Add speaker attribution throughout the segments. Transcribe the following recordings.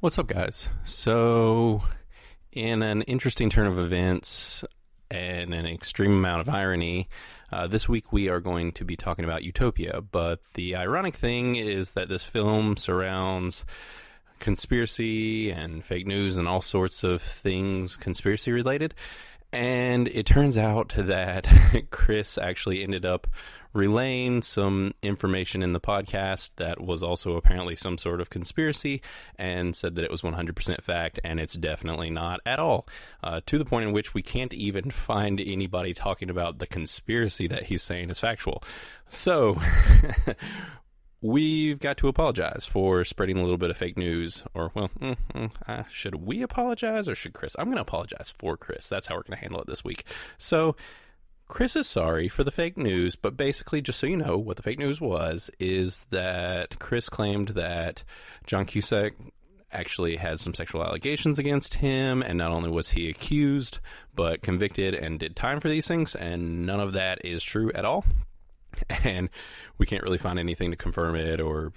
Speaker 1: What's up, guys? So, in an interesting turn of events and an extreme amount of irony, uh, this week we are going to be talking about Utopia. But the ironic thing is that this film surrounds conspiracy and fake news and all sorts of things conspiracy related. And it turns out that Chris actually ended up relaying some information in the podcast that was also apparently some sort of conspiracy and said that it was 100% fact, and it's definitely not at all. Uh, to the point in which we can't even find anybody talking about the conspiracy that he's saying is factual. So. We've got to apologize for spreading a little bit of fake news, or well, mm, mm, uh, should we apologize or should Chris? I'm going to apologize for Chris. That's how we're going to handle it this week. So, Chris is sorry for the fake news, but basically, just so you know, what the fake news was is that Chris claimed that John Cusack actually had some sexual allegations against him, and not only was he accused, but convicted and did time for these things, and none of that is true at all. And we can't really find anything to confirm it or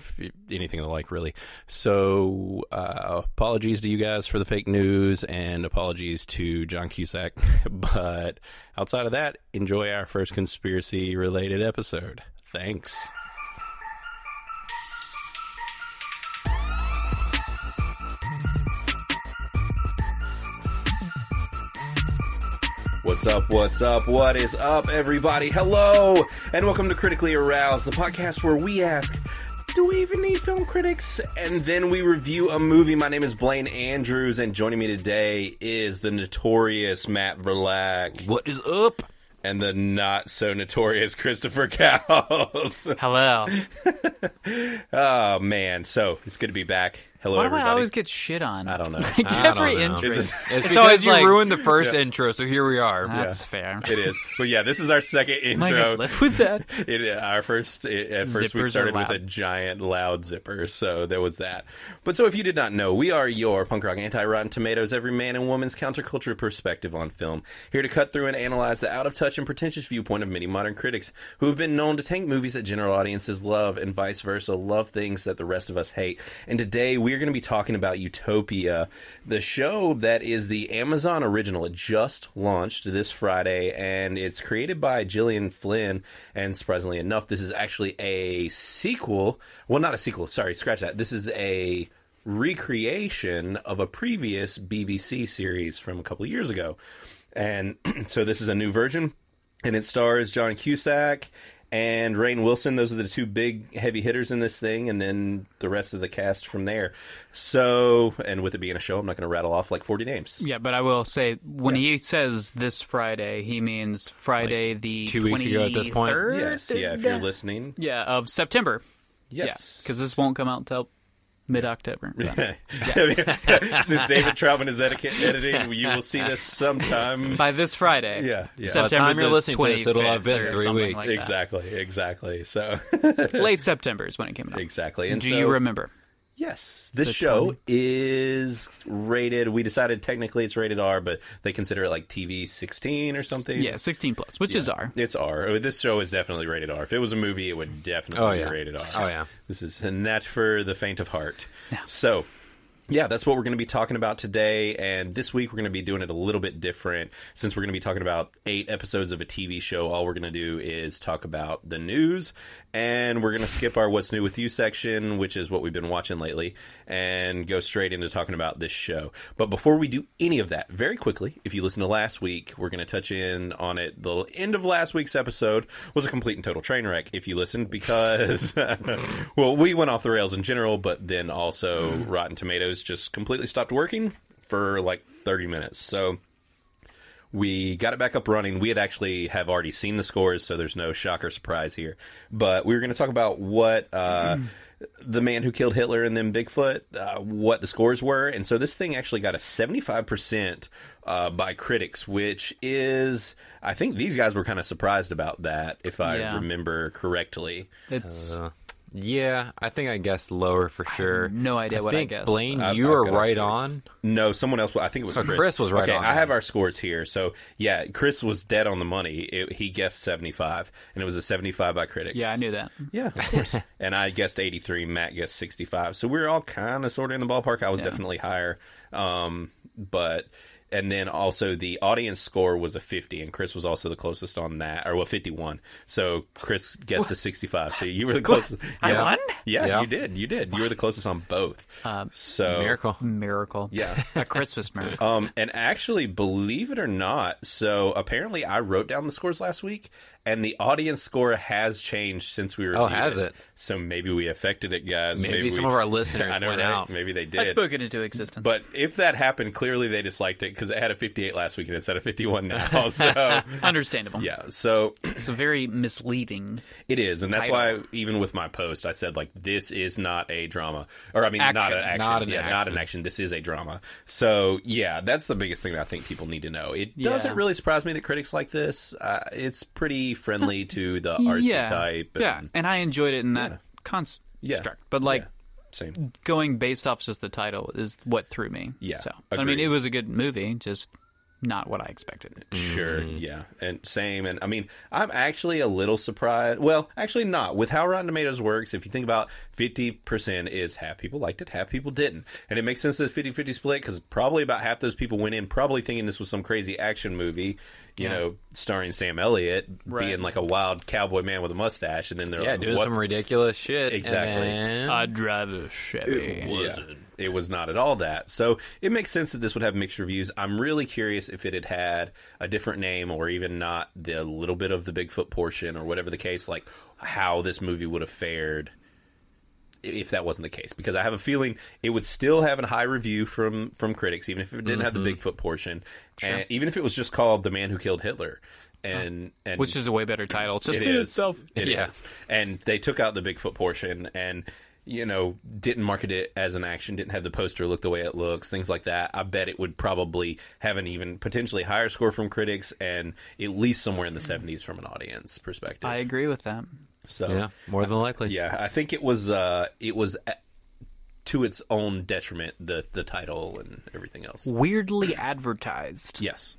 Speaker 1: anything of the like, really. So, uh, apologies to you guys for the fake news and apologies to John Cusack. But outside of that, enjoy our first conspiracy related episode. Thanks.
Speaker 2: What's up? What's up? What is up, everybody? Hello, and welcome to Critically Aroused, the podcast where we ask, do we even need film critics? And then we review a movie. My name is Blaine Andrews, and joining me today is the notorious Matt Verlack
Speaker 3: What is up?
Speaker 2: and the not so notorious Christopher Cowles.
Speaker 4: Hello.
Speaker 2: oh, man. So it's good to be back. Hello,
Speaker 4: Why do
Speaker 2: everybody.
Speaker 4: I always get shit on?
Speaker 2: I don't know.
Speaker 4: Like
Speaker 3: I don't
Speaker 4: every
Speaker 3: know.
Speaker 4: intro.
Speaker 2: It's-
Speaker 3: It's, because
Speaker 4: always
Speaker 3: you
Speaker 4: like-
Speaker 3: ruined the first intro, so here we are.
Speaker 4: That's fair.
Speaker 2: it is. But yeah, this is our second
Speaker 4: Am I
Speaker 2: intro.
Speaker 4: gonna live with that?
Speaker 2: It, uh, our first, it, at first
Speaker 4: Zippers
Speaker 2: we
Speaker 4: are
Speaker 2: started with
Speaker 4: loud.
Speaker 2: a giant loud zipper, so there was that. But so if you did not know, we are your punk rock anti Rotten Tomatoes, every man and woman's counterculture perspective on film, here to cut through and analyze the out of touch and pretentious viewpoint of many modern critics who have been known to tank movies that general audiences love and vice versa, love things that the rest of us hate. And today we're going to be talking about Utopia, the show that is the Amazon original. It just launched this Friday, and it's created by Gillian Flynn. And surprisingly enough, this is actually a sequel. Well, not a sequel. Sorry, scratch that. This is a recreation of a previous BBC series from a couple years ago. And so this is a new version, and it stars John Cusack and Rain Wilson. Those are the two big heavy hitters in this thing, and then the rest of the cast from there. So, and with it being a show, I'm not going to rattle off like 40 names.
Speaker 4: Yeah, but I will say when he says this Friday, he means Friday the
Speaker 3: two weeks ago at this point.
Speaker 4: 23rd?
Speaker 2: Yes, yeah, if you're listening.
Speaker 4: Yeah, of September.
Speaker 2: Yes.
Speaker 4: because this won't come out till mid October.
Speaker 2: Since David Troutman is etiquette editing, you will see this sometime.
Speaker 4: By this Friday,
Speaker 2: Yeah, yeah.
Speaker 4: September
Speaker 2: By
Speaker 3: the time you're
Speaker 4: the
Speaker 3: listening to this, it'll have
Speaker 4: 25th
Speaker 3: been
Speaker 4: or
Speaker 3: three
Speaker 4: something
Speaker 3: weeks.
Speaker 4: like that.
Speaker 2: Exactly, exactly. So,
Speaker 4: Late September is when it came out.
Speaker 2: exactly. And
Speaker 4: Do
Speaker 2: so,
Speaker 4: you remember?
Speaker 2: Yes, this show is rated. We decided technically it's rated R, but they consider it like TV 16 or something.
Speaker 4: Yeah, sixteen plus, which is R.
Speaker 2: It's R. Oh, This show is definitely rated R. If it was a movie, it would definitely
Speaker 3: Oh, yeah.
Speaker 2: be rated R.
Speaker 3: Oh, yeah.
Speaker 2: This is not for the faint of heart. So, yeah, that's what we're going to be talking about today. And this week, we're going to be doing it a little bit different. Since we're going to be talking about eight episodes of a TV show, all we're going to do is talk about the news. And we're going to skip our What's New With You section, which is what we've been watching lately, and go straight into talking about this show. But before we do any of that, very quickly, if you listen to last week, we're going to touch in on it. The end of last week's episode was a complete and total train wreck, if you listened, because, well, we went off the rails in general, but then also Rotten Tomatoes just completely stopped working for like 30 minutes. So we got it back up running. We had actually have already seen the scores, so there's no shock or surprise here. But we were going to talk about what uh, the man who killed Hitler and then Bigfoot, uh, what the scores were, and so this thing actually got a 75 percent uh, by critics, which is I think these guys were kind of surprised about that, if I
Speaker 4: Yeah.
Speaker 3: Uh,
Speaker 2: remember correctly.
Speaker 4: It's
Speaker 3: Yeah, I think I guessed lower for sure.
Speaker 4: no idea
Speaker 3: I
Speaker 4: what I
Speaker 3: think,
Speaker 4: guessed.
Speaker 3: Blaine,
Speaker 2: I've-
Speaker 3: you
Speaker 2: I've
Speaker 3: were
Speaker 2: got it
Speaker 3: right
Speaker 2: first.
Speaker 3: on.
Speaker 2: No, someone else. I think it was
Speaker 3: Oh,
Speaker 2: Chris.
Speaker 3: Chris was right
Speaker 2: Okay,
Speaker 3: on
Speaker 2: I
Speaker 3: that.
Speaker 2: have our scores here. So yeah, Chris was dead on the money. It, he guessed seventy five, and it was a seventy five by critics.
Speaker 4: Yeah, I knew that.
Speaker 2: Yeah, of course. and I guessed eighty three. Matt guessed sixty five. So we are all kind of sort of in the ballpark. I was definitely higher, um, but. And then also the audience score was a 50, and Chris was also the closest on that, or well, 51. So Chris guessed a 65. So you were the closest.
Speaker 4: I won?
Speaker 2: Yeah,
Speaker 3: Yeah.
Speaker 2: you did. You did. You were the closest on both. so
Speaker 3: Miracle.
Speaker 4: Miracle.
Speaker 2: Yeah.
Speaker 4: A Christmas miracle.
Speaker 2: Um, and actually, believe it or not, so apparently I wrote down the scores last week, and the audience score has changed since we reviewed
Speaker 3: Oh, has it?
Speaker 2: So maybe we affected it, guys.
Speaker 3: Maybe
Speaker 2: we-
Speaker 3: some of our listeners
Speaker 2: I know,
Speaker 3: went
Speaker 2: right?
Speaker 3: out.
Speaker 2: Maybe they
Speaker 4: I
Speaker 2: did.
Speaker 4: spoke it into existence.
Speaker 2: But if that happened, clearly they disliked it because it had a 58 last week and it's at a 51 now. So
Speaker 4: Understandable.
Speaker 2: yeah, so
Speaker 4: It's a very misleading.
Speaker 2: it is, and that's
Speaker 4: Title.
Speaker 2: why even with my post, I said like this is not a drama, or I mean not
Speaker 4: Action.
Speaker 2: an action,
Speaker 3: Not an
Speaker 2: yeah, not an
Speaker 3: action.
Speaker 2: action. This is a drama. So yeah, that's the biggest thing that I think people need to know. It
Speaker 4: Yeah.
Speaker 2: doesn't really surprise me that critics like this. Uh, it's pretty friendly to the artsy
Speaker 4: Uh, yeah.
Speaker 2: type. And,
Speaker 4: yeah. And I enjoyed it in that construct. But like
Speaker 2: Yeah. same.
Speaker 4: going based off just the title is what threw me.
Speaker 2: Yeah,
Speaker 4: So I mean,
Speaker 2: agreed.
Speaker 4: it was a good movie, just not what I expected.
Speaker 2: Sure, yeah, and same, and I mean, I'm actually a little surprised. Well, actually, not with how Rotten Tomatoes works. If you think about, fifty percent is half people liked it, half people didn't, and it makes sense that it's 50-50 split because probably about half those people went in probably thinking this was some crazy action movie, you know, starring Sam Elliott
Speaker 4: Right.
Speaker 2: being like a wild cowboy man with a mustache, and then they're
Speaker 3: Yeah,
Speaker 2: like,
Speaker 3: doing
Speaker 2: Uh, what?
Speaker 3: some ridiculous shit. and
Speaker 2: Exactly.
Speaker 3: then-
Speaker 4: I drive a Chevy.
Speaker 2: Yeah. It was not at all that. So it makes sense that this would have mixed reviews. I'm really curious if it had had a different name or even not the little bit of the Bigfoot portion or whatever the case, like how this movie would have fared if that wasn't the case because i have a feeling it would still have a high review from from critics even if it didn't have the
Speaker 4: Mm-hmm.
Speaker 2: bigfoot portion and even if it was just called the man who killed hitler and and
Speaker 4: Which is a way better title. Just
Speaker 2: it
Speaker 4: in
Speaker 2: is.
Speaker 4: itself.
Speaker 2: It
Speaker 3: Yeah.
Speaker 2: is. And they took out the Bigfoot portion and, you know, didn't market it as an action, didn't have the poster look the way it looks, things like that. I bet it would probably have an even potentially higher score from critics and at least somewhere in the 70s from an audience perspective.
Speaker 4: I agree with that.
Speaker 2: so,
Speaker 3: Yeah,
Speaker 2: yeah.
Speaker 3: more than likely.
Speaker 2: I think it was, uh, it was. a to its own detriment, the the title and everything else.
Speaker 4: Weirdly advertised.
Speaker 2: Yes.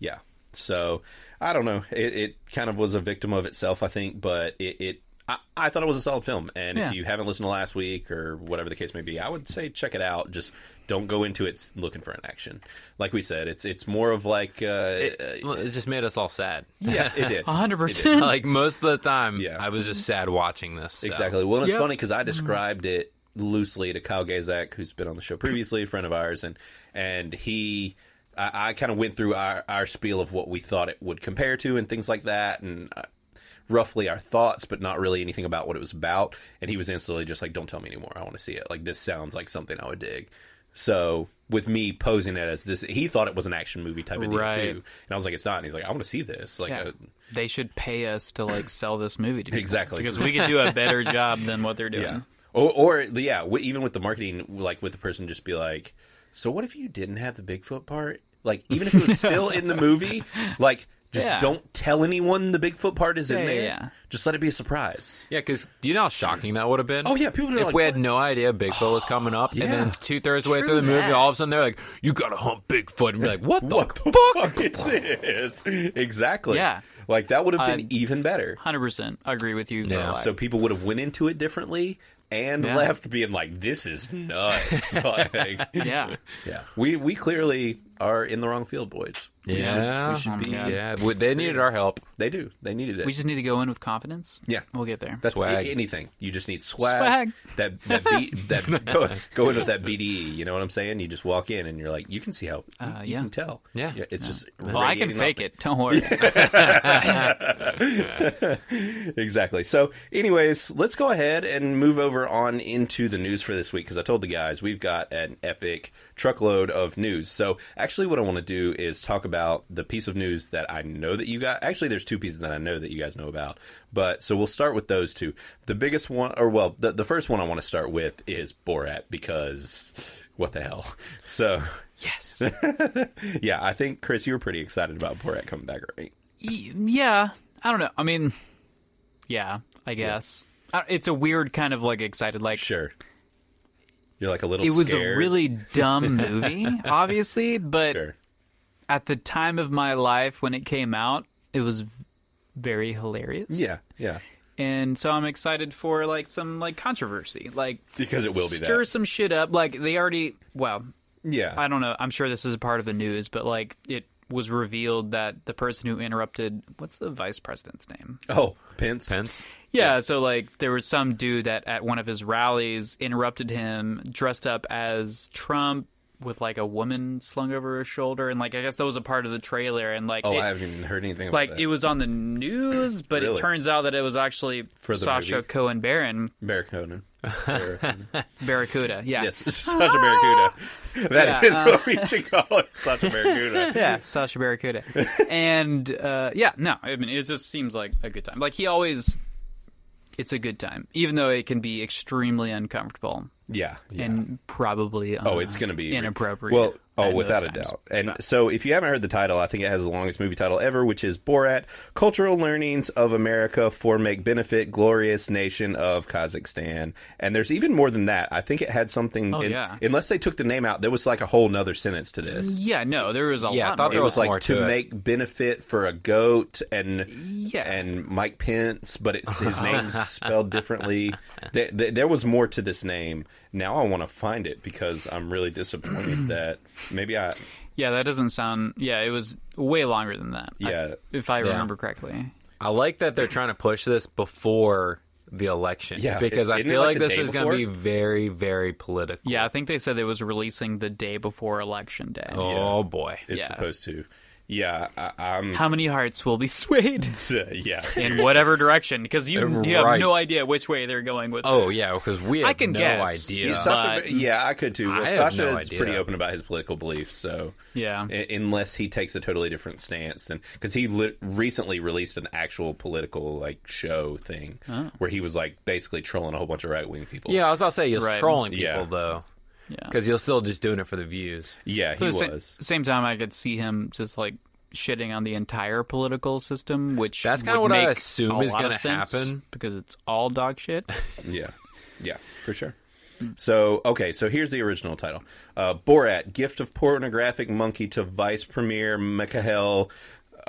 Speaker 2: Yeah. So I don't know. It, it kind of was a victim of itself, I think, but it. it I, I thought it was a solid film, and
Speaker 4: Yeah.
Speaker 2: if you haven't listened to last week or whatever the case may be, I would say check it out. Just don't go into it s- looking for an action. Like we said, it's it's more of like uh,
Speaker 3: It, well, it just made us all sad.
Speaker 2: uh, yeah, it did.
Speaker 4: 100%.
Speaker 3: like most of the time,
Speaker 2: Yeah.
Speaker 3: I was just sad watching this. so.
Speaker 2: Exactly. Well, and it's
Speaker 4: Yep.
Speaker 2: funny because I described it loosely to Kyle Gazak, who's been on the show previously, a friend of ours, and and he, I, I kind of went through our our spiel of what we thought it would compare to and things like that, and. Uh, roughly our thoughts but not really anything about what it was about and he was instantly just like don't tell me anymore i want to see it like this sounds like something i would dig so with me posing it as this he thought it was an action movie type of
Speaker 4: Right.
Speaker 2: deal too and i was like it's not and he's like i want to see this like
Speaker 4: Yeah.
Speaker 2: uh,
Speaker 4: They should pay us to like sell this movie to people.
Speaker 2: Exactly.
Speaker 4: because we could do a better job than what they're doing.
Speaker 2: Yeah. Or, or yeah, w- even with the marketing, like with the person just be like, so what if you didn't have the Bigfoot part? Like, even if it was still in the movie, like, just
Speaker 4: Yeah.
Speaker 2: don't tell anyone the Bigfoot part is
Speaker 4: Yeah,
Speaker 2: in
Speaker 4: yeah,
Speaker 2: there.
Speaker 4: yeah.
Speaker 2: Just let it be a surprise.
Speaker 3: Yeah, because do you know how shocking that would have been?
Speaker 2: Oh, yeah, people are
Speaker 3: if
Speaker 2: like,
Speaker 3: we had no idea Bigfoot was coming up, and
Speaker 2: Yeah.
Speaker 3: then two thirds way
Speaker 4: True
Speaker 3: through the movie,
Speaker 4: that.
Speaker 3: all of a sudden they're like, "You gotta hump Bigfoot," and be like, "What the?"
Speaker 2: What the fuck, is this? Exactly.
Speaker 4: Yeah.
Speaker 2: Like, that would have been
Speaker 4: Uh,
Speaker 2: even better.
Speaker 4: 100%. I agree with you.
Speaker 3: Yeah.
Speaker 4: Yeah.
Speaker 2: So people would have went into it differently and
Speaker 4: Yeah.
Speaker 2: left being like, this is nuts. Like,
Speaker 4: yeah.
Speaker 2: yeah. We, we clearly are in the wrong field, boys.
Speaker 3: Yeah,
Speaker 2: We should be.
Speaker 4: God.
Speaker 3: yeah. Would- They needed our help.
Speaker 2: They do. They needed it.
Speaker 4: We just need to go in with confidence.
Speaker 2: Yeah.
Speaker 4: We'll get there.
Speaker 2: That's
Speaker 3: Swag.
Speaker 2: a- anything. You just need swag. That that be, that go, go in with that BDE. You know what I'm saying? You just walk in and you're like, you can see how
Speaker 4: Uh,
Speaker 2: you
Speaker 4: yeah.
Speaker 2: can tell.
Speaker 3: Yeah.
Speaker 2: it's just.
Speaker 4: Well, I can
Speaker 2: radiating
Speaker 4: fake
Speaker 2: off
Speaker 4: it. Don't worry.
Speaker 2: exactly. So, anyways, let's go ahead and move over on into the news for this week because I told the guys we've got an epic truckload of news. So, actually, what I want to do is talk about the piece of news that I know that you got. Actually, there's two pieces that I know that you guys know about, but so we'll start with those two. The biggest one, or well, the, the first one I want to start with is Borat because what the hell? So,
Speaker 4: yes.
Speaker 2: yeah, I think Chris, you were pretty excited about Borat coming back, right?
Speaker 4: Y- yeah. I don't know. I mean, yeah, I guess. I- It's a weird kind of like excited, like
Speaker 2: Sure. You're like a little
Speaker 4: it was
Speaker 2: scared.
Speaker 4: a really dumb movie, obviously, but
Speaker 2: Sure.
Speaker 4: at the time of my life when it came out, it was very hilarious.
Speaker 2: Yeah, yeah.
Speaker 4: and so I'm excited for like some like controversy, like
Speaker 2: Because it will be
Speaker 4: stir
Speaker 2: that.
Speaker 4: some shit up. Like they already, well,
Speaker 2: Yeah.
Speaker 4: I don't know. I'm sure this is a part of the news, but like it was revealed that the person who interrupted what's the vice president's name?
Speaker 2: oh, Pence.
Speaker 3: Pence.
Speaker 4: Yeah, so like there was some dude that at one of his rallies interrupted him dressed up as Trump with like a woman slung over her shoulder and like I guess that was a part of the trailer and like
Speaker 2: Oh,
Speaker 4: it,
Speaker 2: I haven't even heard anything about
Speaker 4: like
Speaker 2: that.
Speaker 4: it was on the news, but
Speaker 2: Really?
Speaker 4: it turns out that it was actually
Speaker 2: For the
Speaker 4: Sasha
Speaker 2: movie?
Speaker 4: Cohen Barron
Speaker 2: Barry Conan. Barracuda.
Speaker 4: Barracuda. Yeah.
Speaker 2: yes, Sasha Barracuda. That
Speaker 4: Yeah, uh,
Speaker 2: is what we should call it, Sasha Barracuda.
Speaker 4: Yeah, Sasha Barracuda. and uh, yeah, no, I mean it just seems like a good time. Like he always it's a good time, even though it can be extremely uncomfortable
Speaker 2: Yeah, yeah.
Speaker 4: and probably uh,
Speaker 2: Oh, it's going to be
Speaker 4: inappropriate.
Speaker 2: Well, oh,
Speaker 4: at
Speaker 2: without
Speaker 4: those
Speaker 2: a
Speaker 4: times.
Speaker 2: doubt. And so, if you haven't heard the title, I think it has the longest movie title ever, which is Borat: Cultural Learnings of America for Make Benefit Glorious Nation of Kazakhstan. And there's even more than that. I think it had something.
Speaker 4: Oh,
Speaker 2: in-
Speaker 4: yeah.
Speaker 2: Unless they took the name out, there was like a whole nother sentence to this.
Speaker 4: Yeah, no, there was a
Speaker 3: Yeah, I
Speaker 4: lot.
Speaker 3: thought
Speaker 4: more.
Speaker 3: there
Speaker 2: It was
Speaker 3: more
Speaker 2: like
Speaker 3: to
Speaker 2: to
Speaker 3: it.
Speaker 2: make benefit for a goat and
Speaker 4: yeah,
Speaker 2: and Mike Pence, but it's his name's spelled differently. There, there, there was more to this name. Now I want to find it because I'm really disappointed that maybe I
Speaker 4: yeah, that doesn't sound. Yeah, it was way longer than that. I-
Speaker 2: Yeah.
Speaker 4: if I remember correctly.
Speaker 3: I like that they're trying to push this before the election.
Speaker 2: Yeah,
Speaker 3: because I
Speaker 2: isn't it
Speaker 3: feel
Speaker 2: like
Speaker 3: like,
Speaker 2: the
Speaker 3: this
Speaker 2: day
Speaker 3: is going
Speaker 2: before?
Speaker 3: to be very, very political.
Speaker 4: Yeah, I think they said it was releasing the day before election day.
Speaker 3: Oh boy.
Speaker 2: it's
Speaker 4: Yeah.
Speaker 2: supposed to. Yeah, I,
Speaker 3: Mm.
Speaker 2: I'm.
Speaker 4: How many hearts will be swayed
Speaker 2: yeah,
Speaker 4: in whatever direction? Because you, you have
Speaker 3: Right.
Speaker 4: no idea which way they're going with.
Speaker 3: Oh yeah, because we have
Speaker 4: I can
Speaker 3: no
Speaker 4: guess.
Speaker 3: idea.
Speaker 4: Yes,
Speaker 2: Sasha,
Speaker 4: but-
Speaker 2: yeah, I could too. Well,
Speaker 3: I have
Speaker 2: Sasha
Speaker 3: no
Speaker 2: is
Speaker 3: idea.
Speaker 2: pretty open about his political beliefs, so
Speaker 4: Yeah.
Speaker 2: I- unless he takes a totally different stance, then because he li- recently released an actual political like show thing
Speaker 4: Oh.
Speaker 2: where he was like basically trolling a whole bunch of right wing people.
Speaker 3: Yeah, I was about to say you're
Speaker 4: Right.
Speaker 3: trolling people
Speaker 2: Yeah.
Speaker 3: though,
Speaker 4: Yeah.
Speaker 3: because you're still just doing it for the views.
Speaker 2: yeah, he
Speaker 4: But
Speaker 2: was.
Speaker 4: at the sa- same time, I could see him just like shitting on the entire political system, which
Speaker 3: That's kinda
Speaker 4: would
Speaker 3: what I
Speaker 4: make
Speaker 3: assume
Speaker 4: a
Speaker 3: is
Speaker 4: lot of
Speaker 3: gonna
Speaker 4: sense
Speaker 3: happen.
Speaker 4: because it's all dog shit.
Speaker 2: Yeah, yeah, for sure.
Speaker 4: Hmm.
Speaker 2: So okay, so here's the original title: uh, Borat, Gift of Pornographic Monkey to Vice Premier Mikhail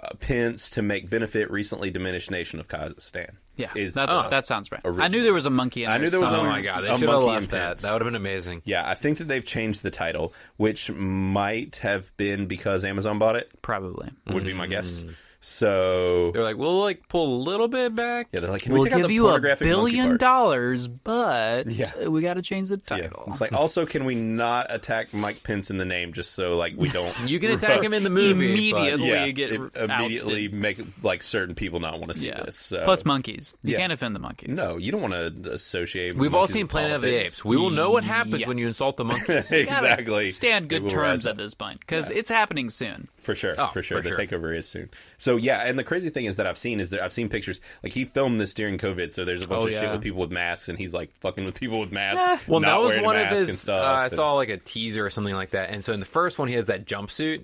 Speaker 2: uh, Pence to make benefit recently diminished nation of Kazakhstan.
Speaker 4: Yeah,
Speaker 2: is
Speaker 4: that's,
Speaker 2: uh,
Speaker 4: that sounds right. I
Speaker 2: original.
Speaker 4: knew there was a monkey. in
Speaker 2: I
Speaker 4: there
Speaker 2: knew there was a
Speaker 4: somewhere.
Speaker 3: Oh
Speaker 2: Mm,
Speaker 3: my god,
Speaker 2: a
Speaker 3: they should have
Speaker 2: monkey
Speaker 3: left
Speaker 2: and
Speaker 3: that.
Speaker 2: pants.
Speaker 3: That would have been amazing.
Speaker 2: yeah. I think that they've changed the title, which might have been because Amazon bought it.
Speaker 4: Probably.
Speaker 2: Would be my guess.
Speaker 4: Mm.
Speaker 2: So
Speaker 3: They're like, we'll like pull a little bit back.
Speaker 2: yeah, they're like, can
Speaker 4: We'll
Speaker 2: we take out
Speaker 4: give
Speaker 2: the
Speaker 4: you a
Speaker 2: pornographic monkey
Speaker 4: billion
Speaker 2: part?
Speaker 4: dollars, but
Speaker 2: Yeah.
Speaker 4: we got to change the
Speaker 2: Yeah.
Speaker 4: title.
Speaker 2: It's like also, can we not attack Mike Pence in the name just so like we don't
Speaker 3: You can attack him in the movie
Speaker 4: Immediately.
Speaker 2: yeah,
Speaker 4: you get
Speaker 2: it
Speaker 4: ousted.
Speaker 2: immediately make like certain people not want to see
Speaker 4: Yeah.
Speaker 2: this. So.
Speaker 4: Plus monkeys. You
Speaker 2: Yeah.
Speaker 4: can't offend the monkeys.
Speaker 2: no, you don't want to associate.
Speaker 3: We've all
Speaker 2: monkeys
Speaker 3: seen
Speaker 2: with
Speaker 3: Planet of the
Speaker 2: politics.
Speaker 3: Apes. We will know what happens
Speaker 4: Yeah.
Speaker 3: when you insult the monkeys.
Speaker 4: You gotta
Speaker 2: exactly.
Speaker 4: Stand good
Speaker 2: They will
Speaker 4: terms
Speaker 2: rise
Speaker 4: at
Speaker 2: up.
Speaker 4: this point because it's happening soon.
Speaker 2: for sure,
Speaker 3: Oh,
Speaker 2: for sure.
Speaker 3: for
Speaker 2: the
Speaker 3: sure.
Speaker 2: takeover is soon. So yeah, and the crazy thing is that I've seen is that I've seen pictures like he filmed this during COVID. So there's a bunch
Speaker 4: Oh,
Speaker 2: of shit
Speaker 4: yeah.
Speaker 2: with people with masks, and he's like fucking with people with masks.
Speaker 3: Well,
Speaker 2: not
Speaker 3: that was
Speaker 2: wearing a
Speaker 3: one of
Speaker 2: mask and
Speaker 3: his. Uh,
Speaker 2: stuff.
Speaker 3: I
Speaker 2: and-
Speaker 3: saw like a teaser or something like that. And so in the first one, he has that jumpsuit.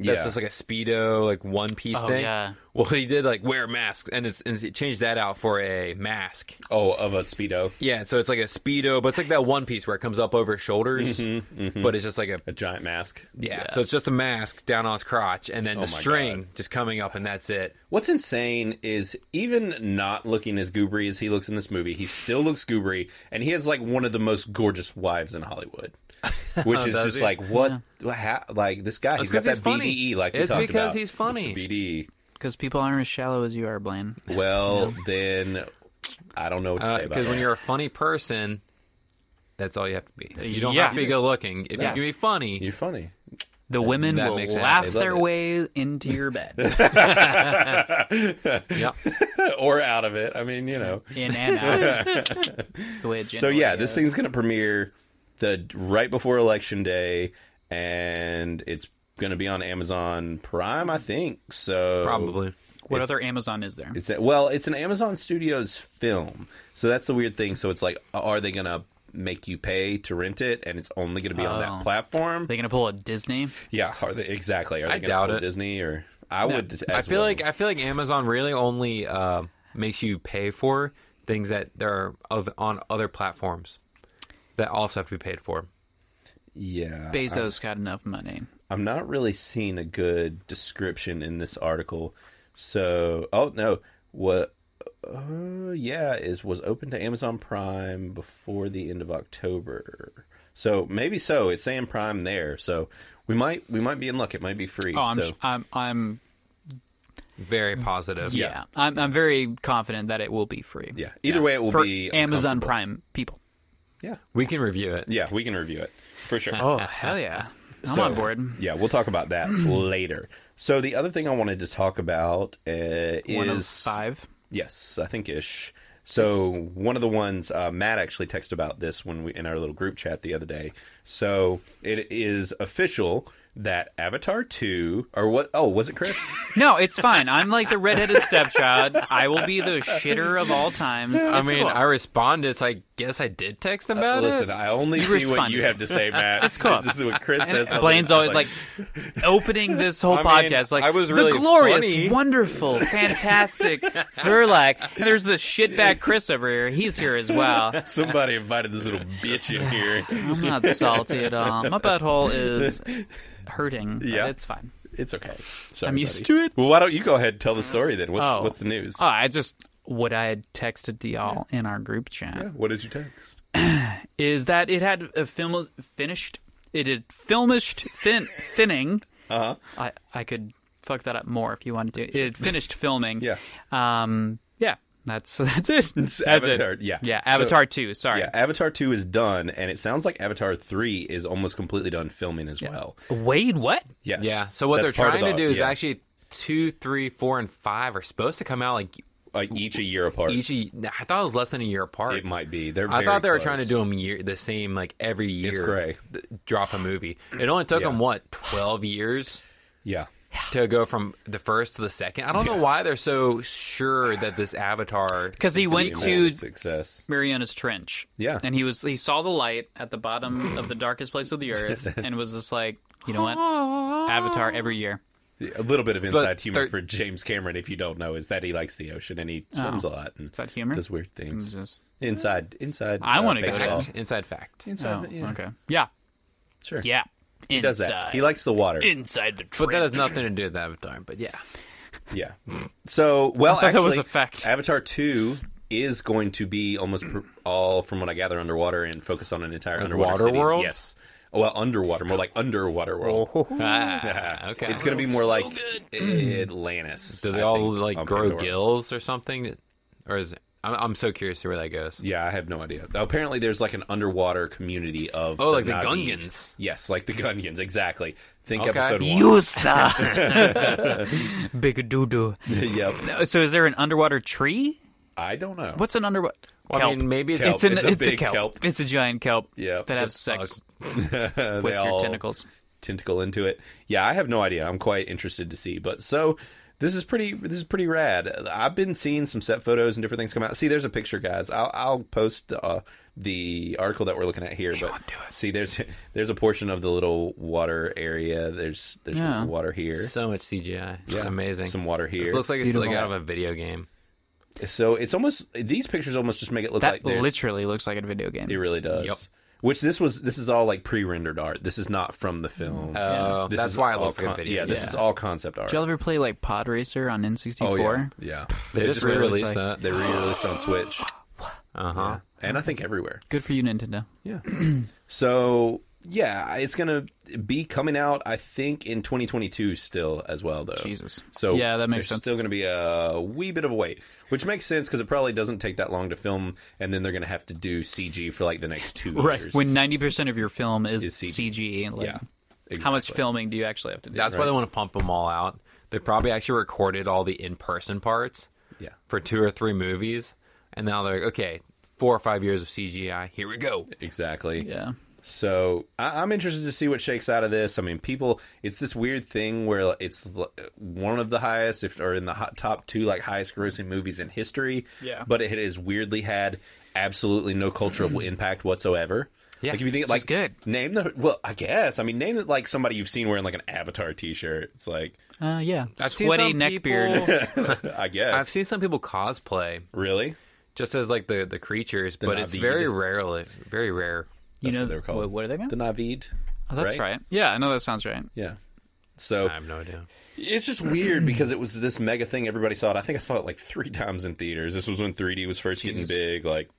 Speaker 3: That's
Speaker 2: Yeah.
Speaker 3: just like a speedo, like one piece
Speaker 4: Oh,
Speaker 3: thing.
Speaker 4: yeah.
Speaker 3: Well, he did like wear masks, and it's and it changed that out for a mask.
Speaker 2: oh, of a speedo,
Speaker 3: Yeah, so it's like a speedo, but it's like that one piece where it comes up over his shoulders,
Speaker 2: Mm-hmm,
Speaker 3: but it's just like a
Speaker 2: a giant mask.
Speaker 3: yeah, So it's just a mask down on his crotch, and then the
Speaker 2: Oh my
Speaker 3: string just coming up, and that's it.
Speaker 2: What's insane is even not looking as goobery as he looks in this movie, he still looks goobery, and he has like one of the most gorgeous wives in Hollywood, which is
Speaker 3: Does
Speaker 2: just
Speaker 3: he?
Speaker 2: like what, what ha- like this guy. he's got
Speaker 3: 'cause
Speaker 2: that
Speaker 3: he's funny.
Speaker 2: BDE, like we
Speaker 3: It's
Speaker 2: talked
Speaker 3: because
Speaker 2: about.
Speaker 3: he's funny.
Speaker 2: It's the E.
Speaker 4: Because people aren't as shallow as you are, Blaine.
Speaker 2: BDE. Well, then I don't know what to say about
Speaker 3: Because
Speaker 2: that.
Speaker 3: Uh, when you're a funny person, that's all you have to be. You don't
Speaker 4: Yeah.
Speaker 3: have to be good looking. If you can be funny,
Speaker 2: You're funny.
Speaker 4: The women
Speaker 3: that
Speaker 4: will
Speaker 3: makes sense.
Speaker 4: laugh
Speaker 3: They
Speaker 2: love
Speaker 4: their
Speaker 2: it.
Speaker 4: way into your bed
Speaker 3: yeah.
Speaker 2: or out of it. I mean, you know.
Speaker 4: in and out. It's the way it
Speaker 2: So
Speaker 4: generally
Speaker 2: yeah, this
Speaker 4: is.
Speaker 2: thing's gonna premiere the right before election day, and it's gonna be on Amazon Prime, I think. So
Speaker 3: probably.
Speaker 4: What other Amazon is there?
Speaker 2: It's a, well, it's an Amazon Studios film, so that's the weird thing. So it's like, are they gonna make you pay to rent it, and it's only gonna be on that
Speaker 4: Oh.
Speaker 2: platform?
Speaker 4: they gonna pull a Disney?
Speaker 2: yeah, are they exactly? Are they
Speaker 3: I
Speaker 2: gonna
Speaker 3: doubt
Speaker 2: pull
Speaker 3: it.
Speaker 2: Disney or I would.
Speaker 3: I
Speaker 2: as
Speaker 3: feel
Speaker 2: well.
Speaker 3: like I feel like Amazon really only uh, makes you pay for things that there are of on other platforms that also have to be paid for.
Speaker 2: Yeah.
Speaker 4: Bezos got enough money.
Speaker 2: I'm not really seeing a good description in this article. So, oh no, what? Uh, yeah, is was open to Amazon Prime before the end of October. So maybe so. It's saying Prime there, so we might we might be in luck. It might be free.
Speaker 4: Oh, I'm
Speaker 2: so
Speaker 4: I'm I'm
Speaker 3: Very positive.
Speaker 4: yeah. I'm I'm very confident that it will be free.
Speaker 2: yeah. Either way, it will
Speaker 4: for
Speaker 2: be
Speaker 4: Amazon
Speaker 2: uncomfortable.
Speaker 4: Prime people.
Speaker 2: Yeah,
Speaker 3: We can review it.
Speaker 2: yeah, we can review it for sure.
Speaker 4: Oh hell yeah! I'm
Speaker 2: So,
Speaker 4: on board.
Speaker 2: Yeah, we'll talk about that later. So the other thing I wanted to talk about uh,
Speaker 4: One of
Speaker 2: is
Speaker 4: five.
Speaker 2: yes, I think ish. So one of the ones uh, Matt actually texted about this when we in our little group chat the other day. So it is official that Avatar two or what? Oh, was it Chris?
Speaker 4: No, it's fine. I'm like the redheaded stepchild. I will be the shitter of all times.
Speaker 3: I
Speaker 4: It's
Speaker 3: mean,
Speaker 4: cool.
Speaker 3: I responded, so I guess I did text about
Speaker 2: Uh, Listen,
Speaker 3: it.
Speaker 2: I only see what you
Speaker 4: responded.
Speaker 2: have to say, Matt. That's
Speaker 4: cool.
Speaker 2: This is what Chris says. all the
Speaker 4: Blaine's
Speaker 2: time.
Speaker 4: always like, opening this whole
Speaker 3: I mean,
Speaker 4: podcast like
Speaker 3: I was really
Speaker 4: the glorious,
Speaker 3: funny."
Speaker 4: wonderful, fantastic Verlac. And there's this shitbag Chris over here. He's here as well.
Speaker 2: somebody invited this little bitch in here.
Speaker 4: I'm not salty at all. My butthole is hurting. but
Speaker 2: Yeah.
Speaker 4: it's fine.
Speaker 2: It's okay. Sorry,
Speaker 4: I'm used
Speaker 2: buddy.
Speaker 4: to it.
Speaker 2: Well, why don't you go ahead and tell the story then? What's
Speaker 4: Oh.
Speaker 2: what's the news?
Speaker 4: Oh, I just what I had texted to y'all in our group chat
Speaker 2: What did you text?
Speaker 4: is that it had a film finished. It had filmished fin finning.
Speaker 2: Uh huh.
Speaker 4: I I could fuck that up more if you wanted to. It had finished filming.
Speaker 2: Yeah.
Speaker 4: Um. Yeah. That's that's it. That's
Speaker 2: Avatar,
Speaker 4: it.
Speaker 2: yeah.
Speaker 4: Yeah.
Speaker 2: So-
Speaker 4: Avatar two. Sorry.
Speaker 2: Yeah, Avatar 2 is done, and it sounds like Avatar 3 is almost completely done filming as well.
Speaker 4: Wade, what?
Speaker 2: Yes.
Speaker 3: yeah. So what
Speaker 2: That's
Speaker 3: they're
Speaker 2: part of
Speaker 3: trying to
Speaker 2: the-
Speaker 3: do is
Speaker 2: yeah,
Speaker 3: actually two, three, four, and five are supposed to come out like
Speaker 2: like each a year apart.
Speaker 3: each. a- I thought it was less than a year apart.
Speaker 2: it might be. They're
Speaker 3: I
Speaker 2: very
Speaker 3: thought they were
Speaker 2: close.
Speaker 3: trying to do them year the same like every year.
Speaker 2: correct.
Speaker 3: th- drop a movie. It only took
Speaker 2: Yeah.
Speaker 3: them what twelve years
Speaker 2: Yeah.
Speaker 3: to go from the first to the second. I don't know why they're so sure that this Avatar
Speaker 4: Because he went
Speaker 2: Sequel
Speaker 4: to
Speaker 2: success.
Speaker 4: Mariana's Trench.
Speaker 2: Yeah.
Speaker 4: And he was he saw the light at the bottom of the darkest place of the earth and was just like, you know what? Avatar every year.
Speaker 2: A little bit of inside humor
Speaker 3: thir-
Speaker 2: for James Cameron, if you don't know, is that he likes the ocean and he
Speaker 4: Oh.
Speaker 2: swims a lot and
Speaker 4: Is that humor?
Speaker 2: does weird things.
Speaker 4: Just-
Speaker 2: Inside, inside.
Speaker 4: Mm.
Speaker 2: uh,
Speaker 4: I wanna go.
Speaker 2: baseball.
Speaker 3: Fact. inside fact.
Speaker 4: oh,
Speaker 2: Inside, yeah.
Speaker 4: okay. Yeah.
Speaker 2: Sure.
Speaker 4: Yeah. Inside.
Speaker 2: He does that. He likes the water.
Speaker 4: inside the trench.
Speaker 3: But that has nothing to do with Avatar. But yeah,
Speaker 2: Yeah. So, well,
Speaker 4: thought
Speaker 2: actually,
Speaker 4: that was a fact.
Speaker 2: Avatar Two is going to be almost pr- all, from what I gather, underwater and focus on an entire underwater
Speaker 3: water
Speaker 2: city.
Speaker 3: world? Oh,
Speaker 2: Yes. Oh, well, underwater, more like underwater world.
Speaker 3: Ah, okay.
Speaker 2: It's going to be more like Atlantis.
Speaker 3: do they
Speaker 2: I
Speaker 3: all
Speaker 2: think,
Speaker 3: like
Speaker 2: on
Speaker 3: grow
Speaker 2: Pandora.
Speaker 3: gills or something? Or is it, I'm, I'm so curious to where that goes.
Speaker 2: Yeah, I have no idea. Apparently, there's like an underwater community of
Speaker 3: Oh, like the
Speaker 2: Na'vi.
Speaker 3: Gungans.
Speaker 2: Yes, like the Gungans. Exactly. Think
Speaker 3: Okay.
Speaker 2: episode one.
Speaker 4: Yusa. Big doo doo.
Speaker 2: yep.
Speaker 4: So is there an underwater tree?
Speaker 2: I don't know.
Speaker 4: What's an underwater?
Speaker 3: Well, I
Speaker 4: kelp.
Speaker 3: mean, maybe it's,
Speaker 2: Kelp.
Speaker 4: It's an
Speaker 2: It's
Speaker 4: it's
Speaker 2: a
Speaker 4: a,
Speaker 2: big
Speaker 4: kelp.
Speaker 2: kelp.
Speaker 4: It's a giant kelp.
Speaker 2: Yep.
Speaker 4: That has
Speaker 3: Just
Speaker 4: sex
Speaker 2: Uh,
Speaker 4: with
Speaker 2: they
Speaker 4: your
Speaker 2: all-
Speaker 4: tentacles.
Speaker 2: tentacle into it. Yeah, I have no idea. I'm quite interested to see. But so this is pretty. This is pretty rad. I've been seeing some set photos and different things come out. See, there's a picture, guys. I'll, I'll post uh, the article that we're looking at here. but see, there's there's a portion of the little water area. There's there's
Speaker 4: Yeah.
Speaker 2: water here.
Speaker 3: so much CGI. It's amazing.
Speaker 2: Some water here.
Speaker 3: This looks like it's like out of a video game.
Speaker 2: so it's almost these pictures almost just make it look
Speaker 4: That
Speaker 2: like there's
Speaker 4: literally looks like a video game.
Speaker 2: It really does.
Speaker 3: Yep.
Speaker 2: Which this was this is all like pre-rendered art. This is not from the film.
Speaker 3: Oh,
Speaker 2: This
Speaker 3: that's
Speaker 2: is
Speaker 3: why it
Speaker 2: all
Speaker 3: looks like a
Speaker 2: con-
Speaker 3: video.
Speaker 2: Yeah, this
Speaker 3: game.
Speaker 2: is all concept art.
Speaker 4: Did y'all ever play like Pod Racer on N64?
Speaker 2: Oh, yeah. Yeah.
Speaker 3: They just
Speaker 4: really like-
Speaker 3: re-released that.
Speaker 2: They re-released on Switch.
Speaker 3: Uh huh.
Speaker 2: And I think everywhere.
Speaker 4: Good for you, Nintendo.
Speaker 2: Yeah. so yeah, it's gonna be coming out. I think in 2022 still as well though.
Speaker 4: Jesus.
Speaker 2: So
Speaker 4: Yeah, that makes
Speaker 2: there's
Speaker 4: sense.
Speaker 2: Still gonna be a wee bit of a wait, which makes sense because it probably doesn't take that long to film, and then they're gonna have to do CG for like the next two years.
Speaker 4: When 90% of your film is,
Speaker 2: Is CG.
Speaker 4: CG. like,
Speaker 2: yeah.
Speaker 4: How much
Speaker 2: exactly.
Speaker 4: filming do you actually have to do?
Speaker 3: That's why they want to pump them all out. They probably actually recorded all the in-person parts
Speaker 2: Yeah.
Speaker 3: for two or three movies, and now they're like, okay, four or five years of CGI. Here we go.
Speaker 2: Exactly.
Speaker 4: yeah.
Speaker 2: So I- I'm interested to see what shakes out of this. I mean, people, it's this weird thing where it's l- one of the highest, if or in the hot, top two, like highest grossing movies in history.
Speaker 4: Yeah. Mm.
Speaker 2: But it has weirdly had absolutely no cultural impact whatsoever.
Speaker 3: Yeah,
Speaker 2: Like if you think
Speaker 4: which
Speaker 2: like
Speaker 4: is good.
Speaker 2: name the well, I guess I mean name it like somebody you've seen weering like an Avatar T-shirt. It's like
Speaker 4: Uh, yeah.
Speaker 3: I've seen
Speaker 4: Sweaty
Speaker 3: some
Speaker 4: neck
Speaker 3: people-
Speaker 4: beards.
Speaker 2: I guess
Speaker 3: I've seen some people cosplay
Speaker 2: really
Speaker 3: just as like the the creatures, but it's
Speaker 2: Navi.
Speaker 3: very rarely, very rare.
Speaker 4: You know
Speaker 2: what they're called.
Speaker 4: What, what are they called?
Speaker 2: The Navid.
Speaker 4: oh, that's
Speaker 2: right?
Speaker 4: right. Yeah, I know that sounds right.
Speaker 2: Yeah. So
Speaker 3: I have no idea.
Speaker 2: it's just weird because it was this mega thing. Everybody saw it. I think I saw it like three times in theaters. This was when 3D was first getting
Speaker 4: Jesus.
Speaker 2: big. Like,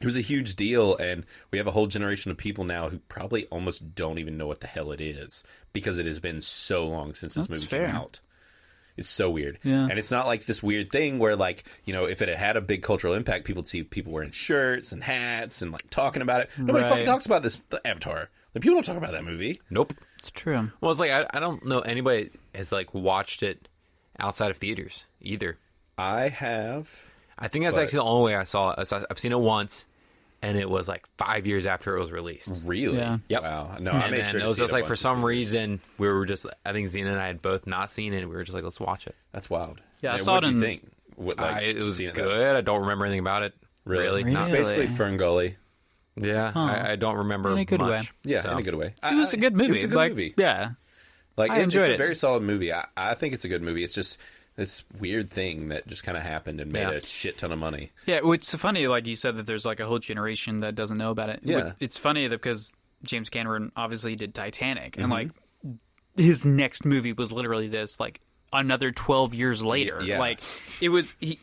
Speaker 2: it was a huge deal. And we have a whole generation of people now who probably almost don't even know what the hell it is because it has been so long since this
Speaker 4: That's
Speaker 2: movie
Speaker 4: fair.
Speaker 2: came out. It's so weird.
Speaker 4: Yeah.
Speaker 2: And it's not like this weird thing where, like, you know, if it had had a big cultural impact, people would see people wearing shirts and hats and, like, talking about it. Nobody
Speaker 4: Right.
Speaker 2: fucking talks about this the Avatar. Like, people don't talk about that movie.
Speaker 3: Nope.
Speaker 4: It's true.
Speaker 3: Well, it's like I, I don't know anybody has like watched it outside of theaters either.
Speaker 2: I have.
Speaker 3: I think that's actually the only way I saw it. I- I've seen it once, and it was like five years after it was released.
Speaker 2: Really?
Speaker 4: Yeah.
Speaker 3: Yep.
Speaker 2: Wow. No, I
Speaker 3: and
Speaker 2: made
Speaker 3: then
Speaker 2: sure to
Speaker 3: it was
Speaker 2: see
Speaker 3: just
Speaker 2: it
Speaker 3: like for
Speaker 2: once.
Speaker 3: some reason we were just I think Xena and I had both not seen it. and We were just like let's watch it.
Speaker 2: That's wild.
Speaker 4: Yeah, I saw
Speaker 2: what'd
Speaker 4: it
Speaker 2: you
Speaker 4: in-
Speaker 2: think? What, like,
Speaker 3: I, it was
Speaker 2: seeing
Speaker 3: good.
Speaker 2: that-
Speaker 3: I don't remember anything about it.
Speaker 2: Really?
Speaker 3: Really?
Speaker 2: It's
Speaker 3: Not,
Speaker 2: basically
Speaker 4: Really?
Speaker 2: Ferngully.
Speaker 3: yeah. I, I don't remember
Speaker 4: In a good
Speaker 3: much.
Speaker 4: way.
Speaker 2: Yeah,
Speaker 3: So-
Speaker 2: in a good way.
Speaker 4: It was a good movie.
Speaker 2: It was a good
Speaker 4: like,
Speaker 2: movie.
Speaker 4: Yeah.
Speaker 2: Like
Speaker 4: I
Speaker 2: it-
Speaker 4: enjoyed
Speaker 2: it's a
Speaker 4: it.
Speaker 2: very solid movie. I, I think it's a good movie. It's just this weird thing that just kind of happened and made
Speaker 3: Yeah.
Speaker 2: a shit ton of money.
Speaker 4: Yeah, which is funny. Like you said, that there's like a whole generation that doesn't know about it.
Speaker 2: Yeah.
Speaker 4: Which- it's funny that because James Cameron obviously did Titanic,
Speaker 2: Mm-hmm.
Speaker 4: and like his next movie was literally this, like another twelve years later.
Speaker 2: yeah.
Speaker 4: Like it was. He,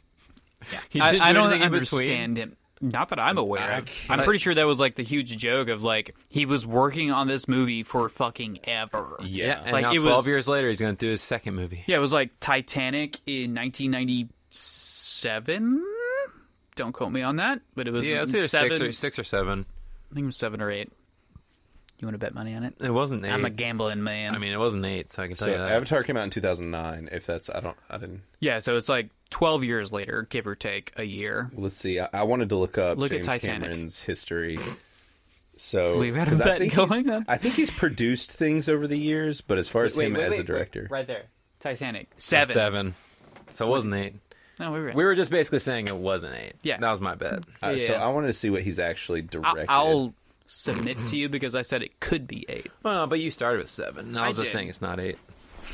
Speaker 3: He
Speaker 4: I,
Speaker 3: didn't
Speaker 4: I
Speaker 3: do
Speaker 4: don't
Speaker 3: anything in between?
Speaker 4: understand him. Not that I'm aware
Speaker 2: I
Speaker 4: of.
Speaker 2: can't-
Speaker 4: I'm pretty sure that was like the huge joke of like he was working on this movie for fucking ever.
Speaker 2: Yeah.
Speaker 3: Yeah. And
Speaker 4: Like,
Speaker 3: now
Speaker 4: it was-
Speaker 3: twelve years later he's gonna do his second movie.
Speaker 4: Yeah, it was like Titanic in 1997. Don't quote me on that, but it was
Speaker 3: Yeah, it's either
Speaker 4: seven,
Speaker 3: six or six or seven.
Speaker 4: I think it was seven or eight. You want to bet money on it?
Speaker 3: It wasn't eight.
Speaker 4: I'm a gambling man.
Speaker 3: I mean it wasn't eight, so I can tell
Speaker 2: So
Speaker 3: you that.
Speaker 2: Avatar came out in 2009. If that's I don't I didn't.
Speaker 4: yeah, so it's like 12 years later, give or take a year.
Speaker 2: Let's see. I, I wanted to look up
Speaker 4: Look at
Speaker 2: James
Speaker 4: Titanic.
Speaker 2: Cameron's history. So,
Speaker 4: we've got a
Speaker 2: 'cause I
Speaker 4: bet
Speaker 2: think
Speaker 4: going
Speaker 2: he's,
Speaker 4: on.
Speaker 2: I think he's produced things over the years, but as far as him as a director,
Speaker 4: right there. Titanic.
Speaker 3: It's
Speaker 4: Seven.
Speaker 3: seven. So it wasn't eight.
Speaker 4: No, we were right.
Speaker 3: We were just basically saying it wasn't eight.
Speaker 4: Yeah.
Speaker 3: That was my bet.
Speaker 2: Uh, So
Speaker 4: Yeah.
Speaker 2: I wanted to see what he's actually
Speaker 4: I-
Speaker 2: directed.
Speaker 4: I'll submit to you because I said it could be eight.
Speaker 3: Well, but you started with seven. and I
Speaker 4: I
Speaker 3: was just
Speaker 4: did.
Speaker 3: saying it's not eight.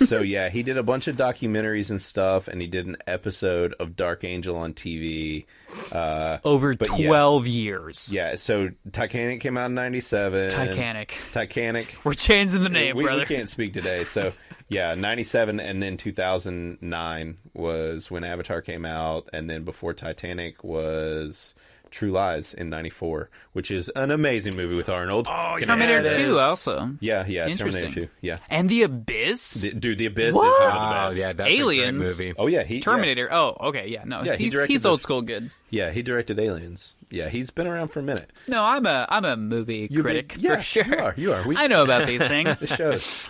Speaker 2: so yeah, he did a bunch of documentaries and stuff, and he did an episode of Dark Angel on TV. Uh,
Speaker 4: Over
Speaker 2: But yeah.
Speaker 4: 12 years.
Speaker 2: yeah, so Titanic came out in '97.
Speaker 4: Titanic.
Speaker 2: Titanic.
Speaker 4: We're changing the
Speaker 2: We,
Speaker 4: name,
Speaker 2: we
Speaker 4: brother.
Speaker 2: can't speak today. So yeah, '97, and then 2009 was when Avatar came out, and then before Titanic was. True Lies in '94, which is an amazing movie with Arnold. Oh,
Speaker 4: Terminator
Speaker 3: There it
Speaker 4: 2
Speaker 3: is.
Speaker 4: also.
Speaker 2: Yeah, yeah, Terminator
Speaker 4: Interesting.
Speaker 2: 2. Yeah,
Speaker 4: And The Abyss?
Speaker 2: D- dude, The Abyss is one of
Speaker 4: What?
Speaker 2: the best.
Speaker 3: Oh, yeah, that's
Speaker 4: Aliens.
Speaker 3: a great movie.
Speaker 2: Oh yeah, he yeah.
Speaker 4: Terminator. Oh, okay. Yeah, no.
Speaker 2: Yeah, he
Speaker 4: he's
Speaker 2: directed
Speaker 4: he's
Speaker 2: the-
Speaker 4: old school good.
Speaker 2: Yeah, he directed Aliens. Yeah, he's been around for a minute.
Speaker 4: No, I'm a I'm a movie critic
Speaker 2: yeah,
Speaker 4: for sure.
Speaker 2: You are. You are. We
Speaker 4: I know about these things.
Speaker 2: shows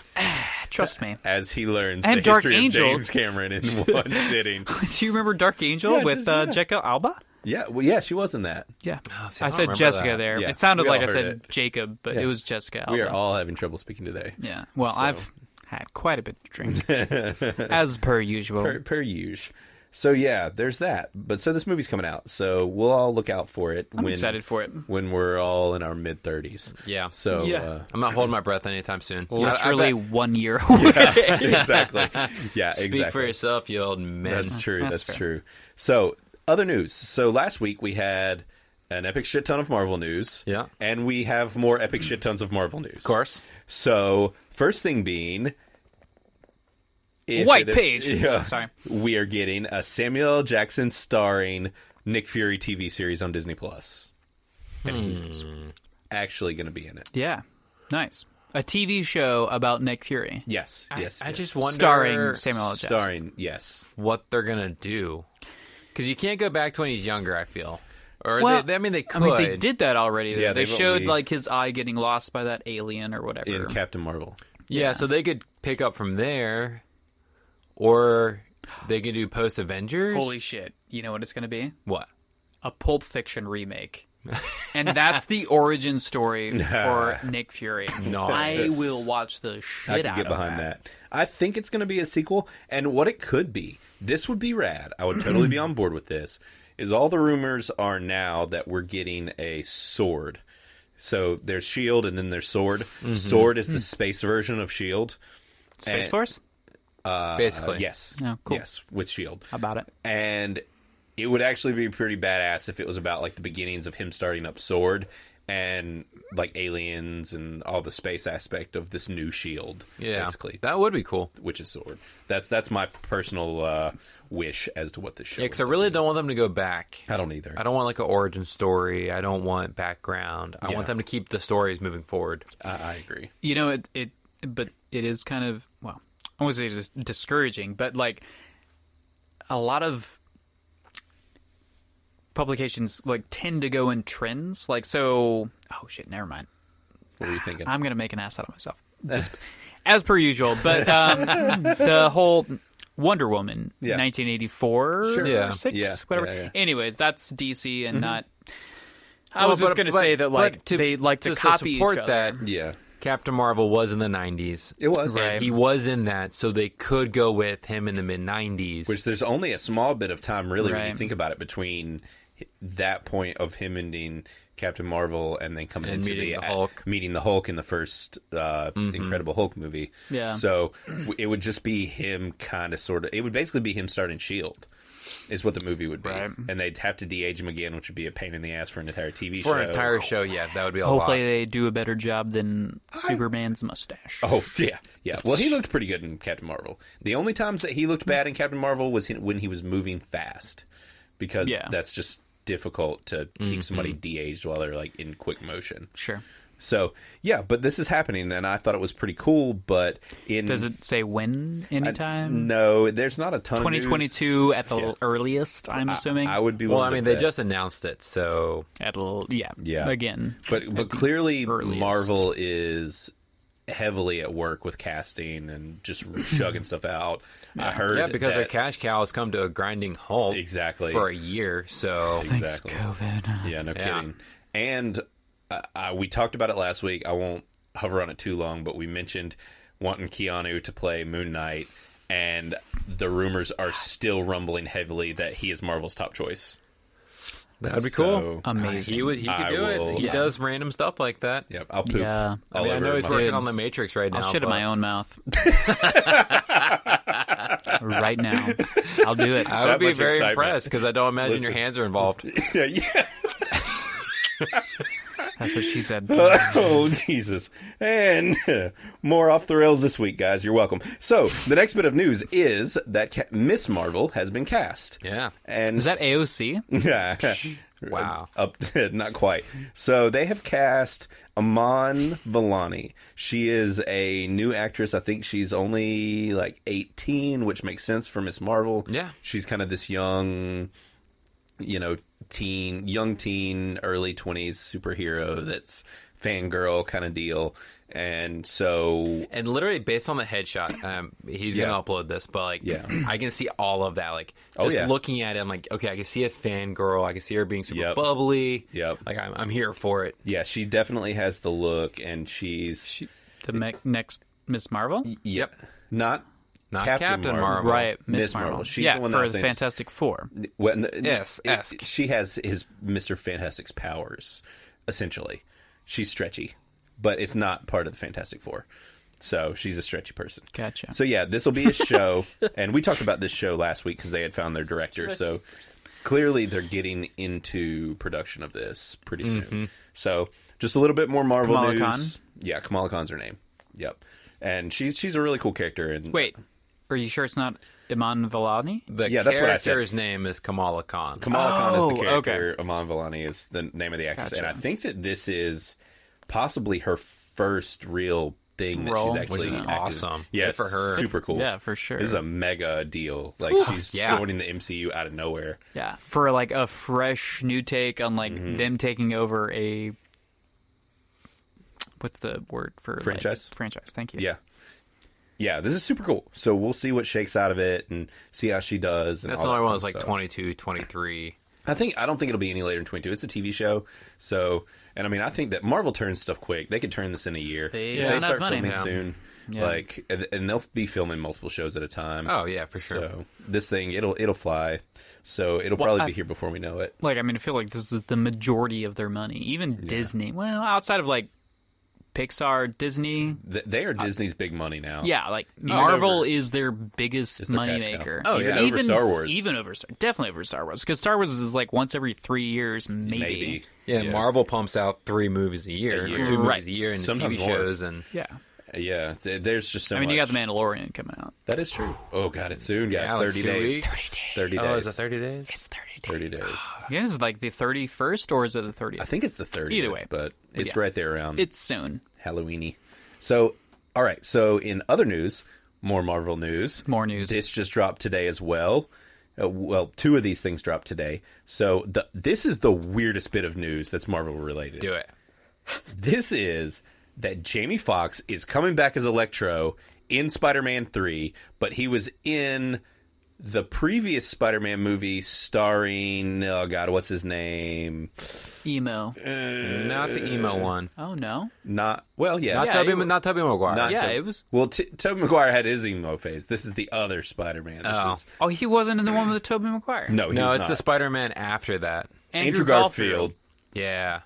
Speaker 4: Trust me.
Speaker 2: as he learns
Speaker 4: And
Speaker 2: the
Speaker 4: Dark
Speaker 2: history
Speaker 4: Angel.
Speaker 2: of James Cameron in one sitting.
Speaker 4: Do you remember Dark Angel
Speaker 2: Yeah,
Speaker 4: with
Speaker 2: just-
Speaker 4: uh,
Speaker 2: yeah. Oh,
Speaker 4: Jessica Alba?
Speaker 2: Yeah, well, yeah, she was in that.
Speaker 4: Yeah,
Speaker 3: see, I
Speaker 4: I,
Speaker 3: don't
Speaker 4: said
Speaker 3: remember
Speaker 4: Jessica
Speaker 3: that.
Speaker 4: there.
Speaker 2: Yeah,
Speaker 4: It sounded
Speaker 2: we
Speaker 4: like
Speaker 2: all
Speaker 4: I
Speaker 2: heard
Speaker 4: said
Speaker 2: it.
Speaker 4: Jacob, but it was Jessica Alba.
Speaker 2: We are all having trouble speaking today.
Speaker 4: yeah. Well, I've had quite a bit to drink, as per usual.
Speaker 2: Per, per usual. So yeah, there's that. But so this movie's coming out, so we'll all look out for it.
Speaker 4: I'm
Speaker 2: when,
Speaker 4: excited for it.
Speaker 2: when we're all in our mid thirties.
Speaker 3: Yeah.
Speaker 2: So
Speaker 4: Yeah.
Speaker 2: uh,
Speaker 3: I'm not holding my breath anytime soon. I- I
Speaker 4: Literally
Speaker 3: bet-
Speaker 4: one year away.
Speaker 2: exactly. Yeah,
Speaker 3: Speak
Speaker 2: exactly.
Speaker 3: for yourself, you old man.
Speaker 2: That's true. That's,
Speaker 4: That's fair.
Speaker 2: true. So, other news. So, last week we had an epic shit ton of Marvel news.
Speaker 3: Yeah.
Speaker 2: And we have more epic shit tons of Marvel news. Of
Speaker 3: course.
Speaker 2: So, first thing being. if
Speaker 4: White
Speaker 2: it-
Speaker 4: page. Sorry.
Speaker 2: We are getting a Samuel L. Jackson starring Nick Fury TV series on Disney Plus. And he's actually going to be in it.
Speaker 4: yeah, nice. A TV show about Nick Fury,
Speaker 2: Yes. Yes.
Speaker 3: I
Speaker 2: yes.
Speaker 3: just wonder
Speaker 4: starring Samuel L. Jackson.
Speaker 2: starring. Yes.
Speaker 3: what they're gonna do because you can't go back to when he's younger. I feel, or
Speaker 4: Well,
Speaker 3: they, they- I mean, they
Speaker 4: I
Speaker 3: could.
Speaker 4: mean, they did that already.
Speaker 2: Yeah,
Speaker 4: they
Speaker 2: they've
Speaker 4: showed
Speaker 2: only-
Speaker 4: like his eye getting lost by that alien or whatever.
Speaker 2: In Captain Marvel.
Speaker 3: yeah, so they could pick up from there, or they could do post Avengers.
Speaker 4: Holy shit! You know what it's going to be?
Speaker 3: what?
Speaker 4: a Pulp Fiction remake. and that's the origin story for Nick Fury. I
Speaker 3: Nice.
Speaker 4: will watch the shit
Speaker 2: I
Speaker 4: out
Speaker 2: could get
Speaker 4: of
Speaker 2: behind
Speaker 4: that.
Speaker 2: that. I think it's going to be a sequel, and what it could be. This would be rad. I would totally be on board with this. Is all the rumors are now that we're getting a sword. So there's Shield, E and then there's Sword.
Speaker 4: Mm-hmm.
Speaker 2: Sword is the
Speaker 4: Mm.
Speaker 2: space version of Shield.
Speaker 4: Space
Speaker 2: And-
Speaker 4: Force
Speaker 3: Basically,
Speaker 2: Yes.
Speaker 4: Oh, cool.
Speaker 2: Yes, with Shield.
Speaker 4: about it.
Speaker 2: E And it would actually be pretty badass if it was about like the beginnings of him starting up Sword and like aliens and all the space aspect of this new shield.
Speaker 3: Yeah,
Speaker 2: E basically,
Speaker 3: that would be cool.
Speaker 2: which is Sword. That's that's my personal uh, wish as to what this show.
Speaker 3: Yeah, because I
Speaker 2: is.
Speaker 3: really don't want them to go back.
Speaker 2: I don't either.
Speaker 3: I don't want like an origin story. I don't want background. I
Speaker 2: Yeah.
Speaker 3: want them to keep the stories moving forward.
Speaker 2: I, I agree.
Speaker 4: you know it, it but it is kind of well i wouldn't say it's just discouraging but like a lot of publications like tend to go in trends like so oh shit never mind
Speaker 2: What were you thinking?
Speaker 3: Ah.
Speaker 4: i'm gonna make an ass out of myself just as per usual but um the whole wonder woman
Speaker 2: Yeah.
Speaker 4: 1984 or
Speaker 3: Yeah.
Speaker 4: six
Speaker 2: Yeah,
Speaker 4: whatever
Speaker 2: yeah, yeah.
Speaker 4: anyways that's dc and not I
Speaker 3: Well,
Speaker 4: was just
Speaker 3: but-
Speaker 4: going to
Speaker 3: but-
Speaker 4: say that
Speaker 3: but
Speaker 4: like
Speaker 3: to-
Speaker 4: they like to,
Speaker 3: to- to
Speaker 4: copy
Speaker 3: support
Speaker 4: each other.
Speaker 3: that,
Speaker 2: yeah,
Speaker 3: Captain Marvel was in the 90s.
Speaker 2: it was.
Speaker 4: Right.
Speaker 3: He was in that, so they could go with him in the mid 90s.
Speaker 2: Which there's only a small bit of time, really, when you
Speaker 4: Right.
Speaker 2: think about it, between h- that point of him ending Captain Marvel and then coming
Speaker 3: And
Speaker 2: into
Speaker 3: meeting
Speaker 2: the,
Speaker 3: the Hulk. Mm-hmm.
Speaker 2: meeting the Hulk in the first uh, Incredible Hulk movie.
Speaker 4: Yeah.
Speaker 2: So w- it would just be him, kind of, sort of. It would basically be him starting Shield. E Is what the movie would be,
Speaker 4: Right.
Speaker 2: and they'd have to de-age him again, which would be a pain in the ass for an entire TV show.
Speaker 3: For an entire show, yeah, that would be a
Speaker 4: Hopefully
Speaker 3: lot.
Speaker 4: they do a better job than Superman's mustache.
Speaker 2: Oh yeah, yeah. Well, he looked pretty good in Captain Marvel. The only times that he looked bad in Captain Marvel was he- when he was moving fast, because
Speaker 4: Yeah. Mm-hmm.
Speaker 2: that's just difficult to keep somebody de-aged while they're like in quick motion.
Speaker 4: Sure.
Speaker 2: So yeah, but this is happening, and I thought it was pretty cool. But in
Speaker 4: Does it say when
Speaker 2: I-
Speaker 4: anytime?
Speaker 2: no, there's not a ton. of news.
Speaker 4: 2022 at the
Speaker 2: Yeah.
Speaker 4: earliest, I'm assuming.
Speaker 2: I would be.
Speaker 3: Well, I
Speaker 2: willing to
Speaker 3: mean, they
Speaker 2: bet.
Speaker 3: just announced it, so
Speaker 4: at the yeah.
Speaker 2: Yeah.
Speaker 4: Again.
Speaker 2: But but clearly,
Speaker 4: earliest.
Speaker 2: Marvel is heavily at work with casting and just chugging stuff out. I heard
Speaker 3: yeah, because their
Speaker 2: that,
Speaker 3: cash cow has come to a grinding halt
Speaker 2: Exactly.
Speaker 3: for a year. So
Speaker 4: Thanks,
Speaker 2: exactly.
Speaker 4: COVID.
Speaker 2: Yeah, no
Speaker 3: Yeah.
Speaker 2: kidding. And uh, I, we talked about it last week. I won't hover on it too long, but we mentioned wanting Keanu to play Moon Knight, and the rumors are still rumbling heavily that he is Marvel's top choice.
Speaker 3: that would be
Speaker 2: So-
Speaker 3: cool.
Speaker 4: Amazing.
Speaker 3: He would. He could
Speaker 2: I
Speaker 3: do
Speaker 2: will-
Speaker 3: it. He
Speaker 2: Yeah.
Speaker 3: does random stuff like that.
Speaker 2: Yep, I'll poop.
Speaker 4: Yeah.
Speaker 2: all
Speaker 3: I mean, I
Speaker 2: over
Speaker 3: know he's
Speaker 2: my-
Speaker 3: working
Speaker 4: Dude.
Speaker 3: on the Matrix right now.
Speaker 4: I'll shit in
Speaker 3: but
Speaker 4: my own mouth. right now. I'll do it.
Speaker 3: I would
Speaker 2: That
Speaker 3: be
Speaker 2: much
Speaker 3: very
Speaker 2: excitement.
Speaker 3: impressed because I don't imagine your
Speaker 2: Listen.
Speaker 3: hands are involved.
Speaker 2: yeah, yeah.
Speaker 4: That's what she said.
Speaker 2: oh Jesus! And more off the rails this week, guys. You're welcome. So the next bit of news is that ca- Miss Marvel has been cast.
Speaker 3: Yeah.
Speaker 2: and
Speaker 4: Is that AOC?
Speaker 2: Yeah.
Speaker 3: Wow.
Speaker 2: Up, not quite. So they have cast Amon Villani. She is a new actress. I think she's only like 18, which makes sense for Miss Marvel.
Speaker 3: Yeah.
Speaker 2: She's kind of this young, you know, teen, young teen, early 20s superhero that's fangirl kind of deal. And so
Speaker 3: And literally, based on the headshot, um, he's
Speaker 2: Yeah.
Speaker 3: gonna upload this. But like,
Speaker 2: Yeah. Oh,
Speaker 3: I can see all of that. Like, just
Speaker 2: yeah.
Speaker 3: looking at it, I'm like, okay, I can see a fangirl. I can see her being super
Speaker 2: Yep.
Speaker 3: bubbly.
Speaker 2: Yep.
Speaker 3: Like, I'm, I'm here for it.
Speaker 2: yeah, she definitely has the look and she's
Speaker 4: The me- next Miss Marvel?
Speaker 2: yep, not
Speaker 3: Not
Speaker 2: Captain
Speaker 3: Captain,
Speaker 2: Marvel.
Speaker 3: Marvel.
Speaker 4: Right,
Speaker 2: Miss
Speaker 4: Miss
Speaker 2: Marvel.
Speaker 4: Marvel.
Speaker 2: She's
Speaker 4: yeah,
Speaker 2: the one that I
Speaker 4: for
Speaker 2: was
Speaker 4: the
Speaker 2: saying-
Speaker 4: Fantastic Four.
Speaker 2: Well, n-
Speaker 3: Yes,
Speaker 2: it-
Speaker 3: esque.
Speaker 2: She has his Mister Fantastic's powers, essentially. She's stretchy, but it's not part of the Fantastic Four, so she's a stretchy person.
Speaker 4: Gotcha.
Speaker 2: So yeah, this will be a show, and we talked about this show last week because they had found their director. So clearly, they're getting into production of this pretty soon. So just a little bit more Marvel
Speaker 4: Mm-hmm. Kamala
Speaker 2: news.
Speaker 4: Khan?
Speaker 2: Yeah, Kamala Khan's her name. Yep, and she's she's a really cool character. And
Speaker 4: Wait, are you sure it's not Iman Vellani?
Speaker 3: The
Speaker 2: Yeah, that's what I said.
Speaker 3: character's name is Kamala Khan.
Speaker 2: Kamala Khan is the
Speaker 4: Oh, okay.
Speaker 2: character. Amon Villani is the name of the actress, and
Speaker 4: Gotcha.
Speaker 2: I think that this is possibly her first real thing that
Speaker 4: Role,
Speaker 2: she's
Speaker 4: which
Speaker 2: actually
Speaker 3: is
Speaker 2: acted in.
Speaker 3: awesome.
Speaker 2: Yeah,
Speaker 3: Good
Speaker 2: it's
Speaker 3: for her.
Speaker 2: super cool.
Speaker 4: Yeah, for sure.
Speaker 2: This is a mega deal. Like she's
Speaker 3: Yeah.
Speaker 2: joining the MCU out of nowhere.
Speaker 4: Yeah, for like a fresh new take on like
Speaker 2: Mm-hmm.
Speaker 4: them taking over a what's the word for like-
Speaker 2: Franchise?
Speaker 4: franchise. Thank you.
Speaker 2: Yeah, yeah, this is super cool. So we'll see what shakes out of it and see how she does. And
Speaker 3: That's
Speaker 2: all
Speaker 3: the
Speaker 2: that
Speaker 3: only one
Speaker 2: fun
Speaker 3: that's like
Speaker 2: stuff.
Speaker 3: 22, 23.
Speaker 2: I think I don't think it'll be any later than twenty two. It's a TV show, so and I mean I think that Marvel turns stuff quick. They could turn this in a year.
Speaker 4: They
Speaker 2: if
Speaker 4: don't
Speaker 2: they
Speaker 4: have
Speaker 2: start
Speaker 4: money
Speaker 2: filming
Speaker 4: now.
Speaker 2: soon,
Speaker 4: Yeah.
Speaker 2: like and, and they'll be filming multiple shows at a time.
Speaker 3: Oh, yeah, for sure.
Speaker 2: So this thing it'll it'll fly. So it'll probably be here before we know it.
Speaker 4: Like I mean, I feel like this is the majority of their money. Even Disney, well, outside of like Pixar, Disney.
Speaker 2: Th- They are Disney's big money now.
Speaker 4: Yeah, like
Speaker 2: Even
Speaker 4: Marvel
Speaker 2: over-
Speaker 4: is their biggest
Speaker 2: It's their
Speaker 4: money
Speaker 2: cash cow.
Speaker 4: maker.
Speaker 2: Oh, yeah. Over Star Wars.
Speaker 4: Even over Star, definitely over Star Wars, because Star Wars is like once every three years, maybe.
Speaker 2: maybe.
Speaker 3: Yeah, Marvel pumps out three movies a year,
Speaker 2: A
Speaker 3: or
Speaker 2: year.
Speaker 3: two
Speaker 4: Right.
Speaker 3: movies a year, and
Speaker 2: Sometimes
Speaker 3: TV
Speaker 2: more.
Speaker 3: shows, and
Speaker 4: Yeah,
Speaker 2: Yeah, th- there's just so
Speaker 4: I mean, you
Speaker 2: much.
Speaker 4: got the Mandalorian coming out.
Speaker 2: That is true. Oh god, it's soon, guys.
Speaker 3: Yeah, like
Speaker 2: thirty,
Speaker 3: two
Speaker 2: days.
Speaker 3: weeks.
Speaker 2: thirty days.
Speaker 3: oh, is it thirty days?
Speaker 4: It's thirty days.
Speaker 2: Thirty days.
Speaker 4: Yeah, is it like the thirty first, or is it the
Speaker 2: I
Speaker 4: thirtieth?
Speaker 2: think it's the thirtieth.
Speaker 4: Either way.
Speaker 2: but it's
Speaker 4: yeah.
Speaker 2: right there around
Speaker 4: It's soon.
Speaker 2: Halloweeny. So, all right. So, in other news, more Marvel news.
Speaker 4: More news.
Speaker 2: This just dropped today as well. Uh, well, two of these things dropped today. So, the, this is the weirdest bit of news that's Marvel related.
Speaker 3: Do it.
Speaker 2: This is that Jamie Foxx is coming back as Electro in Spider-Man 3, but he was in the previous Spider-Man movie starring oh god, what's his name?
Speaker 4: Emo.
Speaker 2: Uh,
Speaker 3: Not the emo one.
Speaker 4: Oh no.
Speaker 2: Not well, yeah.
Speaker 3: Not
Speaker 2: yeah.
Speaker 3: Tobey.
Speaker 4: it was-
Speaker 3: Not Tobey Maguire.
Speaker 2: Not
Speaker 4: Yeah,
Speaker 2: Tob-
Speaker 4: it was-
Speaker 2: Well, T- Tobey Maguire had his emo phase. This is the other Spider-Man. This
Speaker 3: Oh.
Speaker 2: is
Speaker 4: Oh, he wasn't in the one with Tobey Maguire.
Speaker 2: no, he
Speaker 3: no,
Speaker 2: was
Speaker 3: it's
Speaker 2: not.
Speaker 3: the Spider-Man after that.
Speaker 2: Andrew Garfield.
Speaker 3: Yeah.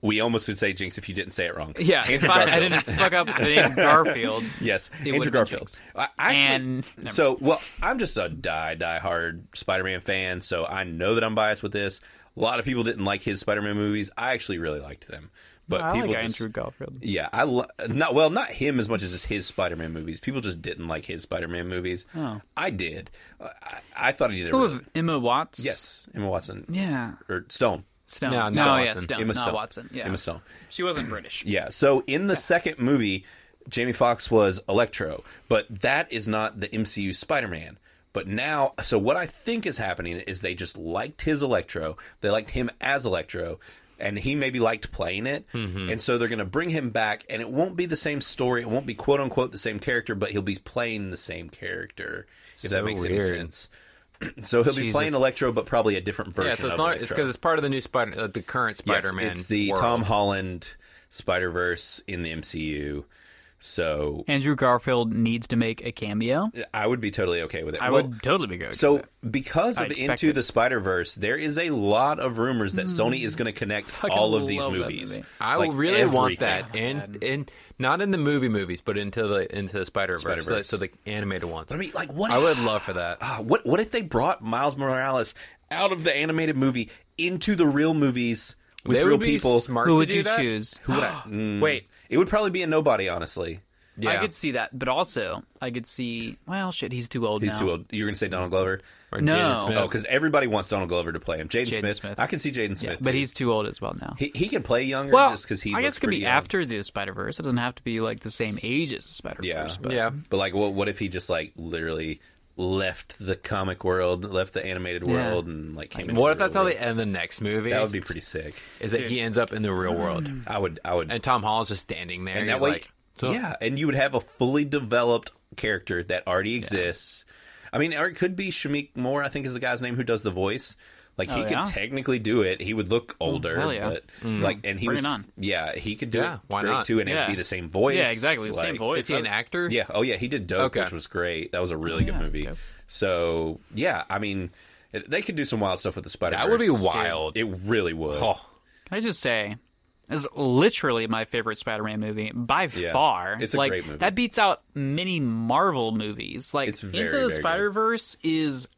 Speaker 2: We almost would say Jinx if you didn't say it wrong.
Speaker 4: Yeah,
Speaker 2: Andrew
Speaker 4: if I, I
Speaker 2: Garfield.
Speaker 4: didn't fuck up the name Garfield.
Speaker 2: Yes, Andrew
Speaker 4: would've been
Speaker 2: Garfield.
Speaker 4: Jinx.
Speaker 2: I, I actually,
Speaker 4: And- never
Speaker 2: so, well, I'm just a die die hard Spider-Man fan, so I know that I'm biased with this. A lot of people didn't like his Spider-Man movies. I actually really liked them, but
Speaker 4: I
Speaker 2: people
Speaker 4: like
Speaker 2: just,
Speaker 4: Andrew Garfield.
Speaker 2: yeah, I lo- not well, not him as much as just his Spider-Man movies. People just didn't like his Spider-Man movies.
Speaker 4: Oh.
Speaker 2: I did. I, I thought he did. a
Speaker 4: Full
Speaker 2: Really,
Speaker 4: of Emma Watts.
Speaker 2: yes, Emma Watson
Speaker 4: Yeah.
Speaker 2: or Stone.
Speaker 4: Stone.
Speaker 3: No,
Speaker 4: No,
Speaker 3: no,
Speaker 4: yeah,
Speaker 3: Watson.
Speaker 4: Stone.
Speaker 2: Emma
Speaker 4: not
Speaker 2: Stone.
Speaker 4: Watson. Yeah.
Speaker 2: Emma Stone.
Speaker 4: She wasn't British.
Speaker 2: Yeah. So in the second movie, Jamie Foxx was Electro, but that is not the MCU Spider Man. But now, so what I think is happening is they just liked his Electro. They liked him as Electro, and he maybe liked playing it.
Speaker 3: Mm-hmm.
Speaker 2: And so they're going to bring him back, and it won't be the same story. It won't be quote unquote the same character, but he'll be playing the same character, if
Speaker 3: So
Speaker 2: that makes
Speaker 3: weird.
Speaker 2: any sense. so he'll be
Speaker 3: Jesus.
Speaker 2: playing Electro, but probably a different version
Speaker 3: Yeah. So it's
Speaker 2: of
Speaker 3: not. It's
Speaker 2: Electro.
Speaker 3: because it's part of the new Spider, uh, the current
Speaker 2: Yes,
Speaker 3: Spider-Man.
Speaker 2: It's the
Speaker 3: world.
Speaker 2: Tom Holland Spider Verse in the MCU. So
Speaker 4: Andrew Garfield needs to make a cameo.
Speaker 2: I would be totally okay with it.
Speaker 4: I
Speaker 2: Well,
Speaker 4: would totally be good. with
Speaker 2: So
Speaker 4: that.
Speaker 2: because
Speaker 4: I
Speaker 2: of
Speaker 4: expect
Speaker 2: Into
Speaker 4: it.
Speaker 2: the Spider Verse, there is a lot of rumors that Sony is going to connect
Speaker 4: Fucking
Speaker 2: all of these
Speaker 4: love that
Speaker 2: movies.
Speaker 4: movie.
Speaker 3: I
Speaker 2: Like,
Speaker 3: really want
Speaker 2: everything.
Speaker 3: that, and and not in the movie movies, but into the into the Spider Verse, so,
Speaker 2: Spider-Verse.
Speaker 3: so the animated ones.
Speaker 2: I mean, like what?
Speaker 3: I would love for that.
Speaker 2: ah, what? What if they brought Miles Morales out of the animated movie into the real movies with
Speaker 3: They
Speaker 2: real
Speaker 3: would be
Speaker 2: people?
Speaker 3: smart.
Speaker 4: who
Speaker 3: to
Speaker 4: would
Speaker 3: do
Speaker 4: you
Speaker 3: that.
Speaker 4: choose?
Speaker 2: Who would I- mm,
Speaker 4: Wait,
Speaker 2: it would probably be a nobody, honestly.
Speaker 3: Yeah.
Speaker 4: I could see that, but also I could see. Well, shit, he's too old
Speaker 2: He's
Speaker 4: now.
Speaker 2: too old. You're going to say Donald Glover?
Speaker 3: Or
Speaker 4: No.
Speaker 3: Jaden Smith.
Speaker 2: Oh, because everybody wants Donald Glover to play him. Jaden
Speaker 4: Jaden
Speaker 2: Smith.
Speaker 4: Smith.
Speaker 2: I can see Jaden Smith,
Speaker 4: Yeah, but
Speaker 2: dude.
Speaker 4: he's too old as well now.
Speaker 2: he he can play younger
Speaker 4: well,
Speaker 2: just because he.
Speaker 4: I
Speaker 2: looks
Speaker 4: guess it could be
Speaker 2: pretty uh, young.
Speaker 4: after the Spider Verse. It doesn't have to be like the same age as Spider Verse.
Speaker 2: Yeah,
Speaker 4: but
Speaker 3: yeah.
Speaker 2: But like, what what if he just like literally left the comic world, left the animated
Speaker 4: Yeah.
Speaker 2: world, and like came? into
Speaker 3: What
Speaker 2: the
Speaker 3: if that's
Speaker 2: real
Speaker 3: how they
Speaker 2: world?
Speaker 3: end the next movie?
Speaker 2: That would be pretty sick.
Speaker 3: Is that he ends up in the real world,
Speaker 2: I would. I would.
Speaker 3: and Tom Holland's just standing there,
Speaker 2: and
Speaker 3: and
Speaker 2: that
Speaker 3: he's
Speaker 2: way,
Speaker 3: like, "So-
Speaker 2: yeah, and you would have a fully developed character that already exists. I mean, or it could be Shamik Moore. I think is the guy's name who does the voice. Like he
Speaker 4: Oh, yeah? Hmm,
Speaker 2: could technically do it. He would look older,
Speaker 4: hell yeah.
Speaker 2: but like, and he
Speaker 4: Bring
Speaker 2: was,
Speaker 4: it on.
Speaker 2: yeah, he could do
Speaker 3: Hmm. Yeah,
Speaker 2: it
Speaker 3: why
Speaker 2: great
Speaker 3: not?
Speaker 2: too, and it'd
Speaker 4: Yeah.
Speaker 2: be the same voice.
Speaker 4: yeah, exactly. The same
Speaker 2: like-
Speaker 4: voice.
Speaker 3: is he an actor?
Speaker 2: Yeah. Oh yeah, he did Dope,
Speaker 3: Okay.
Speaker 2: which was great. That was a really good movie.
Speaker 4: Dope.
Speaker 2: So yeah, I mean, it- they could do some wild stuff with the Spider.
Speaker 3: That would be wild.
Speaker 2: It really would.
Speaker 3: Oh,
Speaker 4: Can I just say, is literally my favorite Spider-Man movie by far.
Speaker 2: it's a
Speaker 4: like,
Speaker 2: great movie.
Speaker 4: That beats out many Marvel movies. Like
Speaker 2: It's very,
Speaker 4: Into
Speaker 2: very
Speaker 4: the
Speaker 2: good.
Speaker 4: Spider Verse is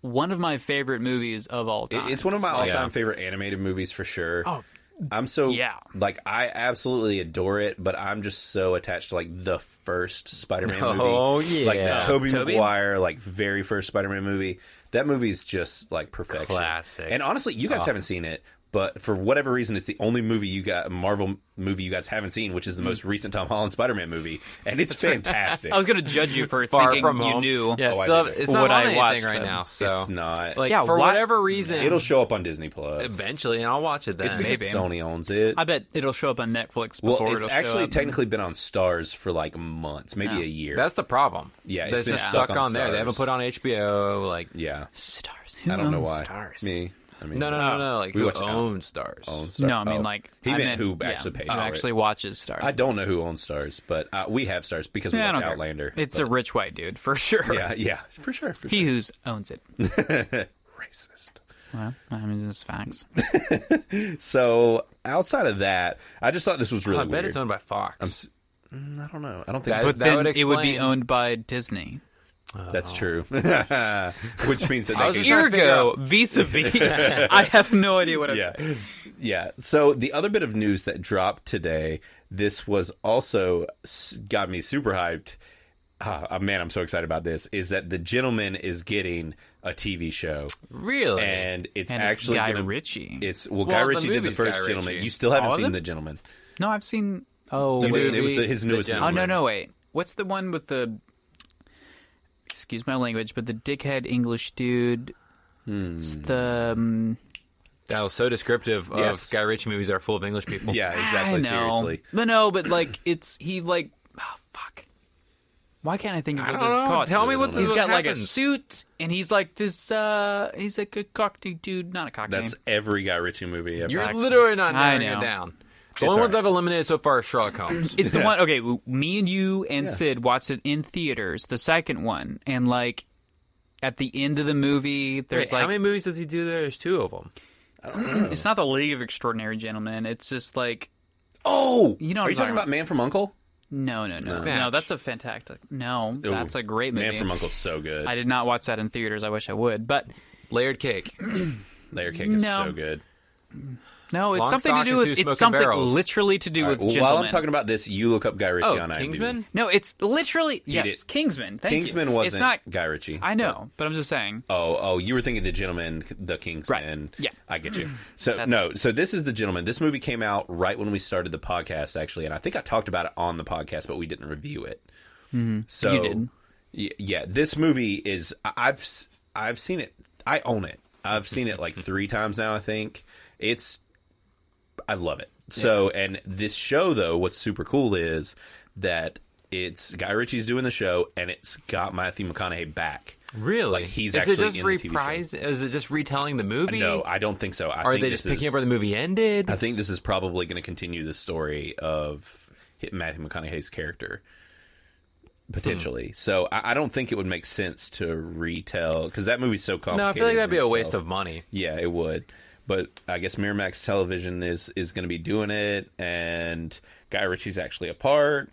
Speaker 4: one of my favorite movies of all
Speaker 2: It-
Speaker 4: time.
Speaker 2: It's one of my
Speaker 4: Like,
Speaker 2: all-time favorite animated movies for sure.
Speaker 4: Oh,
Speaker 2: I'm so
Speaker 4: yeah.
Speaker 2: like I absolutely adore it, but I'm just so attached to like the first Spider-Man movie.
Speaker 3: Oh,
Speaker 2: like the
Speaker 3: yeah.
Speaker 2: Tobey
Speaker 4: Tobey?
Speaker 2: Maguire, like very first Spider-Man movie. That movie's just like perfection,
Speaker 3: Classic. Oh.
Speaker 2: And honestly, you guys haven't seen it, but for whatever reason, it's the only movie you got Marvel movie you guys haven't seen, which is
Speaker 3: Hmm.
Speaker 2: the most recent Tom Holland Spider-Man movie, and it's fantastic.
Speaker 3: Oh,
Speaker 4: I was gonna judge you for
Speaker 3: far
Speaker 4: thinking
Speaker 3: from
Speaker 4: you
Speaker 3: home.
Speaker 4: knew.
Speaker 3: Yeah,
Speaker 2: Oh, I
Speaker 3: still,
Speaker 2: did it.
Speaker 3: it's not
Speaker 4: Would
Speaker 3: on
Speaker 4: I
Speaker 3: anything
Speaker 4: watch
Speaker 3: right
Speaker 4: them?
Speaker 3: now. So,
Speaker 2: it's not.
Speaker 3: like,
Speaker 4: Yeah,
Speaker 3: for
Speaker 4: why-
Speaker 3: whatever reason,
Speaker 2: it'll show up on Disney Plus
Speaker 3: eventually, and I'll watch it then.
Speaker 2: It's because
Speaker 4: Maybe.
Speaker 2: Sony owns it.
Speaker 4: I bet it'll show up on Netflix before
Speaker 2: well, it's
Speaker 4: it'll
Speaker 2: actually
Speaker 4: show up.
Speaker 2: technically been on Stars for like months, maybe a year.
Speaker 3: That's the problem.
Speaker 2: Yeah,
Speaker 3: they're
Speaker 2: it's been
Speaker 3: just
Speaker 2: stuck
Speaker 3: stuck
Speaker 2: on
Speaker 3: on, there. They haven't
Speaker 2: Stars.
Speaker 3: put on HBO. Like,
Speaker 2: yeah.
Speaker 4: stars. Who
Speaker 2: I don't know
Speaker 4: owns
Speaker 2: why.
Speaker 4: Stars.
Speaker 2: Me. I mean,
Speaker 3: no, no, no, no. Like,
Speaker 2: We
Speaker 3: who
Speaker 2: watch it now.
Speaker 3: owns Stars?
Speaker 2: owns Star-
Speaker 4: No, I mean
Speaker 2: oh.
Speaker 4: like
Speaker 2: he
Speaker 4: I
Speaker 2: meant who
Speaker 4: yeah,
Speaker 2: actually paid
Speaker 4: who
Speaker 2: for it.
Speaker 4: actually watches Stars.
Speaker 2: I don't know who owns Stars, but uh, we have Stars because we
Speaker 4: Yeah, I
Speaker 2: watch
Speaker 4: don't care.
Speaker 2: Outlander.
Speaker 4: It's
Speaker 2: but-
Speaker 4: a rich white dude for sure.
Speaker 2: yeah, yeah, for sure. For
Speaker 4: He who's owns it.
Speaker 2: sure. racist.
Speaker 4: Well, I mean, it's facts.
Speaker 2: So outside of that, I just thought this was really
Speaker 3: I bet
Speaker 2: weird.
Speaker 3: it's owned by Fox.
Speaker 2: Mm, I don't know. I don't think
Speaker 3: That-
Speaker 2: so.
Speaker 4: But
Speaker 3: But
Speaker 4: then
Speaker 3: would
Speaker 4: it would be
Speaker 3: explain-
Speaker 4: owned by Disney.
Speaker 2: that's true. Which means that
Speaker 3: I
Speaker 2: they
Speaker 3: was
Speaker 2: could
Speaker 3: just trying to figure
Speaker 4: Ergo, vis a vis. I have no idea what I'm saying.
Speaker 2: yeah. Yeah. So the other bit of news that dropped today, this was also s- got me super hyped. Ah, ah, man, I'm so excited about this. Is that the gentleman is getting a TV show,
Speaker 3: really?
Speaker 2: and it's
Speaker 4: And it's
Speaker 2: actually
Speaker 4: Guy
Speaker 2: gonna-
Speaker 4: Ritchie.
Speaker 2: It's well,
Speaker 3: Well,
Speaker 2: Guy
Speaker 3: the
Speaker 2: Ritchie did the
Speaker 3: movie's
Speaker 2: first
Speaker 3: Guy
Speaker 2: gentleman.
Speaker 3: Ritchie.
Speaker 2: You still haven't
Speaker 4: All of
Speaker 2: seen
Speaker 4: them?
Speaker 2: the gentleman.
Speaker 4: No, I've seen. Oh,
Speaker 2: You
Speaker 4: wait,
Speaker 2: did- it was the- his
Speaker 3: The
Speaker 2: newest
Speaker 3: Gentleman.
Speaker 4: Oh
Speaker 2: movie.
Speaker 4: no, no, wait. What's the one with the? Excuse my language, but the dickhead English dude.
Speaker 2: Hmm.
Speaker 4: It's the. Um,
Speaker 3: That was so descriptive of
Speaker 2: Yes.
Speaker 3: Guy Ritchie movies are full of English people.
Speaker 2: Yeah,
Speaker 4: I
Speaker 2: exactly.
Speaker 4: know,
Speaker 2: Seriously,
Speaker 4: but no, but like it's he like. Oh fuck. Why can't I think of
Speaker 3: I
Speaker 4: what
Speaker 3: don't
Speaker 4: this is
Speaker 3: know.
Speaker 4: called?
Speaker 3: Tell me what
Speaker 4: He's
Speaker 3: this- what
Speaker 4: got like a
Speaker 3: happens.
Speaker 4: suit, and he's like this. uh He's like a cockney dude, not a cockney.
Speaker 2: that's every Guy Ritchie movie. Ever.
Speaker 3: You're literally not
Speaker 4: I
Speaker 3: narrowing
Speaker 4: know.
Speaker 3: it down. The only
Speaker 2: all
Speaker 3: ones
Speaker 2: right.
Speaker 3: I've eliminated so far are Sherlock Holmes.
Speaker 4: It's the one. Okay, w- me and you and Sid watched it in theaters. The second one, and like at the end of the movie, there's
Speaker 3: Wait,
Speaker 4: like
Speaker 3: how many movies does he do? There? There's two of them.
Speaker 4: it's not the League of Extraordinary Gentlemen. It's just like
Speaker 2: oh,
Speaker 4: You know what
Speaker 2: are
Speaker 4: I'm
Speaker 2: you talking
Speaker 4: talking
Speaker 2: about Man from Uncle?
Speaker 4: no, no, no,
Speaker 3: Snatch.
Speaker 4: no. That's a fantastic. No, that's a great movie.
Speaker 2: Man from Uncle's so good.
Speaker 4: I did not watch that in theaters. I wish I would, but
Speaker 3: Layered Cake.
Speaker 2: Layer Cake is
Speaker 4: No.
Speaker 2: so good.
Speaker 4: no, it's
Speaker 3: Long
Speaker 4: something to
Speaker 3: Stock
Speaker 4: do with
Speaker 3: and Two
Speaker 4: it's
Speaker 3: Smoking
Speaker 4: something
Speaker 3: Barrels.
Speaker 4: literally to do
Speaker 2: All right,
Speaker 4: with
Speaker 2: well,
Speaker 4: gentlemen.
Speaker 2: while I'm talking about this, you look up Guy Ritchie
Speaker 3: Oh,
Speaker 2: on IMDb.
Speaker 3: Kingsman.
Speaker 4: no, it's literally yes,
Speaker 2: did.
Speaker 4: Kingsman. Thank
Speaker 2: Kingsman
Speaker 4: you.
Speaker 2: wasn't
Speaker 4: It's not.
Speaker 2: Guy Ritchie.
Speaker 4: I know, but I'm just saying.
Speaker 2: Oh, oh, you were thinking the gentleman, the Kingsman.
Speaker 4: Yeah. Mm-hmm.
Speaker 2: I get you. So no, so this is the gentleman. This movie came out right when we started the podcast, actually, and I think I talked about it on the podcast, but we didn't review it. So
Speaker 4: Mm-hmm. You did.
Speaker 2: Y- yeah, this movie is. I- I've s- I've seen it. I own it. I've seen it
Speaker 4: Mm-hmm.
Speaker 2: like three times now. I think it's. I love it. So and this show though, what's super cool is that it's Guy Ritchie's doing the show, and it's got Matthew McConaughey back.
Speaker 3: Really?
Speaker 2: Like, he's
Speaker 3: is
Speaker 2: actually
Speaker 3: it just
Speaker 2: in the TV show.
Speaker 3: reprising? Is it just retelling the movie?
Speaker 2: No, I don't think so. I
Speaker 3: Are
Speaker 2: think
Speaker 3: they
Speaker 2: this
Speaker 3: just picking
Speaker 2: is,
Speaker 3: up where the movie ended?
Speaker 2: I think this is probably going to continue the story of hit Matthew McConaughey's character potentially.
Speaker 3: Hmm.
Speaker 2: So I, I don't think it would make sense to retell because that movie's so complicated.
Speaker 3: no, I feel like that'd be
Speaker 2: in
Speaker 3: a waste
Speaker 2: itself.
Speaker 3: of money.
Speaker 2: Yeah, it would. But I guess Miramax Television is is going to be doing it, and Guy Ritchie's actually a part.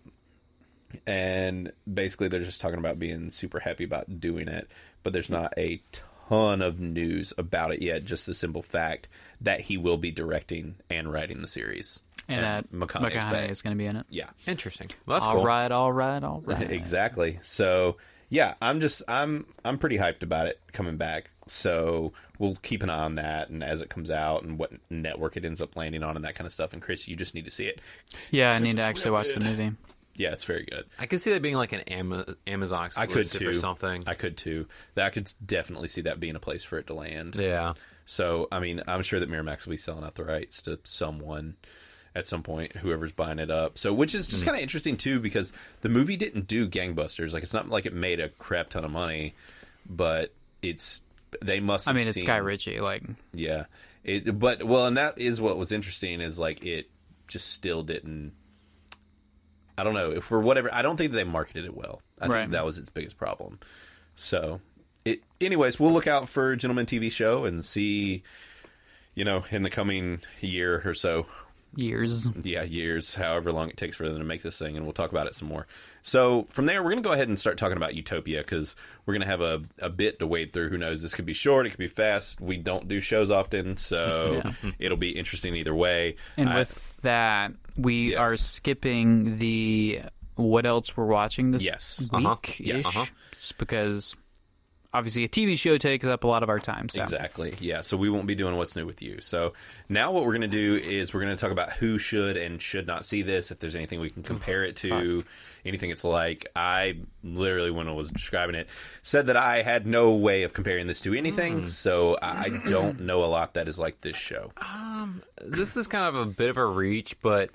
Speaker 2: And basically, they're just talking about being super happy about doing it, but there's not a ton of news about it yet. Just the simple fact that he will be directing and writing the series,
Speaker 4: And uh,
Speaker 2: McConaughey's back.
Speaker 4: McConaughey is going to be in it.
Speaker 2: yeah,
Speaker 3: Interesting. Well, that's
Speaker 4: All
Speaker 3: cool.
Speaker 4: right, all right, all right.
Speaker 2: exactly. So yeah, I'm just I'm I'm pretty hyped about it coming back. So we'll keep an eye on that and as it comes out and what network it ends up landing on and that kind of stuff. And Chris, you just need to see it.
Speaker 4: Yeah, I need to actually watch the movie.
Speaker 2: Yeah, it's very good.
Speaker 3: I could see that being like an Ama- Amazon
Speaker 2: I could
Speaker 3: exclusive
Speaker 2: too.
Speaker 3: or something.
Speaker 2: I could too. That I could definitely see that being a place for it to land.
Speaker 3: yeah.
Speaker 2: So I mean, I'm sure that Miramax will be selling out the rights to someone at some point, whoever's buying it up. So which is
Speaker 4: Hmm.
Speaker 2: just kind of interesting too, because the movie didn't do gangbusters. Like it's not like it made a crap ton of money, but it's they must.
Speaker 4: I
Speaker 2: have
Speaker 4: mean, it's
Speaker 2: seen-
Speaker 4: Guy Ritchie. Like,
Speaker 2: Yeah, it. But well, and that is what was interesting is like it just still didn't. I don't know if for whatever. I don't think they marketed it well. I
Speaker 4: Right.
Speaker 2: think that was its biggest problem. So, it. Anyways, we'll look out for Gentleman TV show and see. You know, in the coming year or so,
Speaker 4: years.
Speaker 2: yeah, years, however long it takes for them to make this thing, and we'll talk about it some more. So from there, we're going to go ahead and start talking about Utopia because we're going to have a, a bit to wade through. Who knows? This could be short, it could be fast. We don't do shows often, so it'll be interesting either way.
Speaker 4: And
Speaker 2: I-
Speaker 4: with that, we
Speaker 2: Yes.
Speaker 4: are skipping the what else we're watching this
Speaker 2: Yes.
Speaker 4: week
Speaker 3: Uh-huh.
Speaker 2: Yes. Uh-huh.
Speaker 4: because obviously a TV show takes up a lot of our time. So
Speaker 2: Exactly. Yeah. So we won't be doing what's new with you. So now what we're going to do is we're going to talk about who should and should not see this. If there's anything we can compare it to, anything it's like. I literally, when I was describing it, said that I had no way of comparing this to anything. So I I don't know a lot that is like this show.
Speaker 3: This is kind of a bit of a reach, but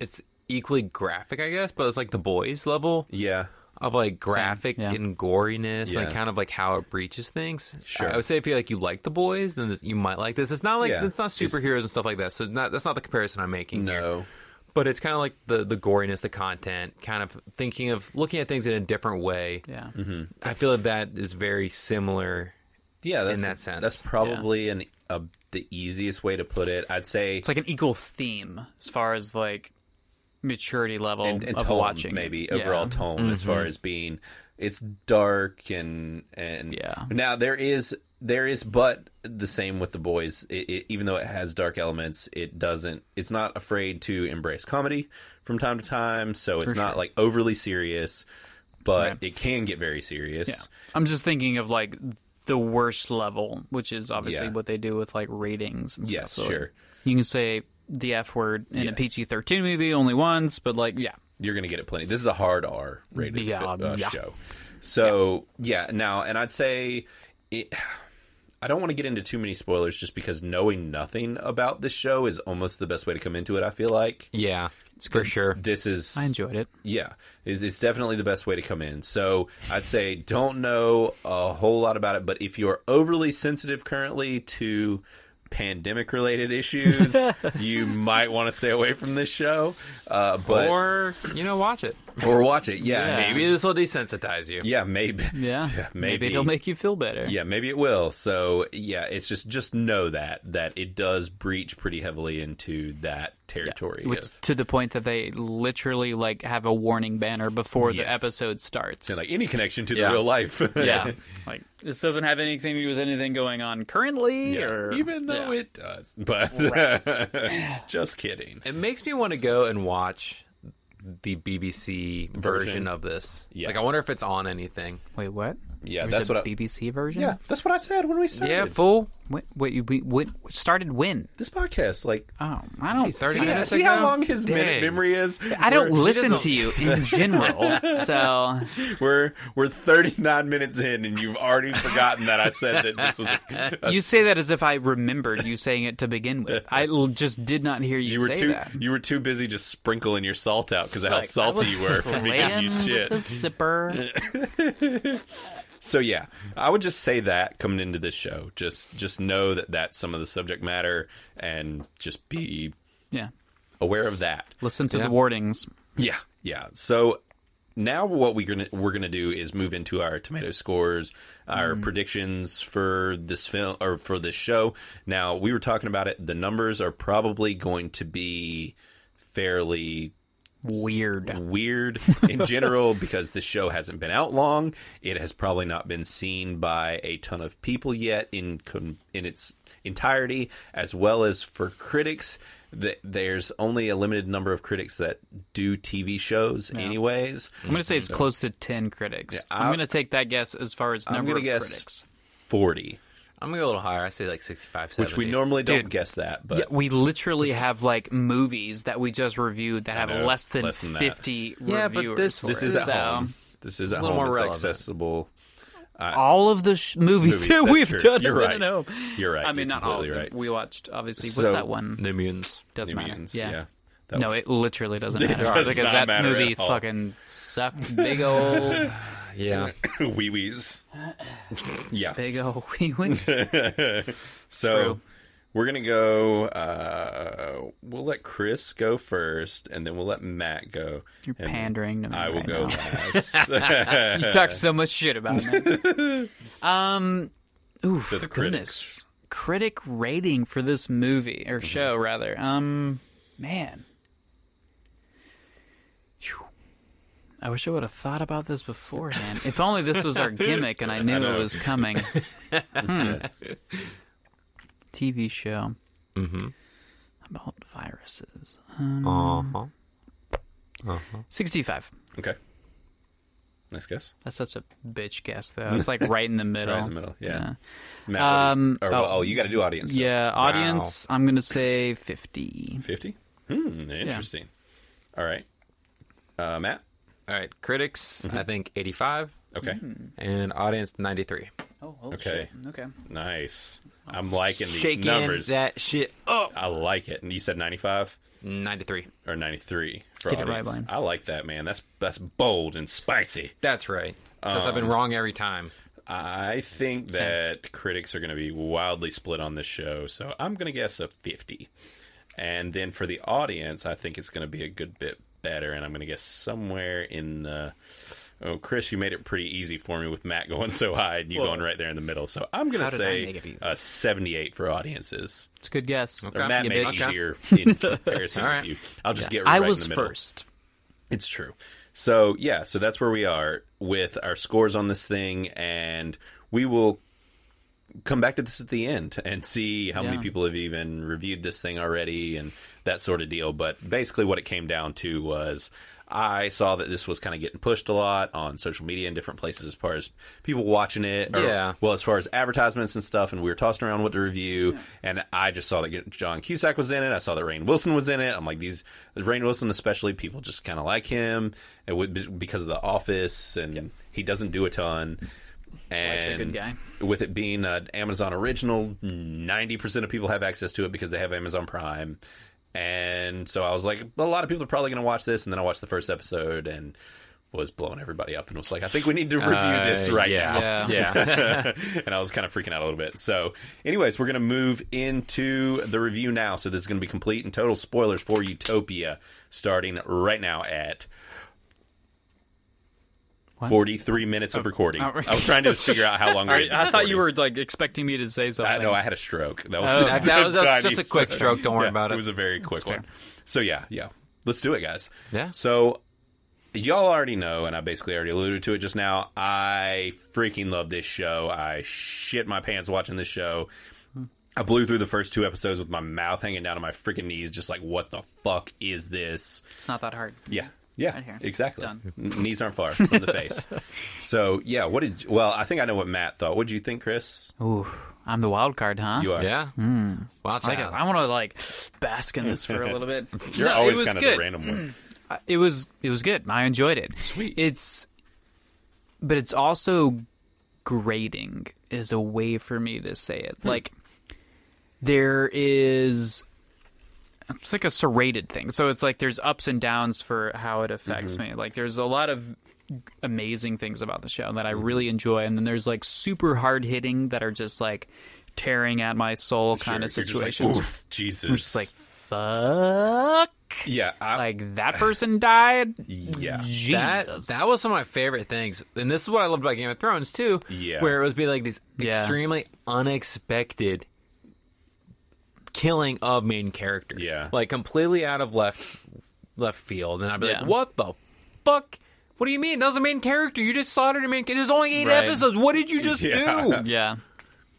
Speaker 3: it's equally graphic, I guess. But it's like the boys level
Speaker 2: Yeah.
Speaker 3: of like graphic
Speaker 4: yeah.
Speaker 3: and goriness
Speaker 2: Yeah.
Speaker 3: and kind of like how it breaches things.
Speaker 2: Sure.
Speaker 3: I would say if you like you like the boys, then this, you might like this. It's not like
Speaker 2: Yeah.
Speaker 3: it's not
Speaker 2: It's-
Speaker 3: superheroes and stuff like that. So it's not that's not the comparison I'm making. here.
Speaker 2: No.
Speaker 3: But it's kind of like the the goriness, the content, kind of thinking
Speaker 2: mm-hmm.
Speaker 3: of looking at things in a different way.
Speaker 4: yeah,
Speaker 3: I feel that that is very similar
Speaker 2: yeah, that's,
Speaker 3: in that sense.
Speaker 2: that's probably an a, the easiest way to put it. I'd say
Speaker 4: It's like an equal theme as far as like maturity level
Speaker 2: and, and
Speaker 4: of
Speaker 2: tone,
Speaker 4: watching. it.
Speaker 2: maybe
Speaker 4: Yeah. Mm-hmm.
Speaker 2: overall tone as far as being it's dark and and
Speaker 4: Yeah.
Speaker 2: now there is there is but the same with the boys it, it, even though it has dark elements it doesn't it's not afraid to embrace comedy from time to time so it's not like overly serious but
Speaker 4: Right.
Speaker 2: it can get very serious
Speaker 4: Yeah. I'm just thinking of like the worst level, which is obviously
Speaker 2: Yeah.
Speaker 4: what they do with like ratings. And
Speaker 2: Yes,
Speaker 4: stuff. So,
Speaker 2: sure.
Speaker 4: like, you can say the F word in a
Speaker 2: Yes.
Speaker 4: PG-13 movie only once, but like yeah,
Speaker 2: you're gonna get it plenty. This is a hard R rated
Speaker 4: Yeah,
Speaker 2: fi- uh,
Speaker 4: yeah.
Speaker 2: show. So yeah. now and I'd say it, I don't want to get into too many spoilers just because knowing nothing about this show is almost the best way to come into it. I feel like
Speaker 3: Yeah, for sure.
Speaker 2: this is
Speaker 4: I enjoyed it.
Speaker 2: yeah, is it's definitely the best way to come in. So I'd say don't know a whole lot about it, but if you're overly sensitive currently to pandemic related issues, you might want to stay away from this show. Uh, but or,
Speaker 3: Or you know, watch it.
Speaker 2: watch it. Yeah,
Speaker 4: Yeah.
Speaker 2: I mean,
Speaker 3: Maybe this will desensitize you.
Speaker 2: yeah, maybe.
Speaker 4: Yeah,
Speaker 2: maybe.
Speaker 4: it'll make you feel better.
Speaker 2: Yeah, maybe it will. So yeah, it's just just know that that it does breach pretty heavily into that territory.
Speaker 4: Which,
Speaker 2: of-
Speaker 4: to the point that they literally like have a warning banner before the
Speaker 2: Yes.
Speaker 4: episode starts.
Speaker 2: like any connection to
Speaker 3: Yeah.
Speaker 2: the real life.
Speaker 4: yeah, like this doesn't have anything to do with anything going on currently,
Speaker 2: Yeah,
Speaker 4: or
Speaker 2: even though
Speaker 4: Yeah.
Speaker 2: it does, but just kidding.
Speaker 3: It makes me want to go and watch the BBC version,
Speaker 2: Version.
Speaker 3: of this.
Speaker 2: Yeah.
Speaker 3: Like, I wonder if it's on anything.
Speaker 4: Wait, what?
Speaker 2: Yeah,
Speaker 4: There's
Speaker 2: that's
Speaker 4: a
Speaker 2: what. I,
Speaker 4: BBC version.
Speaker 2: yeah, that's what I said when we started
Speaker 3: Yeah, fool.
Speaker 4: Wait, wait, you- we, we started when?
Speaker 2: this podcast. Like,
Speaker 4: Oh, I don't.
Speaker 3: 30
Speaker 2: see,
Speaker 3: minutes
Speaker 2: see how
Speaker 3: ago?
Speaker 2: long his min-
Speaker 3: Dang.
Speaker 2: memory is.
Speaker 4: I don't
Speaker 2: We're-
Speaker 4: listen
Speaker 3: doesn't-
Speaker 4: to you in general, so
Speaker 2: We're we're 39 minutes in, and you've already forgotten that I said that this was. A, a
Speaker 4: you say that as if I remembered you saying it to begin with. I l- just did not hear you,
Speaker 2: You were
Speaker 4: say
Speaker 2: too.
Speaker 4: that.
Speaker 2: You were too busy just sprinkling your salt out because of how
Speaker 4: Like, I
Speaker 2: salty
Speaker 4: was
Speaker 2: you were from me giving
Speaker 4: Playing
Speaker 2: you
Speaker 4: with
Speaker 2: shit.
Speaker 4: a zipper.
Speaker 2: So yeah, I would just say that coming into this show, just just know that that's some of the subject matter, and just be
Speaker 4: Yeah,
Speaker 2: aware of that.
Speaker 4: listen to
Speaker 3: Yeah.
Speaker 4: the warnings.
Speaker 2: Yeah, yeah. So now what we're gonna we're gonna do is move into our tomato scores,
Speaker 4: Mm.
Speaker 2: our predictions for this film or for this show. Now we were talking about it. The numbers are probably going to be fairly
Speaker 4: Weird.
Speaker 2: weird in general because the show hasn't been out long. It has probably not been seen by a ton of people yet in com- in its entirety, as well as for critics. Th- There's only a limited number of critics that do TV shows, anyways.
Speaker 4: I'm gonna say it's close to ten critics. I'm
Speaker 2: I-
Speaker 4: gonna take that guess as far as
Speaker 2: I'm
Speaker 4: number
Speaker 2: gonna
Speaker 4: of
Speaker 2: guess
Speaker 4: critics.
Speaker 2: forty,
Speaker 3: I'm going to go a little higher. I say like 65, 70.
Speaker 2: which we normally don't
Speaker 4: Dude.
Speaker 2: guess that, but
Speaker 4: Yeah, we literally have like movies that we just reviewed that have
Speaker 2: know,
Speaker 4: less than,
Speaker 2: less than that.
Speaker 4: 50
Speaker 3: Yeah, but
Speaker 4: reviewers.
Speaker 3: this- um,
Speaker 4: for
Speaker 2: this
Speaker 4: it.
Speaker 2: is at
Speaker 4: so,
Speaker 2: home. This is at home.
Speaker 3: little more
Speaker 2: it's
Speaker 3: relevant.
Speaker 2: accessible.
Speaker 4: all of the sh-
Speaker 2: Movies,
Speaker 4: movies, that
Speaker 2: that's
Speaker 4: we've
Speaker 2: true.
Speaker 4: done.
Speaker 2: You're
Speaker 4: have been
Speaker 2: right.
Speaker 4: at home.
Speaker 2: You're right.
Speaker 4: I mean,
Speaker 2: You're
Speaker 4: not all. Of
Speaker 2: completely
Speaker 4: them.
Speaker 2: right.
Speaker 4: We watched obviously.
Speaker 2: So-
Speaker 4: what's that one?
Speaker 3: The mutants.
Speaker 4: Doesn't matter.
Speaker 2: Minions,
Speaker 4: yeah.
Speaker 2: That
Speaker 4: no,
Speaker 2: was-
Speaker 4: it literally doesn't matter
Speaker 2: does
Speaker 4: because
Speaker 2: not
Speaker 4: that
Speaker 2: matter at
Speaker 4: movie
Speaker 2: all.
Speaker 4: fucking sucked. Big old,
Speaker 3: Yeah.
Speaker 2: wee wees. Yeah.
Speaker 4: big old wee wee.
Speaker 2: So
Speaker 4: True.
Speaker 2: we're gonna go. Uh, we'll let Chris go first, and then we'll let Matt go.
Speaker 4: You're
Speaker 2: and
Speaker 4: pandering to me.
Speaker 2: I will
Speaker 4: right
Speaker 2: go
Speaker 4: now.
Speaker 2: last.
Speaker 4: You talked so much shit about me. um, ooh,
Speaker 2: So the
Speaker 4: goodness. Critic rating for this movie or show rather. Um, man. Phew. I wish I would have thought about this beforehand. if only this was our gimmick and I knew
Speaker 2: know.
Speaker 4: it was coming. Hmm. TV show
Speaker 3: Mm-hmm.
Speaker 4: about viruses.
Speaker 3: Uh-huh.
Speaker 4: 65.
Speaker 2: okay. Nice guess.
Speaker 4: That's such a bitch guess, though. It's like right in the middle.
Speaker 2: Right in the middle. Yeah. Matt,
Speaker 4: Um,
Speaker 2: what do you- or, well,
Speaker 4: oh.
Speaker 2: oh, you got to do audience.
Speaker 4: Yeah, audience, I'm going to say 50.
Speaker 2: Fifty. Hmm. Interesting. All right. Uh, Matt.
Speaker 3: All right. Critics, I think 85,
Speaker 2: Okay.
Speaker 4: Hmm.
Speaker 3: and audience 93.
Speaker 4: Oh, holy
Speaker 2: Okay.
Speaker 4: shit. Okay.
Speaker 2: Nice. I'm liking these
Speaker 3: Shaking
Speaker 2: numbers.
Speaker 3: that shit up.
Speaker 2: I like it. And you said 95
Speaker 3: 93.
Speaker 2: or 93 for
Speaker 4: Get it right,
Speaker 2: audience.
Speaker 4: Blaine.
Speaker 2: I like that, man. That's that's bold and spicy.
Speaker 3: That's right. Since I've been wrong every time.
Speaker 2: I think that critics are going to be wildly split on this show, so I'm going to guess a 50. And then for the audience, I think it's going to be a good bit better, and I'm going to guess somewhere in the Oh, Chris, you made it pretty easy for me with Matt going so high and you going right there in the middle. So I'm going
Speaker 3: How
Speaker 2: to
Speaker 3: did I make
Speaker 2: say
Speaker 3: it easy?
Speaker 2: uh, 78 for audiences.
Speaker 4: It's a good guess.
Speaker 2: Or
Speaker 3: Okay.
Speaker 2: Matt
Speaker 4: You
Speaker 2: made it
Speaker 4: bitch.
Speaker 2: easier in comparison
Speaker 3: All
Speaker 2: with
Speaker 3: right.
Speaker 2: you. I'll just get right
Speaker 4: I was
Speaker 2: in the middle.
Speaker 4: first.
Speaker 2: It's true. So yeah, so that's where we are with our scores on this thing, and we will come back to this at the end and see how many
Speaker 4: Yeah.
Speaker 2: people have even reviewed this thing already and that sort of deal. But basically, what it came down to was. I saw that this was kind of getting pushed a lot on social media and different places as far as people watching it. or-
Speaker 3: Yeah.
Speaker 2: Well, as far as advertisements and stuff, and we were tossing around what to review, and I just saw that John Cusack was in it. I saw that Rain Wilson was in it. I'm like, these Rain Wilson, especially, people just kind of like him, it would be because of The Office, and he doesn't do a ton.
Speaker 4: he's a
Speaker 2: And
Speaker 4: good guy.
Speaker 2: with it being an Amazon original, ninety percent of people have access to it because they have Amazon Prime. And so I was like, a lot of people are probably going to watch this. And then I watched the first episode and was blowing everybody up and was like, I think we need to review this
Speaker 3: Uh,
Speaker 2: right now
Speaker 3: yeah.
Speaker 4: now.
Speaker 3: Yeah.
Speaker 2: and I was kind of freaking out a little bit. So, anyways, we're going to move into the review now. So, this is going to be complete and total spoilers for Utopia starting right now at. 43 minutes of recording. I
Speaker 4: Oh.
Speaker 2: was trying to figure out how long we
Speaker 4: I thought you were like expecting me to say something.
Speaker 2: I know I had a stroke. That was,
Speaker 4: Oh.
Speaker 2: just
Speaker 3: That
Speaker 2: a
Speaker 3: was- that was
Speaker 2: tiny
Speaker 3: just a quick stroke. Don't worry
Speaker 2: Yeah,
Speaker 3: about it.
Speaker 2: It was a very quick
Speaker 4: fair.
Speaker 2: one. So yeah, yeah. Let's do it, guys.
Speaker 3: Yeah.
Speaker 2: So y'all already know, and I basically already alluded to it just now. I freaking love this show. I shit my pants watching this show. I blew through the first two episodes with my mouth hanging down to my freaking knees, just like, what the fuck is this?
Speaker 4: It's not that hard.
Speaker 2: Yeah. Yeah,
Speaker 4: here.
Speaker 2: exactly.
Speaker 4: Done.
Speaker 2: N- Knees aren't far from the face. so, yeah, what did, well, I think I know what Matt thought. What did you think, Chris?
Speaker 4: Ooh, I'm the wild card, huh?
Speaker 2: You are.
Speaker 3: yeah. Watch
Speaker 4: I, guess
Speaker 3: out.
Speaker 4: I want to like bask in this for a little bit.
Speaker 2: You're
Speaker 4: No, it
Speaker 2: always
Speaker 4: was
Speaker 2: kind of the
Speaker 4: good. Mm-hmm.
Speaker 2: random one.
Speaker 4: I- It was it was good. I enjoyed it.
Speaker 2: Sweet.
Speaker 4: It's, but it's also grading is a way for me to say it.
Speaker 2: Hmm.
Speaker 4: Like there is. It's like a serrated thing. So it's like there's ups and downs for how it affects
Speaker 2: Mm-hmm.
Speaker 4: me. Like there's a lot of amazing things about the show that I
Speaker 2: Mm-hmm.
Speaker 4: really enjoy. And then there's like super hard hitting that are just like tearing at my soul kind of
Speaker 2: You're just like,
Speaker 4: situations.
Speaker 2: "Oof, Jesus.
Speaker 4: It's like fuck
Speaker 2: yeah, I,
Speaker 4: like mm. that person died
Speaker 2: yeah,
Speaker 4: jesus
Speaker 3: That that was some of my favorite things, and this is what I loved about Game of Thrones too.
Speaker 2: Yeah.
Speaker 3: where it was be like these
Speaker 4: Yeah.
Speaker 3: extremely unexpected killing of main characters.
Speaker 2: Yeah.
Speaker 3: like completely out of left left field, and I'd be
Speaker 4: Yeah.
Speaker 3: like, "What the fuck? What do you mean? That was the main character. You just slaughtered a main character. There's only eight
Speaker 4: Right.
Speaker 3: episodes. What did you just
Speaker 2: Yeah.
Speaker 3: do?"
Speaker 4: yeah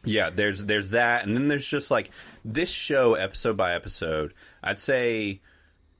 Speaker 2: yeah. There's there's that, and then there's just like this show, episode by episode. I'd say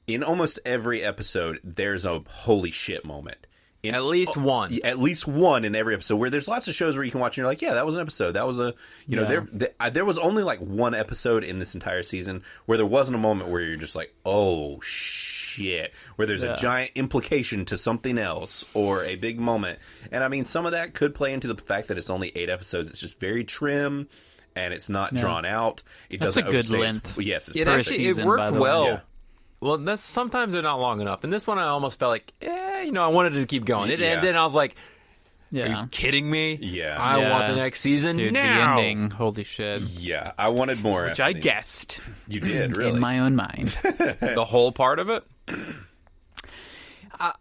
Speaker 2: in almost every episode, there's a holy shit moment. In
Speaker 3: At
Speaker 4: Oh,
Speaker 3: least one.
Speaker 2: at least one in every episode where there's lots of shows where you can watch and you're like yeah that was an episode that was a you know
Speaker 4: Yeah.
Speaker 2: there th- I- there was only like one episode in this entire season where there wasn't a moment where you're just like oh shit where there's a giant implication to something else or a big moment and i mean some of that could play into the fact that it's only eight episodes it's just very trim and it's not drawn out it
Speaker 4: That's a
Speaker 2: doesn't
Speaker 4: good
Speaker 2: overstay its-
Speaker 4: length
Speaker 2: yes it's
Speaker 3: It
Speaker 2: perfect.
Speaker 3: actually
Speaker 4: season,
Speaker 3: it
Speaker 4: by
Speaker 3: worked
Speaker 4: the way.
Speaker 3: well.
Speaker 2: Yeah.
Speaker 3: Well, that's sometimes they're not long enough, and this one I almost felt like, eh, you know, I wanted to keep going. It
Speaker 2: Yeah.
Speaker 3: ended, and I was like, "Are
Speaker 4: yeah
Speaker 3: you kidding me?
Speaker 2: Yeah.
Speaker 3: I want
Speaker 4: Yeah.
Speaker 3: the next season
Speaker 4: dude
Speaker 3: now."
Speaker 4: the ending holy shit
Speaker 2: yeah i wanted more which
Speaker 4: i guessed
Speaker 2: you did really
Speaker 4: in my own mind
Speaker 3: the whole part of it.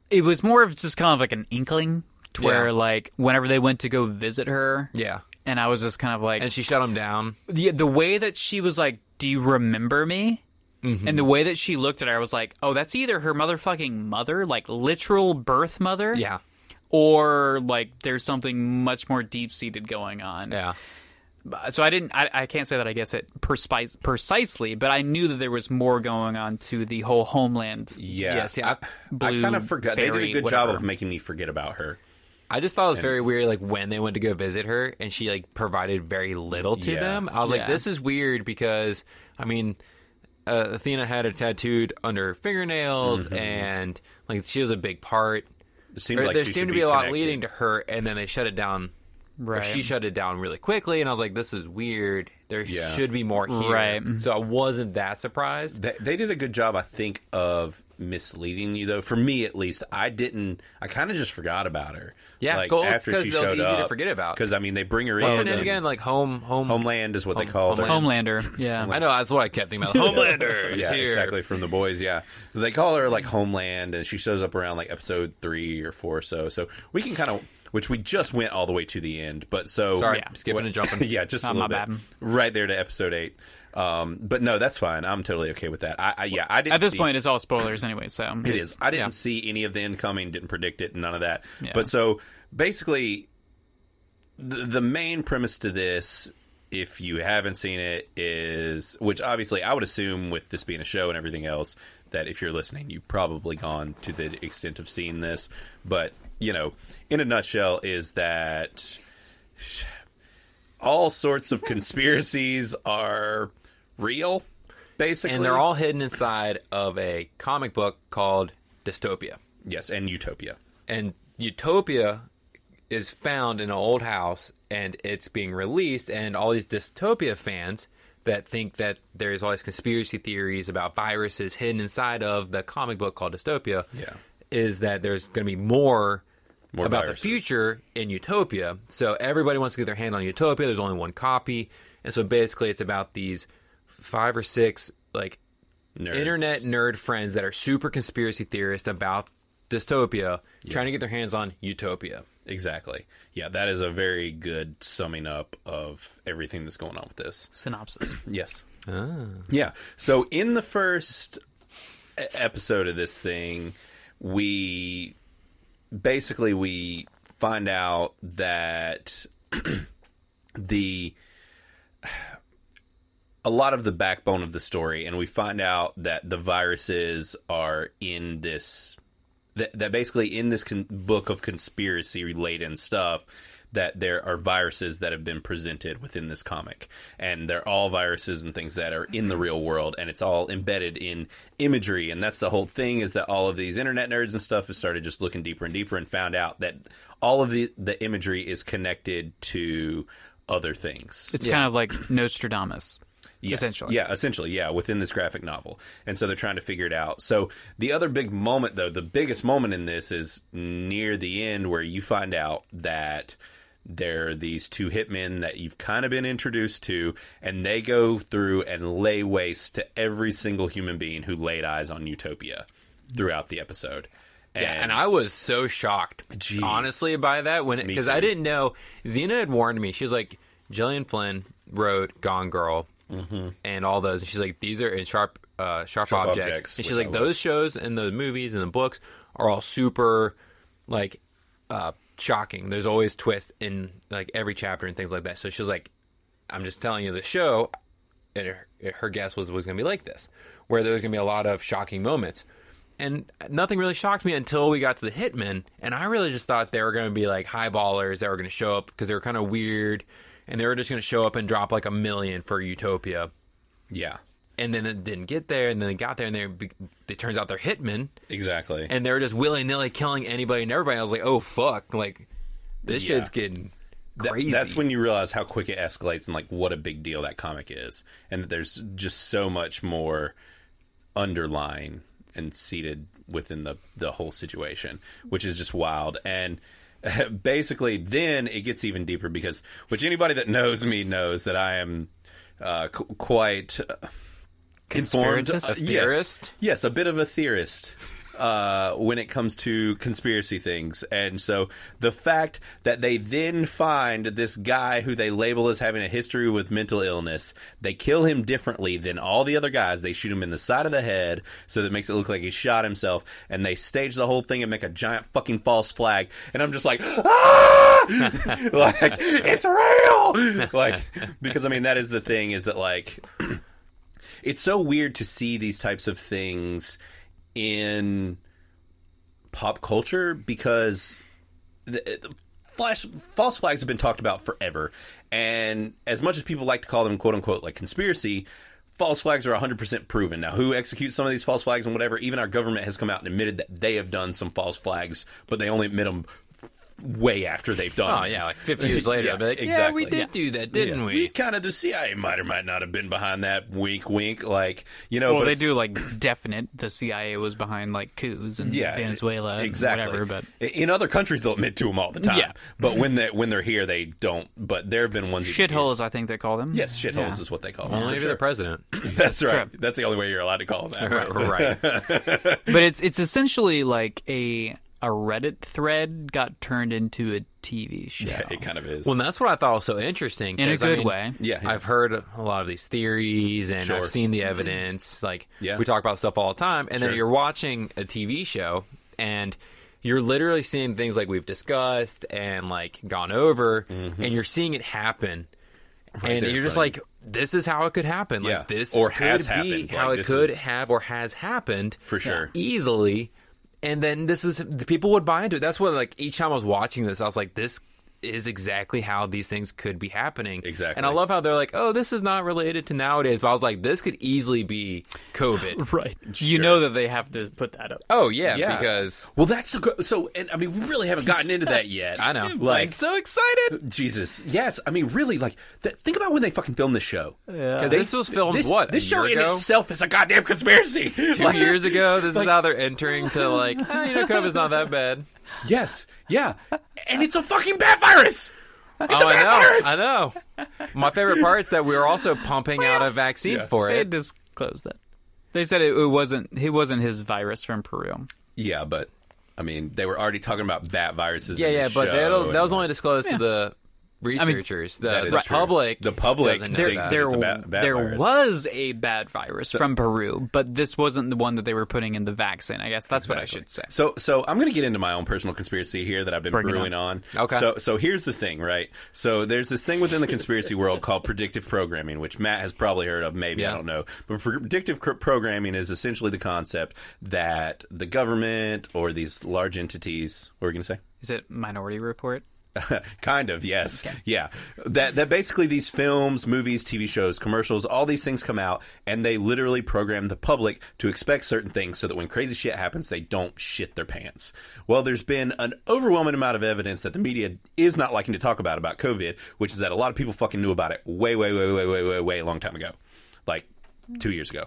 Speaker 4: it was more of just kind of like an inkling to where
Speaker 3: Yeah.
Speaker 4: like whenever they went to go visit her
Speaker 3: Yeah,
Speaker 4: and i was just kind of like
Speaker 3: and she shut him down.
Speaker 4: the, the way that she was like do you remember me And the way that she looked at her, I was like, "Oh, that's either her motherfucking mother, like literal birth mother,
Speaker 3: Yeah,
Speaker 4: or like there's something much more deep seated going on.
Speaker 3: yeah,
Speaker 4: So I didn't, I, I can't say that I guess it perspice, precisely, but I knew that there was more going on to the whole homeland.
Speaker 2: yeah,
Speaker 3: yeah. See, I,
Speaker 2: I
Speaker 4: Blue
Speaker 2: kind of forgot. They did
Speaker 4: fairy,
Speaker 2: a good job
Speaker 4: whatever.
Speaker 2: of making me forget about her.
Speaker 3: I just thought it was very weird, like when they went to go visit her, and she like provided very little to
Speaker 2: Yeah.
Speaker 3: them. I was like,
Speaker 4: Yeah.
Speaker 3: "This is weird," because I mean, uh, Athena had it tattooed under her fingernails, and like she was a big part.
Speaker 2: It Mm-hmm. seemed
Speaker 3: Or
Speaker 2: like
Speaker 3: there
Speaker 2: she
Speaker 3: seemed
Speaker 2: should
Speaker 3: to be, a lot
Speaker 2: connected.
Speaker 3: leading to her, and then they shut it down. or
Speaker 4: Right.
Speaker 3: She shut it down really quickly, and I was like, "This is weird. There
Speaker 2: Yeah.
Speaker 3: should be more here."
Speaker 4: Right.
Speaker 3: So I wasn't that surprised.
Speaker 2: They, they did a good job, I think, of misleading you though. For me, at least, I didn't. I kind of just forgot about her.
Speaker 3: Yeah,
Speaker 2: like,
Speaker 3: cool, because it was easy to forget about.
Speaker 2: Because I mean, they bring her
Speaker 3: What's her
Speaker 2: in.
Speaker 3: name
Speaker 2: and-
Speaker 3: again? Like home, home.
Speaker 2: Homeland is what they
Speaker 3: Home-
Speaker 2: call her.
Speaker 3: Homeland.
Speaker 4: Homelander. Yeah.
Speaker 3: I know that's what I kept thinking about. Homelander is
Speaker 2: yeah,
Speaker 3: here.
Speaker 2: exactly from the boys. Yeah, So they call her like Homeland, and she shows up around like episode three or four or so. So we can kind of, which we just went all the way to the end, but so
Speaker 3: Sorry,
Speaker 4: Yeah.
Speaker 3: skipping and jumping.
Speaker 2: yeah, just a
Speaker 4: Not
Speaker 2: little
Speaker 4: my
Speaker 2: bit, right there to episode eight. Um, but no, that's fine. I'm totally okay with that. I, I yeah, I didn't
Speaker 4: At this
Speaker 2: see-
Speaker 4: point, it's all spoilers anyway. So
Speaker 2: It is. I didn't
Speaker 3: Yeah.
Speaker 2: see any of the incoming, didn't predict it, none of that.
Speaker 4: Yeah.
Speaker 2: But so basically, the, the main premise to this, if you haven't seen it, is which obviously I would assume with this being a show and everything else, that if you're listening, you've probably gone to the extent of seeing this. But, you know, in a nutshell, is that all sorts of conspiracies are real, basically.
Speaker 3: And they're all hidden inside of a comic book called Dystopia.
Speaker 2: Yes, and Utopia.
Speaker 3: and utopia is found in an old house and it's being released and all these dystopia fans that think that there's all these conspiracy theories about viruses hidden inside of the comic book called dystopia
Speaker 2: Yeah.
Speaker 3: is that there's going to be more,
Speaker 2: More
Speaker 3: about
Speaker 2: viruses.
Speaker 3: the future in utopia so everybody wants to get their hand on utopia there's only one copy and so basically it's about these five or six like
Speaker 2: Nerds.
Speaker 3: internet nerd friends that are super conspiracy theorists about dystopia trying to get their hands on utopia.
Speaker 2: Exactly. Yeah, that is a very good summing up of everything that's going on with this.
Speaker 4: synopsis.
Speaker 2: Yes. Yeah. So in the first e- episode of this thing, we basically we find out that the a lot of the backbone of the story and we find out that the viruses are in this that, that basically in this con- book of conspiracy laden stuff that there are viruses that have been presented within this comic and they're all viruses and things that are in the real world and it's all embedded in imagery and that's the whole thing is that all of these internet nerds and stuff have started just looking deeper and deeper and found out that all of the the imagery is connected to other things
Speaker 4: It's kind of like Nostradamus, essentially.
Speaker 2: yeah, essentially, yeah, within this graphic novel. And so they're trying to figure it out. So the other big moment, though, the biggest moment in this is near the end where you find out that there are these two hitmen that you've kind of been introduced to, and they go through and lay waste to every single human being who laid eyes on Utopia throughout the episode.
Speaker 3: Yeah, and I was so shocked,
Speaker 2: Jeez.
Speaker 3: honestly, by that when because I
Speaker 2: too.
Speaker 3: didn't know. Xena had warned me. She was like, Gillian Flynn wrote Gone Girl and all those, and she's like, these are in sharp, uh, sharp, objects.
Speaker 2: Objects,
Speaker 3: and she's
Speaker 2: which I
Speaker 3: like,
Speaker 2: love.
Speaker 3: those shows and those movies and the books are all super, like, uh, shocking. There's always twist in like every chapter and things like that. So she's like, I'm just telling you the show, and her, her guess was was going to be like this, where there was going to be a lot of shocking moments, and nothing really shocked me until we got to the Hitmen, and I really just thought they were going to be like highballers that were going to show up because they were kind of weird, and they were just going to show up and drop like a million for Utopia,
Speaker 2: yeah,
Speaker 3: and then it didn't get there, and then they got there, and they be- it turns out they're Hitmen,
Speaker 2: exactly.
Speaker 3: and they were just willy nilly killing anybody and everybody. I was like, oh fuck, like this
Speaker 2: Yeah.
Speaker 3: shit's getting
Speaker 2: Th-
Speaker 3: crazy.
Speaker 2: That's when you realize how quick it escalates and like what a big deal that comic is, and that there's just so much more underlying and seated within the the whole situation, which is just wild. And basically, then it gets even deeper because, which anybody that knows me knows that I am uh, qu- quite uh, informed.
Speaker 4: Conspiratist?
Speaker 2: uh, yes.
Speaker 3: Theorist?
Speaker 2: Yes, a bit of a theorist uh, when it comes to conspiracy things. And so the fact that they then find this guy who they label as having a history with mental illness, they kill him differently than all the other guys. They shoot him in the side of the head so that makes it look like he shot himself. And they stage the whole thing and make a giant fucking false flag. And I'm just like, ah! like, it's real! Like, because I mean, that is the thing is that, like, it's so weird to see these types of things in pop culture because the, the flash false flags have been talked about forever and as much as people like to call them quote unquote like conspiracy false flags are 100% proven now who executes some of these false flags and whatever even our government has come out and admitted that they have done some false flags but they only admit them way after they've done.
Speaker 3: Oh
Speaker 2: it.
Speaker 3: yeah, like 50 years later,
Speaker 2: Yeah,
Speaker 3: I'll be like, yeah,
Speaker 2: exactly.
Speaker 3: we did
Speaker 2: Yeah.
Speaker 3: do that, didn't
Speaker 2: Yeah.
Speaker 3: we?
Speaker 2: kind of the CIA might or might not have been behind that. Wink, wink. Like you know,
Speaker 4: well,
Speaker 2: but
Speaker 4: they
Speaker 2: it's-
Speaker 4: do like definite. The CIA was behind like coups in
Speaker 2: Yeah,
Speaker 4: Venezuela, and
Speaker 2: exactly.
Speaker 4: whatever. But
Speaker 2: I- in other countries, they'll admit to them all the time.
Speaker 4: Yeah.
Speaker 3: Mm-hmm.
Speaker 2: but when they when they're here, they don't. But there have been ones
Speaker 4: shitholes, I think they call them.
Speaker 2: Yes, shitholes
Speaker 4: Yeah.
Speaker 2: is what they call them.
Speaker 3: Only
Speaker 2: for
Speaker 3: for the
Speaker 2: sure.
Speaker 3: president.
Speaker 2: That's right.
Speaker 4: true.
Speaker 2: That's the only way you're allowed to call them that. Right?
Speaker 3: right.
Speaker 4: but it's it's essentially like a a Reddit thread got turned into a TV show
Speaker 2: Yeah, it kind of is.
Speaker 3: Well, and that's what I thought was so interesting.
Speaker 4: in a
Speaker 3: 'cause, I
Speaker 4: good
Speaker 3: mean,
Speaker 4: way.
Speaker 2: yeah, yeah.
Speaker 3: I've heard a lot of these theories and
Speaker 2: Sure. Mm-hmm.
Speaker 3: I've seen the evidence. Like
Speaker 2: Yeah.
Speaker 3: we talk about stuff all the time, and
Speaker 2: Sure.
Speaker 3: then you're watching a TV show and you're literally seeing things like we've discussed and like gone over, and you're seeing it happen, and
Speaker 2: Mm-hmm. there in
Speaker 3: you're just
Speaker 2: front
Speaker 3: like, this is how it could happen.
Speaker 2: Yeah.
Speaker 3: Like this
Speaker 2: Or
Speaker 3: could
Speaker 2: has
Speaker 3: be
Speaker 2: happened.
Speaker 3: How
Speaker 2: Like,
Speaker 3: it
Speaker 2: this
Speaker 3: could
Speaker 2: is-
Speaker 3: have or has happened
Speaker 2: For sure.
Speaker 3: easily. And then this is the people would buy into it. That's what like each time I was watching this, I was like, this is exactly how these things could be happening.
Speaker 2: Exactly.
Speaker 3: And I love how they're like, oh, this is not related to nowadays, but I was like, this could easily be COVID.
Speaker 4: Right. You know that they have to put that up.
Speaker 3: oh yeah,
Speaker 2: Yeah.
Speaker 3: because
Speaker 2: Well, that's the go- so, and I mean, we really haven't gotten into that yet.
Speaker 3: I know.
Speaker 2: like
Speaker 4: so excited.
Speaker 2: Jesus, yes, I mean, really, like th- think about when they fucking filmed this show.
Speaker 3: because this was filmed
Speaker 2: this,
Speaker 3: what
Speaker 2: This
Speaker 3: a
Speaker 2: show
Speaker 3: year
Speaker 2: in
Speaker 3: ago?
Speaker 2: itself is a goddamn conspiracy.
Speaker 3: two years ago. This is how they're entering to like, oh, you know, COVID's not that bad.
Speaker 2: Yes, yeah, and it's a fucking bat virus. It's a
Speaker 3: oh,
Speaker 2: bat virus.
Speaker 3: I know, I know. My favorite part is that we were also pumping out a vaccine
Speaker 2: Yeah.
Speaker 3: for
Speaker 4: Uh, They
Speaker 3: it.
Speaker 4: disclosed that. They said it, it wasn't. It wasn't his virus from Peru.
Speaker 2: Yeah, but I mean, they were already talking about bat viruses.
Speaker 3: Yeah,
Speaker 2: in the
Speaker 3: yeah,
Speaker 2: show,
Speaker 3: but that that was
Speaker 2: and
Speaker 3: only disclosed to the researchers.
Speaker 2: that
Speaker 3: the
Speaker 2: is
Speaker 3: the
Speaker 2: true.
Speaker 3: public,
Speaker 2: The public
Speaker 3: doesn't know
Speaker 4: There,
Speaker 2: thinks
Speaker 3: that.
Speaker 2: that
Speaker 4: there,
Speaker 2: it's a bat- bat
Speaker 4: there
Speaker 2: virus.
Speaker 4: was a bad virus from Peru, but this wasn't the one that they were putting in the vaccine. I guess that's what I should say.
Speaker 2: So, so I'm going to get into my own personal conspiracy here that I've been
Speaker 4: Bring it
Speaker 2: brewing on.
Speaker 3: Okay.
Speaker 2: So, so here's the thing, right? So there's this thing within the conspiracy world called predictive programming, which Matt has probably heard of. Maybe I
Speaker 3: Yeah.
Speaker 2: don't know, but predictive cr- programming is essentially the concept that the government or these large entities. What were you going to say?
Speaker 4: Is it Minority Report?
Speaker 2: kind of yes yeah that that basically these films movies tv shows commercials all these things come out and they literally program the public to expect certain things so that when crazy shit happens they don't shit their pants well there's been an overwhelming amount of evidence that the media is not liking to talk about about covid which is that a lot of people fucking knew about it way way way way way way way a long time ago like two years ago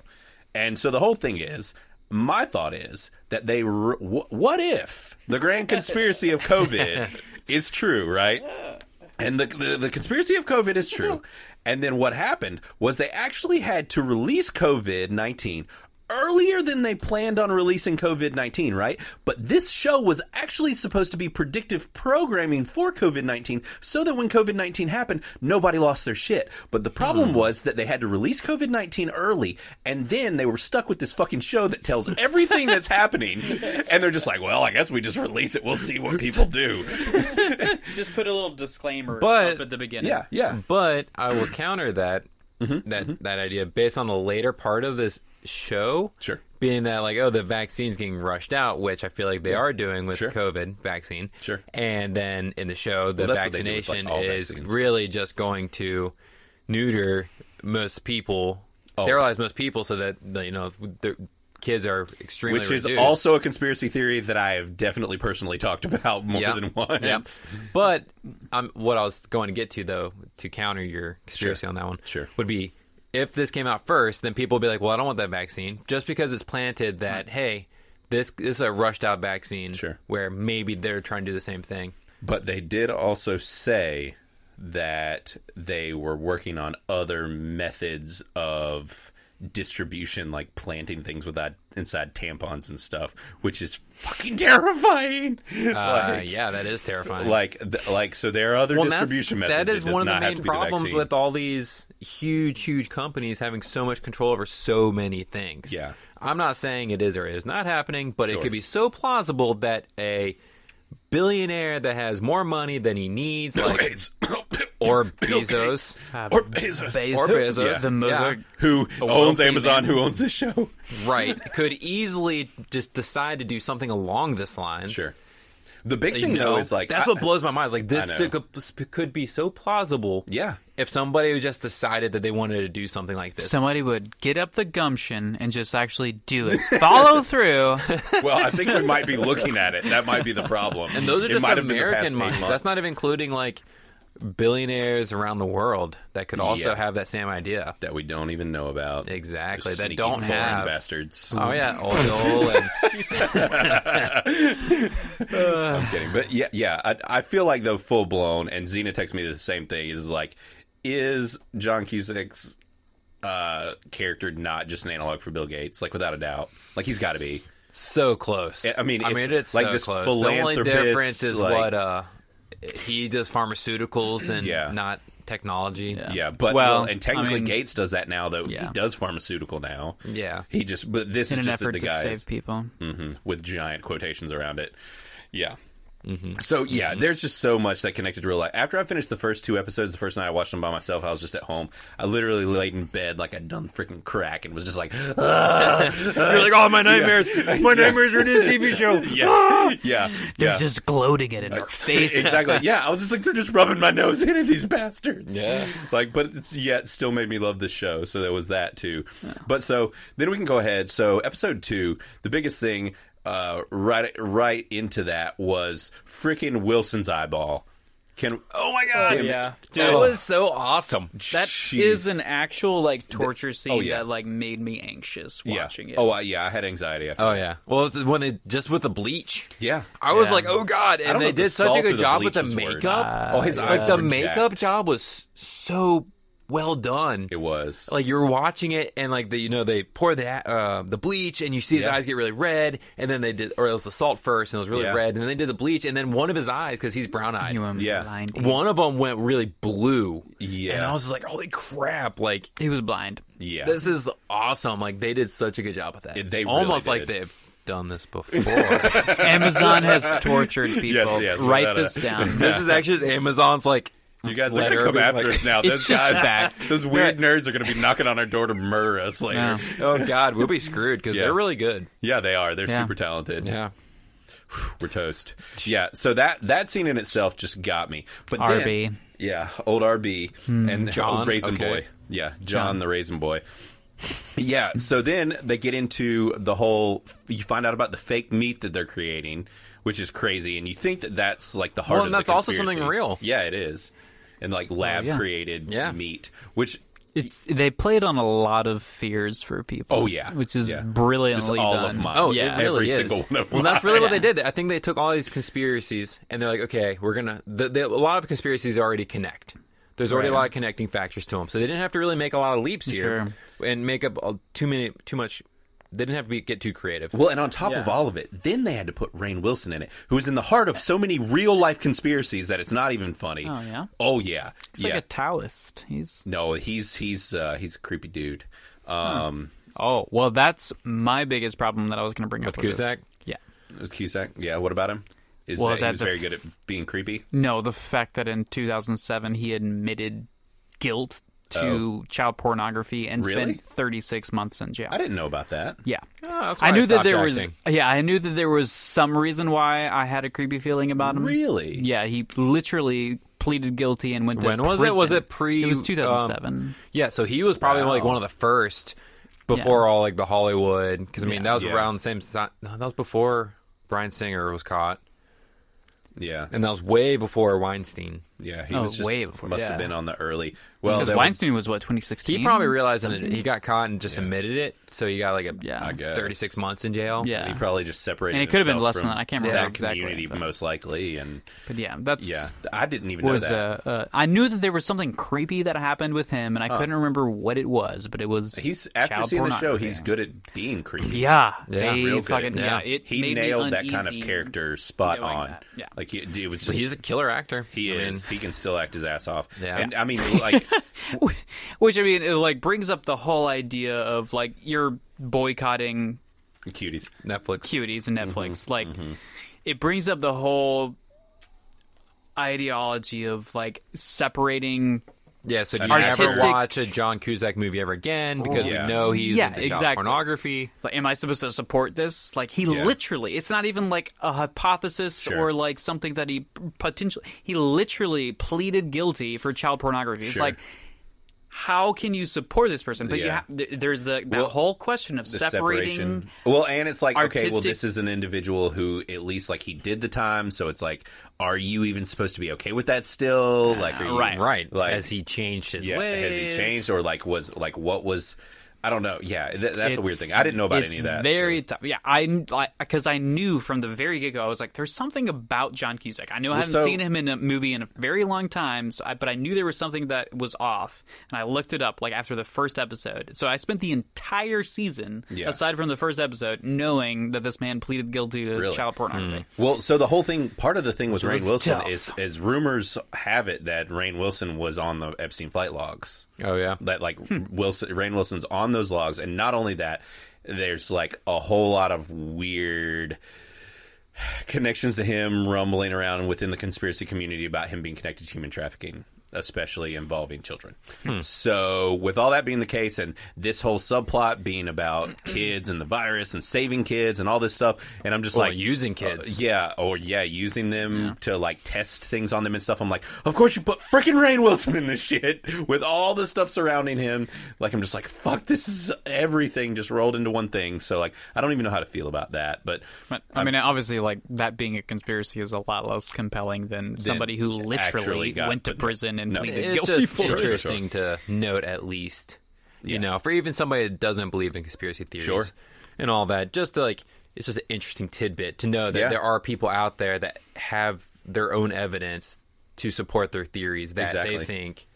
Speaker 2: and so the whole thing is my thought is that they r- wh- what if the grand conspiracy of covid is true right and the, the the conspiracy of COVID is true. And then what happened was they actually had to release COVID nineteen earlier than they planned on releasing COVID nineteen, right? But this show was actually supposed to be predictive programming for COVID nineteen, so that when COVID nineteen happened, nobody lost their shit. But the
Speaker 3: Hmm.
Speaker 2: problem was that they had to release COVID nineteen early, and then they were stuck with this fucking show that tells everything that's happening, and they're just like, well, I guess we just release it. We'll see what people do.
Speaker 4: Just put a little disclaimer
Speaker 3: But- up at
Speaker 4: the beginning.
Speaker 2: Yeah, yeah.
Speaker 3: But I will counter that
Speaker 2: Mm-hmm.
Speaker 3: that that idea based on the later part of this show.
Speaker 2: Sure.
Speaker 3: Being that like, oh, the vaccine's getting rushed out, which I feel like they are doing with
Speaker 2: Sure.
Speaker 3: COVID vaccine.
Speaker 2: Sure.
Speaker 3: And then in the show, the
Speaker 2: Well, that's what they do with, like,
Speaker 3: vaccination
Speaker 2: all
Speaker 3: is
Speaker 2: vaccines.
Speaker 3: really just going to neuter most people,
Speaker 2: Oh.
Speaker 3: sterilize most people, so that you know their kids are extremely
Speaker 2: which is
Speaker 3: reduced.
Speaker 2: also a conspiracy theory that I have definitely personally talked about more
Speaker 3: Yeah.
Speaker 2: than once.
Speaker 3: Yep. But um, what I was going to get to, though, to counter your conspiracy on that one,
Speaker 2: Sure.
Speaker 3: would be if this came out first, then people would be like, "Well, I don't want that vaccine," just because it's planted that hey, this this is a rushed out vaccine,
Speaker 2: Sure.
Speaker 3: where maybe they're trying to do the same thing.
Speaker 2: But they did also say that they were working on other methods of distribution, like planting things without inside tampons and stuff, which is fucking terrifying.
Speaker 3: Uh,
Speaker 2: like,
Speaker 3: yeah, that is terrifying.
Speaker 2: like, th- like, so there are other
Speaker 3: well, and that's-
Speaker 2: distribution methods.
Speaker 3: that is
Speaker 2: It does
Speaker 3: one of
Speaker 2: not
Speaker 3: the
Speaker 2: have
Speaker 3: main
Speaker 2: to be
Speaker 3: problems
Speaker 2: vaccine.
Speaker 3: with all these huge, huge companies having so much control over so many things.
Speaker 2: Yeah.
Speaker 3: I'm not saying it is or is not happening, but
Speaker 2: Sure.
Speaker 3: it could be so plausible that a billionaire that has more money than he needs, like
Speaker 2: Gates.
Speaker 3: or
Speaker 2: Bill
Speaker 3: Bezos,
Speaker 2: or Bezos,
Speaker 3: or Bezos,
Speaker 2: Yeah.
Speaker 4: the mother-
Speaker 3: yeah,
Speaker 2: who owns
Speaker 4: wealthy
Speaker 2: Amazon,
Speaker 4: man.
Speaker 2: who owns this show.
Speaker 3: right, could easily just decide to do something along this line.
Speaker 2: Sure. The big thing
Speaker 3: you know,
Speaker 2: though is like
Speaker 3: that's
Speaker 2: I-
Speaker 3: what blows my mind. It's like this
Speaker 2: I know.
Speaker 3: could, could be so plausible.
Speaker 2: Yeah.
Speaker 3: If somebody just decided that they wanted to do something like this,
Speaker 4: Somebody would get up the gumption and just actually do it. Follow through.
Speaker 2: Well, I think we might be looking at it. That might be the problem.
Speaker 3: and those are
Speaker 2: It
Speaker 3: just
Speaker 2: might have been the past
Speaker 3: American
Speaker 2: eight
Speaker 3: minds.
Speaker 2: months.
Speaker 3: That's not even including like billionaires around the world that could also
Speaker 2: Yeah.
Speaker 3: have that same idea.
Speaker 2: that we don't even know about.
Speaker 3: Exactly,
Speaker 2: Those
Speaker 3: that
Speaker 2: sneaky
Speaker 3: don't
Speaker 2: foreign
Speaker 3: have.
Speaker 2: bastards.
Speaker 3: Oh yeah, oil and
Speaker 2: I'm kidding, but yeah, yeah. I, I feel like though full blown, and Xena texts me the same thing. Is like, is John Cusack's uh, character not just an analog for Bill Gates? Like without a doubt, like he's got to be.
Speaker 3: so close.
Speaker 2: I mean,
Speaker 3: I
Speaker 2: it's
Speaker 3: mean, it's
Speaker 2: like
Speaker 3: so
Speaker 2: this
Speaker 3: close. The only
Speaker 2: philanthropist,
Speaker 3: difference is
Speaker 2: like-
Speaker 3: what uh, he does pharmaceuticals and
Speaker 2: Yeah.
Speaker 3: not technology.
Speaker 2: Yeah, but
Speaker 4: Well,
Speaker 2: well, and technically
Speaker 4: I mean-
Speaker 2: Gates does that now. Though
Speaker 4: Yeah.
Speaker 2: he does pharmaceutical now.
Speaker 3: Yeah.
Speaker 2: He just, but this
Speaker 4: in
Speaker 2: is
Speaker 4: an
Speaker 2: just that
Speaker 4: effort
Speaker 2: the
Speaker 4: to
Speaker 2: guy is-
Speaker 4: save people.
Speaker 2: hmm with giant quotations around it. Yeah. So yeah, there's just so much that connected to real life. After I finished the first two episodes, the first night I watched them by myself, I was just at home. I literally laid in bed like I'd done freaking crack and was just like,
Speaker 3: You're like, oh my nightmares, my nightmares are in this TV show.
Speaker 2: yes, yeah,
Speaker 4: They're
Speaker 2: yeah.
Speaker 4: just gloating it in our faces.
Speaker 2: exactly. Yeah, I was just like, they're just rubbing my nose in it, these bastards.
Speaker 3: Yeah.
Speaker 2: Like, but it's yet still made me love this show. So there was that too. But so then we can go ahead. So episode two, the biggest thing uh, right right into that was freaking Wilson's eyeball. Can
Speaker 3: Oh my god,
Speaker 2: Damn it.
Speaker 3: yeah,
Speaker 2: Dude.
Speaker 3: that was so awesome.
Speaker 4: That is
Speaker 2: Jeez. oh,
Speaker 4: an actual like torture scene
Speaker 2: yeah.
Speaker 4: that like made me anxious
Speaker 2: yeah.
Speaker 4: watching it.
Speaker 2: Oh I, yeah, I had anxiety after.
Speaker 3: Oh yeah, well it's when they just with the bleach.
Speaker 2: yeah.
Speaker 3: I was
Speaker 4: Yeah.
Speaker 3: like, oh god,
Speaker 2: don't
Speaker 3: and
Speaker 2: know
Speaker 3: they
Speaker 2: if the
Speaker 3: did such a
Speaker 2: salt or
Speaker 3: good
Speaker 2: the
Speaker 3: job with the
Speaker 2: bleach is worse.
Speaker 3: makeup.
Speaker 2: oh, his eyes
Speaker 3: like the
Speaker 2: were
Speaker 3: makeup
Speaker 2: jacked.
Speaker 3: job was so well done.
Speaker 2: It was.
Speaker 3: like you're watching it and like the you know they pour the uh, the bleach and you see his
Speaker 2: Yeah.
Speaker 3: eyes get really red and then they did or it was the salt first and it was really
Speaker 2: Yeah.
Speaker 3: red and then they did the bleach and then one of his eyes because he's brown eyed
Speaker 4: You went
Speaker 2: Yeah.
Speaker 4: blind.
Speaker 3: one of them went really blue
Speaker 2: Yeah.
Speaker 3: and I was just like holy crap like
Speaker 4: He was blind.
Speaker 2: yeah.
Speaker 3: this is awesome like they did such a good job with that
Speaker 2: Yeah, they really
Speaker 3: almost like
Speaker 2: did.
Speaker 3: they've done this before
Speaker 4: Amazon has tortured people.
Speaker 2: yes,
Speaker 4: Write
Speaker 2: without
Speaker 4: this
Speaker 2: a-
Speaker 4: down.
Speaker 3: this is actually just Amazon's like
Speaker 2: you guys are gonna
Speaker 3: letter
Speaker 2: come
Speaker 3: is
Speaker 2: after
Speaker 3: like-
Speaker 2: us now. Those
Speaker 4: It's just
Speaker 2: guys,
Speaker 4: fact.
Speaker 2: those weird nerds are gonna be knocking on our door to murder us later.
Speaker 4: Yeah.
Speaker 3: oh god we'll be screwed because
Speaker 2: Yeah.
Speaker 3: they're really good
Speaker 2: Yeah, they are. They're
Speaker 4: Yeah.
Speaker 2: super talented.
Speaker 3: yeah
Speaker 2: We're toast. Yeah. So that that scene in itself just got me. But then-
Speaker 4: RB.
Speaker 2: yeah, old RB and
Speaker 3: Hmm, John,
Speaker 2: John Raisin
Speaker 3: okay.
Speaker 2: Boy. Yeah, John, the Raisin Boy. Yeah. So then they get into the whole. You find out about the fake meat that they're creating, which is crazy, and you think that that's like the heart.
Speaker 3: Well,
Speaker 2: of
Speaker 3: and
Speaker 2: the
Speaker 3: that's also
Speaker 2: conspiracy.
Speaker 3: something real. Oh,
Speaker 2: Yeah, it is, and like lab created
Speaker 3: Yeah.
Speaker 2: meat, which
Speaker 4: It's they played on a lot of fears for people.
Speaker 2: Oh, yeah.
Speaker 4: which is
Speaker 2: Yeah.
Speaker 4: brilliantly
Speaker 2: all
Speaker 4: done.
Speaker 2: of mine.
Speaker 3: Oh,
Speaker 4: Yeah.
Speaker 3: it
Speaker 2: Every
Speaker 3: really is.
Speaker 2: single one of
Speaker 3: well, that's really what they
Speaker 4: mine.
Speaker 3: did. I think they took all these conspiracies and they're like, okay, we're gonna. The, the, a lot of conspiracies already connect. There's already a lot of connecting factors to them, so they didn't have to really make a lot of leaps here and make up uh, too many, too much. They didn't have to be, get too creative.
Speaker 2: Well, and on top of all of it, then they had to put Rain Wilson in it, who is in the heart of so many real life conspiracies that it's not even funny.
Speaker 4: Oh, yeah?
Speaker 2: Oh yeah.
Speaker 4: It's
Speaker 2: yeah.
Speaker 4: like a Taoist. He's
Speaker 2: no, he's he's uh, he's a creepy dude. Um,
Speaker 4: oh well, that's my biggest problem that I was going to bring up with this.
Speaker 3: Cusack?
Speaker 4: Yeah,
Speaker 2: Cusack. Yeah. What about him? Is
Speaker 4: Well,
Speaker 2: that, he
Speaker 4: that
Speaker 2: was
Speaker 4: the-
Speaker 2: very good at being creepy?
Speaker 4: no, the fact that in 2007 he admitted guilt to
Speaker 3: Oh.
Speaker 4: child pornography and
Speaker 2: Really?
Speaker 4: spent 36 months in jail.
Speaker 2: I didn't know about that.
Speaker 4: Yeah.
Speaker 3: Ah, that's why
Speaker 4: I
Speaker 3: I
Speaker 4: knew that
Speaker 3: stopped
Speaker 4: there
Speaker 3: acting.
Speaker 4: was yeah, I knew that there was some reason why I had a creepy feeling about him.
Speaker 2: Really?
Speaker 4: Yeah, he literally pleaded guilty and went to
Speaker 3: When was it? Was
Speaker 4: prison.
Speaker 3: it pre-
Speaker 4: It was
Speaker 3: um,
Speaker 4: 2007.
Speaker 3: Yeah, so he was probably like one of the first before all like the Hollywood because I mean that was
Speaker 2: Yeah.
Speaker 3: around the same. si- No, that was before Brian Singer was caught,
Speaker 2: Yeah.
Speaker 3: and that was way before Weinstein.
Speaker 2: Yeah. He
Speaker 4: Oh,
Speaker 2: was just,
Speaker 4: way before-
Speaker 2: Must
Speaker 4: yeah.
Speaker 2: have been on the early. Well,
Speaker 4: Because
Speaker 2: that
Speaker 4: Weinstein
Speaker 2: Was,
Speaker 4: was, what 2016.
Speaker 3: He probably
Speaker 2: Mm-hmm.
Speaker 3: realized that he got caught and just admitted it, so he got like a
Speaker 4: Yeah. I
Speaker 2: guess.
Speaker 3: 36 months in jail.
Speaker 4: yeah.
Speaker 2: He probably just separated.
Speaker 4: And it could have been
Speaker 2: himself
Speaker 4: less than
Speaker 2: from
Speaker 4: that. I can't
Speaker 2: that
Speaker 4: remember exactly,
Speaker 2: Community
Speaker 4: but-
Speaker 2: most likely, and
Speaker 4: but yeah, that's
Speaker 2: yeah, I didn't even
Speaker 4: was
Speaker 2: know that.
Speaker 4: uh, uh I knew that there was something creepy that happened with him and I couldn't remember what it was, but it was
Speaker 2: He's after
Speaker 4: child
Speaker 2: seeing the show,
Speaker 4: pornography.
Speaker 2: he's good at being creepy.
Speaker 4: Yeah,
Speaker 3: Yeah,
Speaker 4: they
Speaker 3: real
Speaker 2: good.
Speaker 4: fucking yeah. it
Speaker 2: he
Speaker 4: made me
Speaker 2: nailed that kind of
Speaker 4: uneasy.
Speaker 2: character spot
Speaker 4: Yeah, like
Speaker 2: on.
Speaker 4: that. Yeah.
Speaker 2: like he, it was
Speaker 3: But
Speaker 2: just.
Speaker 3: he's a killer actor.
Speaker 2: he
Speaker 3: I mean,
Speaker 2: is. he can still act his ass off.
Speaker 3: Yeah.
Speaker 2: And I mean, like,
Speaker 4: Which I mean, it like brings up the whole idea of like you're boycotting
Speaker 2: cuties.
Speaker 3: Netflix.
Speaker 4: cuties and Netflix.
Speaker 2: Mm-hmm.
Speaker 4: like it brings up the whole ideology of like separating
Speaker 3: Yeah, so do you
Speaker 4: Artistic-
Speaker 3: never watch a John Cusack movie ever again because
Speaker 2: Oh, Yeah.
Speaker 3: we know he's
Speaker 4: Yeah,
Speaker 3: into child
Speaker 4: exactly.
Speaker 3: pornography.
Speaker 4: Like, am I supposed to support this? Like, he
Speaker 2: Yeah.
Speaker 4: literally, it's not even like a hypothesis or like something that he potentially, he literally pleaded guilty for child pornography. It's
Speaker 2: Sure.
Speaker 4: like, how can you support this person? But you
Speaker 2: Yeah.
Speaker 4: ha- th- there's the that whole question of
Speaker 2: the
Speaker 4: separating.
Speaker 2: separation. Well, and it's like, okay, well,
Speaker 4: artistic-
Speaker 2: this is an individual who at least like he did the time, so it's like, are you even supposed to be okay with that still? Like, are you,
Speaker 4: Right.
Speaker 3: Right.
Speaker 2: Like-
Speaker 3: Has he changed his
Speaker 2: Yeah,
Speaker 3: ways?
Speaker 2: has he changed or like was like what was? I don't know. Yeah, th- that's a weird thing. I didn't know about
Speaker 4: it's
Speaker 2: any of that.
Speaker 4: Very tough. Yeah, I because I knew from the very get go. I was like, there's something about John Cusack. I know I haven't
Speaker 2: so-
Speaker 4: seen him in a movie in a very long time, so I, but I knew there was something that was off, and I looked it up like after the first episode. So I spent the entire season,
Speaker 2: Yeah.
Speaker 4: aside from the first episode, knowing that this man pleaded guilty to
Speaker 2: Really? Hmm.
Speaker 4: child pornography.
Speaker 2: Well, so the whole thing, part of the thing with Rain
Speaker 4: was
Speaker 2: Wilson
Speaker 4: tough.
Speaker 2: is, is rumors have it that Rain Wilson was on the Epstein flight logs.
Speaker 3: Oh yeah.
Speaker 2: That like Wilson, Rain Wilson's on those logs, and not only that, there's like a whole lot of weird connections to him rumbling around within the conspiracy community about him being connected to human trafficking, especially involving children. So, with all that being the case, and this whole subplot being about kids and the virus and saving kids and all this stuff, and I'm just
Speaker 3: Well,
Speaker 2: like uh,
Speaker 3: using kids.
Speaker 2: yeah, or yeah, using them to like test things on them and stuff. I'm like, of course you put freaking Rain Wilson in this shit with all the stuff surrounding him. Like, I'm just like, fuck, this is everything just rolled into one thing. So like, I don't even know how to feel about that. But
Speaker 4: But, um, I mean, obviously, like that being a conspiracy is a lot less compelling than somebody who
Speaker 2: actually
Speaker 4: literally
Speaker 2: got
Speaker 4: went to
Speaker 2: put-
Speaker 4: prison and
Speaker 2: no.
Speaker 4: pleaded
Speaker 3: It's
Speaker 4: guilty
Speaker 3: just
Speaker 4: for it.
Speaker 3: interesting to note at least. You know, for even somebody that doesn't believe in conspiracy theories
Speaker 2: Sure.
Speaker 3: and all that, just to, like it's just an interesting tidbit to know that
Speaker 2: Yeah.
Speaker 3: there are people out there that have their own evidence to support their theories that
Speaker 2: Exactly.
Speaker 3: they think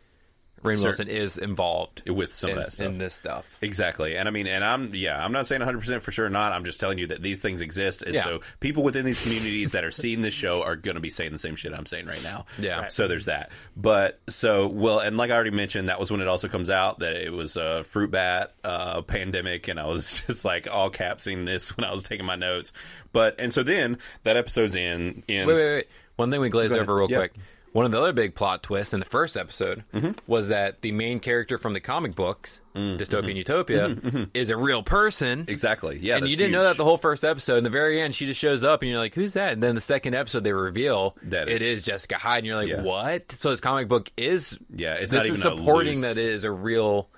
Speaker 3: Rain
Speaker 2: Cer-
Speaker 3: Wilson is involved
Speaker 2: with some
Speaker 3: in,
Speaker 2: of that stuff,
Speaker 3: in this stuff.
Speaker 2: Exactly. And I mean, and I'm, yeah, I'm not saying 100% for sure or not. I'm just telling you that these things exist. And
Speaker 3: Yeah.
Speaker 2: so people within these communities that are seeing this show are going to be saying the same shit I'm saying right now.
Speaker 3: Yeah.
Speaker 2: So there's that. But so, well, and like I already mentioned, that was when it also comes out that it was a fruit bat uh, pandemic. And I was just like all capsing this when I was taking my notes. But, and so then that episode's in. Ends,
Speaker 3: Wait, wait, wait. One thing we glazed
Speaker 2: ahead.
Speaker 3: over real
Speaker 2: Yeah. Mm-hmm.
Speaker 3: quick. One of the other big plot twists in the first episode was that the main character from the comic books, Dystopia
Speaker 2: Mm-hmm.
Speaker 3: and Utopia, is a real person.
Speaker 2: Exactly. Yeah.
Speaker 3: and
Speaker 2: that's
Speaker 3: you didn't know
Speaker 2: huge.
Speaker 3: that the whole first episode. In the very end, she just shows up, and you're like, "Who's that?" And then the second episode, they reveal
Speaker 2: That
Speaker 3: it
Speaker 2: is-
Speaker 3: is Jessica Hyde, and you're like,
Speaker 2: Yeah.
Speaker 3: "What?" So this comic book is
Speaker 2: Yeah, it's
Speaker 3: this
Speaker 2: not
Speaker 3: is
Speaker 2: even a
Speaker 3: supporting
Speaker 2: loose- Hmm.
Speaker 3: that it is a real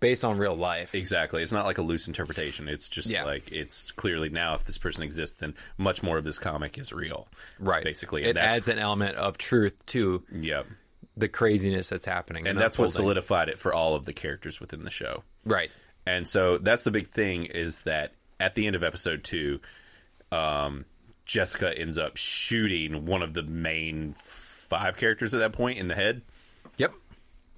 Speaker 3: based on real life.
Speaker 2: Exactly. It's not like a loose interpretation. It's just
Speaker 3: Yeah.
Speaker 2: like it's clearly now if this person exists, then much more of this comic is real.
Speaker 3: Right,
Speaker 2: Basically.
Speaker 3: it adds an element of truth to
Speaker 2: Yeah.
Speaker 3: the craziness that's happening,
Speaker 2: And that's what
Speaker 3: unfolding.
Speaker 2: solidified it for all of the characters within the show.
Speaker 3: right.
Speaker 2: And so that's the big thing is that at the end of episode two, um, Jessica ends up shooting one of the main five characters at that point in the head.
Speaker 3: Yep,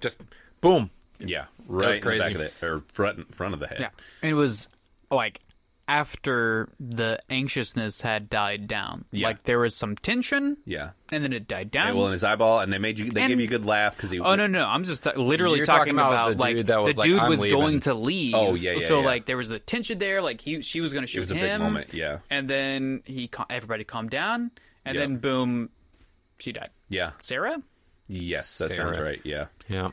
Speaker 3: just boom.
Speaker 2: Yeah. Right
Speaker 3: crazy.
Speaker 2: in the back of the or front front of the head.
Speaker 4: Yeah. And it was like after the anxiousness had died down.
Speaker 2: Yeah.
Speaker 4: Like there was some tension
Speaker 2: Yeah.
Speaker 4: and then it died
Speaker 2: Yeah,
Speaker 4: down.
Speaker 2: well, in his eyeball, and they made you. They
Speaker 4: And-
Speaker 2: gave you a good laugh because he.
Speaker 4: Oh no no! I'm just ta- literally
Speaker 3: You're
Speaker 4: talking,
Speaker 3: talking about
Speaker 4: about,
Speaker 3: the dude
Speaker 4: like
Speaker 3: that was
Speaker 4: the
Speaker 3: like,
Speaker 4: dude
Speaker 3: "I'm
Speaker 4: was
Speaker 3: leaving."
Speaker 4: going to leave.
Speaker 2: Oh, yeah, yeah,
Speaker 4: So
Speaker 2: yeah.
Speaker 4: like there was the tension there. Like he she was going to shoot
Speaker 2: was a
Speaker 4: him.
Speaker 2: big moment, yeah.
Speaker 4: And then he ca- everybody calmed down, and
Speaker 2: Yeah.
Speaker 4: then boom, she died.
Speaker 2: Yeah.
Speaker 4: Sarah.
Speaker 2: Yes, that sounds
Speaker 3: Sarah.
Speaker 2: right. Yeah.
Speaker 3: Yeah,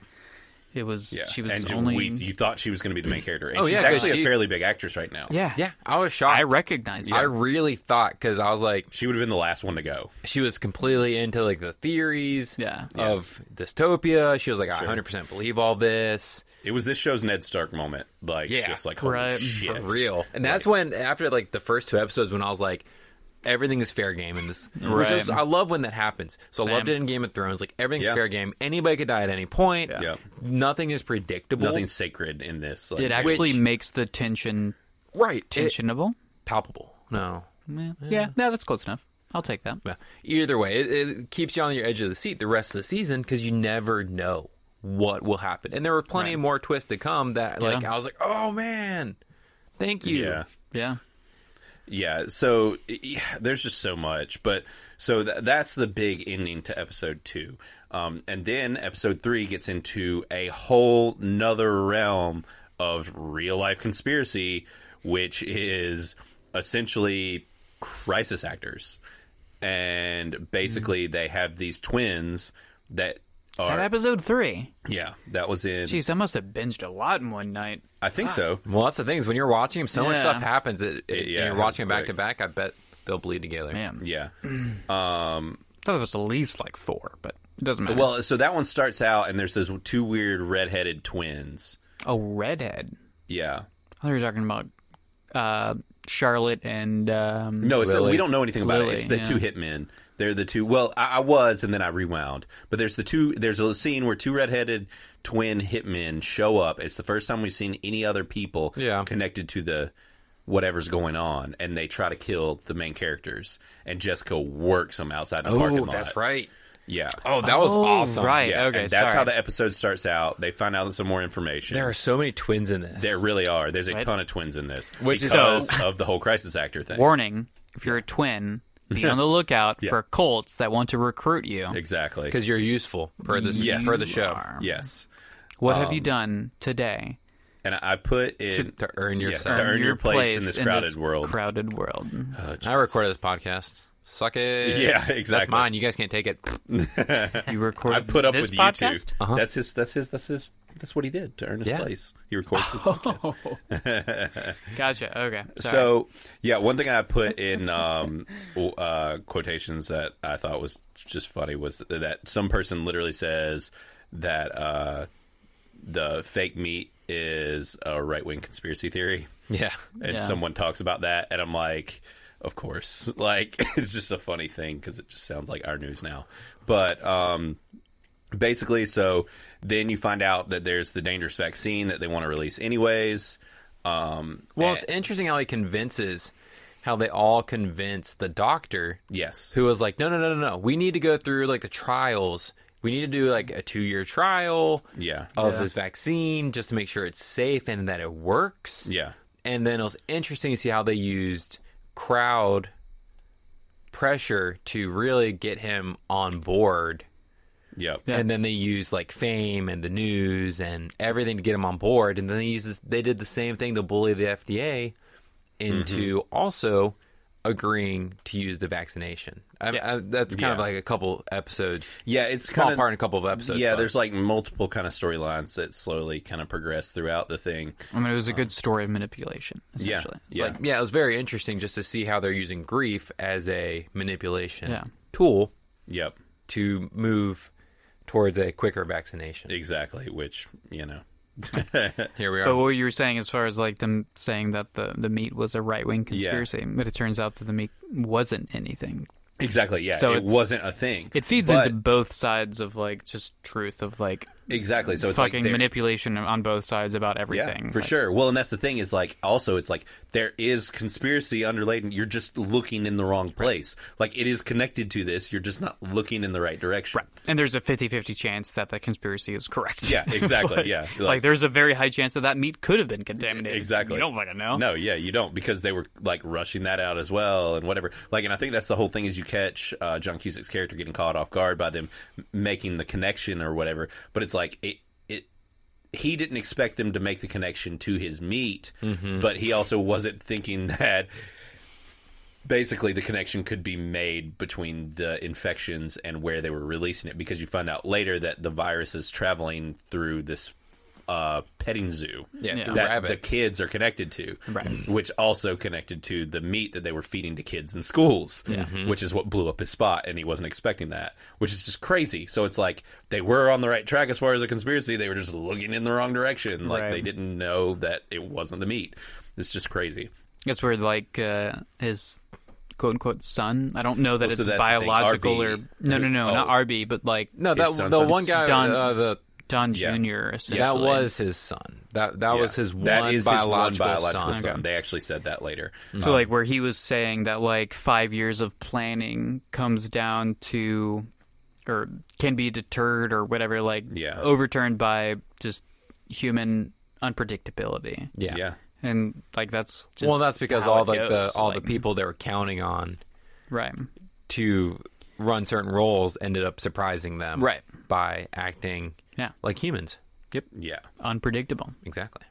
Speaker 4: It was
Speaker 2: Yeah,
Speaker 4: she was
Speaker 2: and you-
Speaker 4: only.
Speaker 2: we, you thought she was going to be the main character, and
Speaker 3: Oh,
Speaker 2: she's
Speaker 3: yeah, 'cause
Speaker 2: actually a
Speaker 3: she-
Speaker 2: fairly big actress right now.
Speaker 4: yeah
Speaker 3: yeah. I was shocked.
Speaker 4: I recognized.
Speaker 3: I
Speaker 4: her.
Speaker 3: really thought because I was like,
Speaker 2: she would have been the last one to go.
Speaker 3: she was completely into like the theories
Speaker 4: Yeah.
Speaker 3: of dystopia. She was like, I 100% believe all this
Speaker 2: It was this show's Ned Stark moment, like
Speaker 3: Yeah,
Speaker 2: just like holy
Speaker 4: right.
Speaker 2: shit,
Speaker 3: for real. And that's when after like the first two episodes, when I was like, everything is fair game in this. Which I, was-
Speaker 4: Right.
Speaker 3: I love when that happens. So I loved it in Game of Thrones. Like everything's
Speaker 2: Yeah.
Speaker 3: fair game. Anybody could die at any point.
Speaker 2: Yeah.
Speaker 3: Nothing is predictable.
Speaker 2: nothing sacred in this. Like,
Speaker 4: It actually makes the tension
Speaker 3: right. It,
Speaker 4: tensionable.
Speaker 3: palpable. No.
Speaker 4: Yeah. yeah, no, that's close enough. I'll take that.
Speaker 3: Well, Either way, it, it keeps you on your edge of the seat the rest of the season because you never know what will happen. And there were plenty more twists to come that, like,
Speaker 4: Yeah.
Speaker 3: I was like, oh man, thank you.
Speaker 2: yeah,
Speaker 4: Yeah,
Speaker 2: yeah. So yeah, there's just so much, but so th- that's the big ending to episode two, um, and then episode three gets into a whole nother realm of real life conspiracy, which is essentially crisis actors. and basically they have these twins that
Speaker 4: Is that episode three?
Speaker 2: Yeah, that was in.
Speaker 4: Jeez, I must have binged a lot in one night.
Speaker 2: I think so.
Speaker 3: Well, that's the thing is when you're watching them, so much
Speaker 4: Yeah.
Speaker 3: stuff happens. It, it,
Speaker 2: yeah,
Speaker 3: and you're watching them back
Speaker 2: that's
Speaker 3: to back. I bet they'll bleed together.
Speaker 4: Man,
Speaker 2: Yeah.
Speaker 4: I thought it was at least like four, but it doesn't matter.
Speaker 2: Well, so that one starts out, and there's those two weird redheaded twins.
Speaker 4: a redhead.
Speaker 2: Yeah.
Speaker 4: I thought you were talking about uh, Charlotte and um,
Speaker 2: No, it's
Speaker 3: Lily.
Speaker 2: we don't know anything about
Speaker 4: Lily,
Speaker 2: it. It's the
Speaker 4: yeah.
Speaker 2: two hitmen. They're the two. Well, I, I was, and then I rewound. But there's the two. There's a scene where two redheaded twin hitmen show up. It's the first time we've seen any other people
Speaker 3: Yeah.
Speaker 2: connected to the whatever's going on, and they try to kill the main characters. And Jessica works them outside the parking
Speaker 3: Oh,
Speaker 2: lot.
Speaker 3: that's right.
Speaker 2: Yeah.
Speaker 3: Oh, that was
Speaker 4: Oh,
Speaker 3: awesome.
Speaker 4: Right.
Speaker 2: Yeah,
Speaker 4: okay.
Speaker 2: and that's
Speaker 4: sorry.
Speaker 2: how the episode starts out. They find out some more information.
Speaker 3: There are so many twins in this.
Speaker 2: There really are. There's a
Speaker 4: Right.
Speaker 2: ton of twins in this
Speaker 3: Which is-
Speaker 2: because of the whole crisis actor thing.
Speaker 4: Warning: If you're a twin, be on the lookout for cults that want to recruit you.
Speaker 2: exactly.
Speaker 3: because you're useful for this
Speaker 2: Yes.
Speaker 3: for the show
Speaker 2: Yes.
Speaker 4: What have you
Speaker 2: Um,
Speaker 4: done today
Speaker 2: And I put in
Speaker 3: to earn your.
Speaker 2: Yeah,
Speaker 3: stuff.
Speaker 2: to earn your place in this crowded world.
Speaker 4: Crowded world.
Speaker 3: I recorded this podcast. Suck it.
Speaker 2: Yeah, exactly.
Speaker 3: That's mine. You guys can't take it.
Speaker 4: You recorded.
Speaker 2: I put up
Speaker 4: this
Speaker 2: with you
Speaker 4: podcast?
Speaker 2: two. That's his that's his that's his that's what he did to earn his
Speaker 3: Uh-huh. Yeah. Oh,
Speaker 2: place. He records his podcast.
Speaker 4: Gotcha. Okay. Sorry.
Speaker 2: So yeah, one thing I put in um, w- uh, quotations that I thought was just funny was that some person literally says that uh, the fake meat is a right wing conspiracy theory.
Speaker 3: Yeah.
Speaker 2: and
Speaker 4: Yeah.
Speaker 2: someone talks about that and i'm like of course like it's just a funny thing because it just sounds like our news now but um basically so then you find out that there's the dangerous vaccine that they want to release anyways um
Speaker 3: Well, it's interesting how he convinces, how they all convince the doctor
Speaker 2: yes
Speaker 3: who was like, no, no, no, no, no. We need to go through like the trials. We need to do like a two year trial
Speaker 2: yeah
Speaker 4: Oh.
Speaker 3: of this vaccine just to make sure it's safe and that it works.
Speaker 2: yeah
Speaker 3: And then it was interesting to see how they used crowd pressure to really get him on board.
Speaker 2: yep
Speaker 4: Yeah.
Speaker 3: And then they used like fame and the news and everything to get him on board. And then they uses they did the same thing to bully the FDA into also agreeing to use the vaccination. I, I, that's kind of
Speaker 2: Yeah.
Speaker 3: like a couple episodes,
Speaker 2: yeah it's
Speaker 3: small
Speaker 2: kind of
Speaker 3: part in a couple of episodes.
Speaker 2: yeah
Speaker 3: but-
Speaker 2: there's like multiple kind of storylines that slowly kind of progress throughout the thing
Speaker 4: I mean, it was a good story of manipulation. Essentially. It's
Speaker 2: yeah
Speaker 4: like-
Speaker 3: yeah, it was very interesting just to see how they're using grief as a manipulation
Speaker 4: Yeah.
Speaker 3: tool
Speaker 2: yep
Speaker 3: to move towards a quicker vaccination.
Speaker 2: exactly which you know
Speaker 3: Here we
Speaker 4: but
Speaker 3: are.
Speaker 4: what you were saying, as far as like them saying that the the meat was a right wing conspiracy, but it turns out that the meat wasn't anything.
Speaker 2: exactly yeah
Speaker 4: So
Speaker 2: it
Speaker 4: it's-
Speaker 2: wasn't a thing
Speaker 4: It feeds
Speaker 2: But-
Speaker 4: into both sides of like just truth of like
Speaker 2: exactly so it's like
Speaker 4: fucking
Speaker 2: they're-
Speaker 4: manipulation on both sides about everything.
Speaker 2: Yeah, for
Speaker 4: Like,
Speaker 2: sure. Well, and that's the thing is like also it's like there is conspiracy underladen. You're just looking in the wrong place. Like it is connected to this. You're just not looking in the right direction.
Speaker 4: And there's a 50-50 chance that the conspiracy is correct.
Speaker 2: Yeah, exactly.
Speaker 4: Like-
Speaker 2: yeah,
Speaker 4: Like, there's a very high chance that that meat could have been contaminated.
Speaker 2: exactly.
Speaker 4: You don't fucking know.
Speaker 2: No, yeah, you don't because they were like rushing that out as well and whatever. Like, and I think that's the whole thing is you catch uh, John Cusack's character getting caught off guard by them m- making the connection or whatever. But it's like it. it he didn't expect them to make the connection to his meat, but he also wasn't thinking that basically the connection could be made between the infections and where they were releasing it because you find out later that the virus is traveling through this uh, petting zoo
Speaker 3: Yeah,
Speaker 4: Yeah.
Speaker 3: through
Speaker 2: that the
Speaker 3: rabbits.
Speaker 2: kids are connected to, which also connected to the meat that they were feeding to kids in schools, which is what blew up his spot, and he wasn't expecting that, which is just crazy. So it's like they were on the right track as far as a conspiracy; they were just looking in the wrong direction, like
Speaker 4: Right.
Speaker 2: they didn't know that it wasn't the meat. It's just crazy.
Speaker 4: That's where like uh, his quote unquote son. I don't know that
Speaker 2: so
Speaker 4: it's
Speaker 2: that's the thing,
Speaker 4: biological
Speaker 2: RB.
Speaker 4: or no, no, no, not
Speaker 2: Oh.
Speaker 4: RB, but like
Speaker 3: no,
Speaker 2: His
Speaker 3: that,
Speaker 2: son's
Speaker 3: the
Speaker 2: son.
Speaker 3: one guy,
Speaker 4: Done.
Speaker 3: uh, the
Speaker 4: Don
Speaker 2: Yeah.
Speaker 4: Junior. Essentially,
Speaker 3: that was his son. That that was
Speaker 2: Yeah.
Speaker 3: his one,
Speaker 2: That is his one
Speaker 3: biological
Speaker 2: biological
Speaker 3: son.
Speaker 2: They actually said that later.
Speaker 4: so like where he was saying that like five years of planning comes down to or can be deterred or whatever, like
Speaker 2: Yeah.
Speaker 4: overturned by just human unpredictability.
Speaker 3: Yeah.
Speaker 2: Yeah.
Speaker 4: And like that's just
Speaker 3: Well, that's because
Speaker 4: how
Speaker 3: all
Speaker 4: it
Speaker 3: like the
Speaker 4: goes,
Speaker 3: all the
Speaker 4: like-
Speaker 3: people they were counting on
Speaker 4: right.
Speaker 3: to run certain roles ended up surprising them,
Speaker 4: Right.
Speaker 3: By acting
Speaker 4: Yeah.
Speaker 3: like humans,
Speaker 2: Yeah.
Speaker 4: Unpredictable.
Speaker 3: exactly.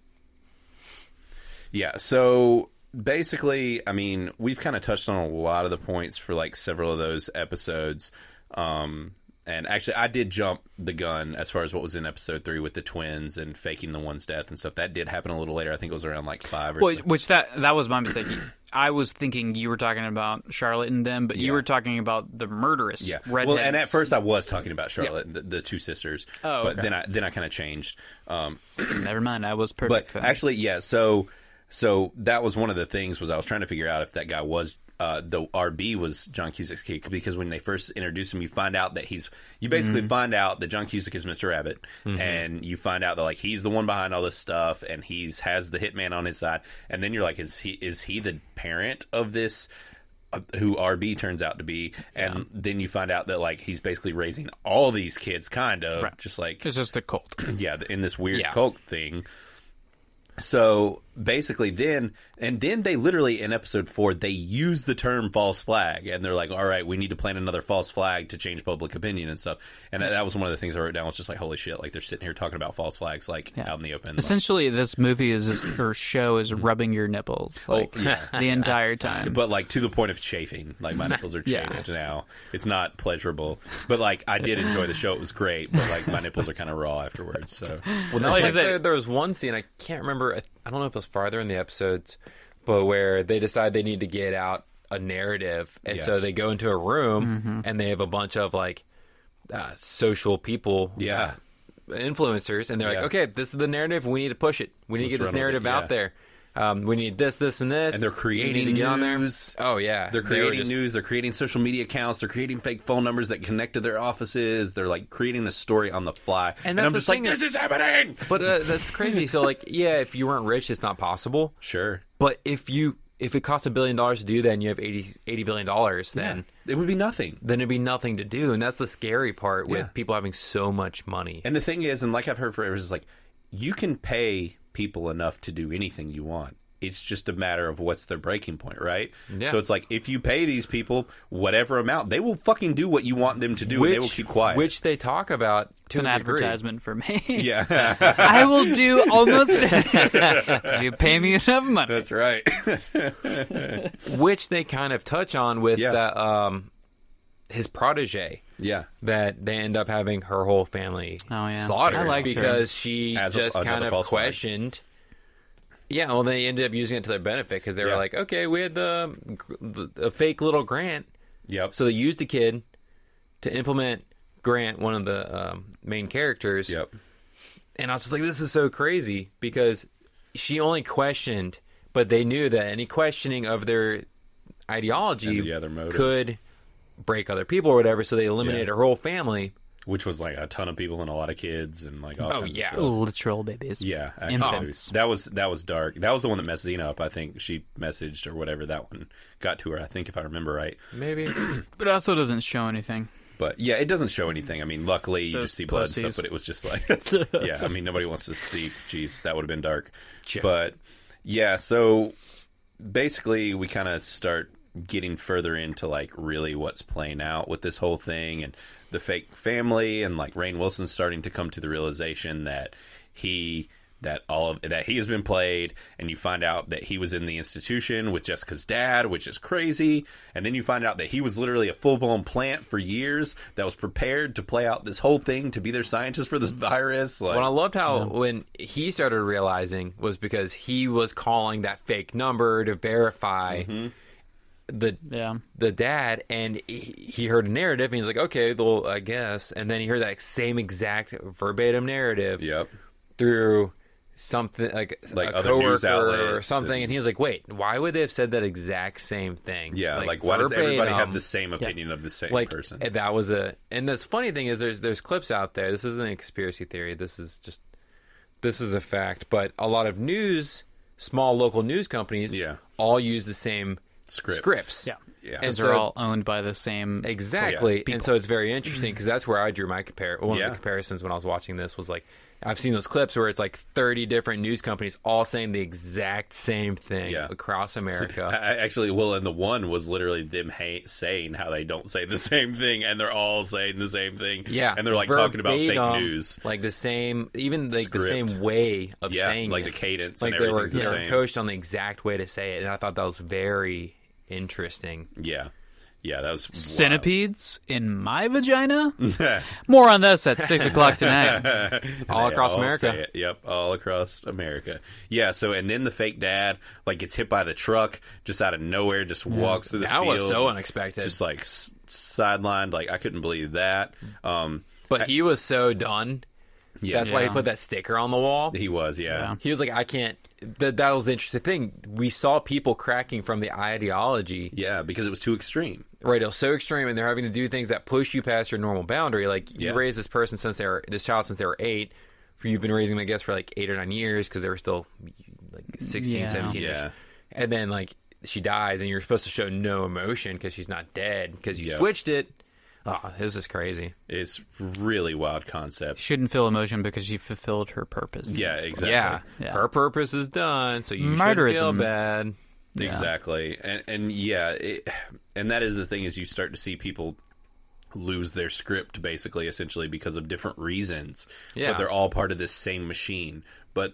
Speaker 2: Yeah. So basically, I mean, we've kind of touched on a lot of the points for like several of those episodes. Um, And actually, I did jump the gun as far as what was in episode three with the twins and faking the one's death and stuff. That did happen a little later. I think it was around like five or
Speaker 4: Well,
Speaker 2: so.
Speaker 4: which that that was my mistake. I was thinking you were talking about Charlotte and them, but you were talking about the murderous
Speaker 2: Yeah. Well,
Speaker 4: redheads.
Speaker 2: and at first I was talking about Charlotte, and the, the two sisters.
Speaker 4: Oh,
Speaker 2: but
Speaker 4: okay.
Speaker 2: then I then I kind of changed. Um,
Speaker 4: never mind. I was
Speaker 2: but
Speaker 4: perfect. for that.
Speaker 2: actually, yeah. So so that was one of the things was I was trying to figure out if that guy was uh, the RB was John Cusick's kid because when they first introduce him, you find out that he's you basically find out that John Cusick is Mr. Rabbit, and you find out that like he's the one behind all this stuff, and he's has the hitman on his side, and then you're like, is he is he the parent of this? uh, who RB turns out to be, and then you find out that like he's basically raising all these kids, kind of just like
Speaker 4: it's just a cult.
Speaker 2: yeah, th- in this weird
Speaker 3: Yeah.
Speaker 2: cult thing. So basically, then and then they literally in episode four they use the term false flag, and they're like, "All right, we need to plan another false flag to change public opinion and stuff." And that- that was one of the things I wrote down. Was just like, "Holy shit!" Like they're sitting here talking about false flags, like out in the open. Like,
Speaker 4: Essentially, this movie is just, or show is rubbing your nipples like the entire time.
Speaker 2: Mm-hmm. Oh, but like to the point of chafing. Like my nipples are
Speaker 4: Yeah.
Speaker 2: chafed now. It's not pleasurable, but like I did enjoy the show. It was great, but like my nipples are kind of raw afterwards. So
Speaker 3: Well, not like
Speaker 1: is that-
Speaker 3: there, there was one scene I can't remember. I- I don't know if it was farther in the episodes, but where they decide they need to get out a narrative, and
Speaker 2: Yeah.
Speaker 3: so they go into a room
Speaker 4: Mm-hmm.
Speaker 3: and they have a bunch of like uh, social people,
Speaker 2: Yeah.
Speaker 3: uh, influencers, and they're
Speaker 2: Yeah.
Speaker 3: like, okay, this is the narrative. We need to push it. We need to
Speaker 2: run
Speaker 3: get this
Speaker 2: with it,
Speaker 3: narrative
Speaker 2: yeah.
Speaker 3: out there. Um, we need this, this, and this.
Speaker 2: and they're creating
Speaker 3: We need to get on there.
Speaker 2: news.
Speaker 3: Oh yeah,
Speaker 2: They're
Speaker 3: They were
Speaker 2: creating
Speaker 3: just-
Speaker 2: news. They're creating social media accounts. They're creating fake phone numbers that connect to their offices. They're like creating a story on the fly. And,
Speaker 3: that's
Speaker 2: I'm
Speaker 3: the
Speaker 2: just like,
Speaker 3: thing is-
Speaker 2: this is happening.
Speaker 3: But uh, that's crazy. so like, yeah, if you weren't rich, it's not possible.
Speaker 2: Sure,
Speaker 3: But if you if it costs a billion dollars to do that and you have 80, 80 billion dollars, then
Speaker 2: it would be nothing.
Speaker 3: then it'd be nothing to do. And that's the scary part with
Speaker 2: Yeah.
Speaker 3: people having so much money.
Speaker 2: And the thing is, and like I've heard forever, is like you can pay people enough to do anything you want. It's just a matter of what's their breaking point, right?
Speaker 3: Yeah.
Speaker 2: So it's like if you pay these people whatever amount, they will fucking do what you want them to do, and they will keep quiet.
Speaker 3: Which they talk about to
Speaker 4: it's an
Speaker 3: a degree.
Speaker 4: advertisement for me.
Speaker 2: yeah,
Speaker 4: I will do almost. you pay me enough money.
Speaker 2: that's right.
Speaker 3: which they kind of touch on with
Speaker 2: Yeah.
Speaker 3: the, um, his protege
Speaker 2: yeah,
Speaker 3: that they end up having her whole family
Speaker 4: Oh, yeah.
Speaker 3: slaughtered
Speaker 4: I liked her.
Speaker 3: because she
Speaker 2: As a-
Speaker 3: just
Speaker 2: another
Speaker 3: kind of
Speaker 2: false flag.
Speaker 3: questioned. Yeah, well, they ended up using it to their benefit because they
Speaker 2: Yeah.
Speaker 3: were like, okay, we had the, the a fake little grant
Speaker 2: yep.
Speaker 3: So they used a kid to implement Grant, one of the um, main characters.
Speaker 2: yep.
Speaker 3: And I was just like, this is so crazy because she only questioned, but they knew that any questioning of their ideology
Speaker 2: And the other motives.
Speaker 3: could break other people or whatever. So they eliminated
Speaker 2: Yeah.
Speaker 3: her whole family.
Speaker 2: which was like a ton of people and a lot of kids and like all
Speaker 3: Oh,
Speaker 2: kinds of
Speaker 3: yeah.
Speaker 2: stuff.
Speaker 4: Literal babies.
Speaker 2: yeah actually.
Speaker 4: Infants.
Speaker 2: that was that was dark that was the one that messed Zena up I think she messaged or whatever that one got to her I think if I remember right
Speaker 3: Maybe.
Speaker 4: But it also doesn't show anything.
Speaker 2: but yeah it doesn't show anything I mean luckily you
Speaker 4: Those
Speaker 2: just see blood and stuff
Speaker 4: pussies.
Speaker 2: but it was just like yeah I mean nobody wants to see jeez that would have been dark but yeah so basically we kind of start getting further into like really what's playing out with this whole thing and the fake family and like Rain Wilson starting to come to the realization that he that all of that he has been played and you find out that he was in the institution with Jessica's dad which is crazy and then you find out that he was literally a full-blown plant for years that was prepared to play out this whole thing to be their scientist for this virus like
Speaker 3: What I loved how when he started realizing was because he was calling that fake number to verify
Speaker 2: Mm-hmm.
Speaker 3: the
Speaker 4: Yeah.
Speaker 3: the dad and he, he heard a narrative and he's like okay well i guess and then he heard that same exact verbatim narrative
Speaker 2: yep
Speaker 3: through something like,
Speaker 2: Like
Speaker 3: a
Speaker 2: other
Speaker 3: coworker
Speaker 2: news
Speaker 3: or
Speaker 2: outlets
Speaker 3: something
Speaker 2: and-
Speaker 3: and he was like wait why would they have said that exact same thing
Speaker 2: yeah like, why does everybody have
Speaker 3: verbatim,
Speaker 2: the same opinion of the same
Speaker 3: like
Speaker 2: person
Speaker 3: and that was a and the funny thing is there's there's clips out there this isn't a conspiracy theory this is just this is a fact but a lot of news small local news companies
Speaker 2: Yeah.
Speaker 3: all use the same
Speaker 2: Script.
Speaker 3: scripts
Speaker 4: Yeah.
Speaker 2: Yeah.
Speaker 3: and
Speaker 4: Those
Speaker 3: so
Speaker 4: are all owned by the same.
Speaker 3: Exactly, and so it's very interesting because that's where I drew my compare. One
Speaker 2: Yeah.
Speaker 3: of the comparisons when I was watching this was like, I've seen those clips where it's like thirty different news companies all saying the exact same thing
Speaker 2: Yeah.
Speaker 3: across
Speaker 2: I-
Speaker 3: America.
Speaker 2: I actually, well, and the one was literally them ha- saying how they don't say the same thing, and they're all saying the same thing.
Speaker 3: yeah,
Speaker 2: and they're like talking about fake
Speaker 3: verbatim,
Speaker 2: news.
Speaker 3: like the same, even like the
Speaker 2: Script.
Speaker 3: same way of
Speaker 2: Yeah,
Speaker 3: saying
Speaker 2: like
Speaker 3: it.
Speaker 2: the cadence
Speaker 3: Like
Speaker 2: and
Speaker 3: they were,
Speaker 2: everything's
Speaker 3: they
Speaker 2: the
Speaker 3: were
Speaker 2: same.
Speaker 3: coached on the exact way to say it, and I thought that was very interesting.
Speaker 2: Yeah, Yeah, that was wild.
Speaker 4: Centipedes in my vagina? More on this at 6 o'clock tonight.
Speaker 3: all
Speaker 2: They
Speaker 3: across
Speaker 2: all
Speaker 3: America.
Speaker 2: say it. Yep, all across America. Yeah. So, and then the fake dad like gets hit by the truck just out of nowhere, just walks through the
Speaker 3: That was
Speaker 2: field,
Speaker 3: so unexpected.
Speaker 2: Just like s- sidelined. Like I couldn't believe that. Um,
Speaker 3: but he was so done.
Speaker 2: Yeah.
Speaker 3: That's why he
Speaker 4: Yeah.
Speaker 3: put that sticker on the wall.
Speaker 2: he was. Yeah.
Speaker 3: He was like, I can't. Th- that was the interesting thing. We saw people cracking from the ideology.
Speaker 2: Yeah, because it was too extreme.
Speaker 3: Right, it was so extreme, and they're having to do things that push you past your normal boundary. Like
Speaker 2: Yeah.
Speaker 3: you raised this person since they were this child since they were eight. For you've been raising them, I guess, for like eight or nine years because they were still like 16,
Speaker 4: Yeah.
Speaker 3: 17 -ish.
Speaker 2: Yeah.
Speaker 3: And then like she dies, and you're supposed to show no emotion because she's not dead because you
Speaker 2: Yeah.
Speaker 3: switched it. Oh, this is crazy.
Speaker 2: It's really wild concept.
Speaker 4: Shouldn't feel emotion because you fulfilled her purpose.
Speaker 2: Yeah, exactly.
Speaker 3: Yeah.
Speaker 4: Yeah.
Speaker 3: her purpose is done, so you should feel
Speaker 4: Murderism.
Speaker 3: bad.
Speaker 2: Exactly. And and yeah, it, and that is the thing is you start to see people lose their script basically essentially because of different reasons.
Speaker 3: Yeah.
Speaker 2: But they're all part of this same machine. But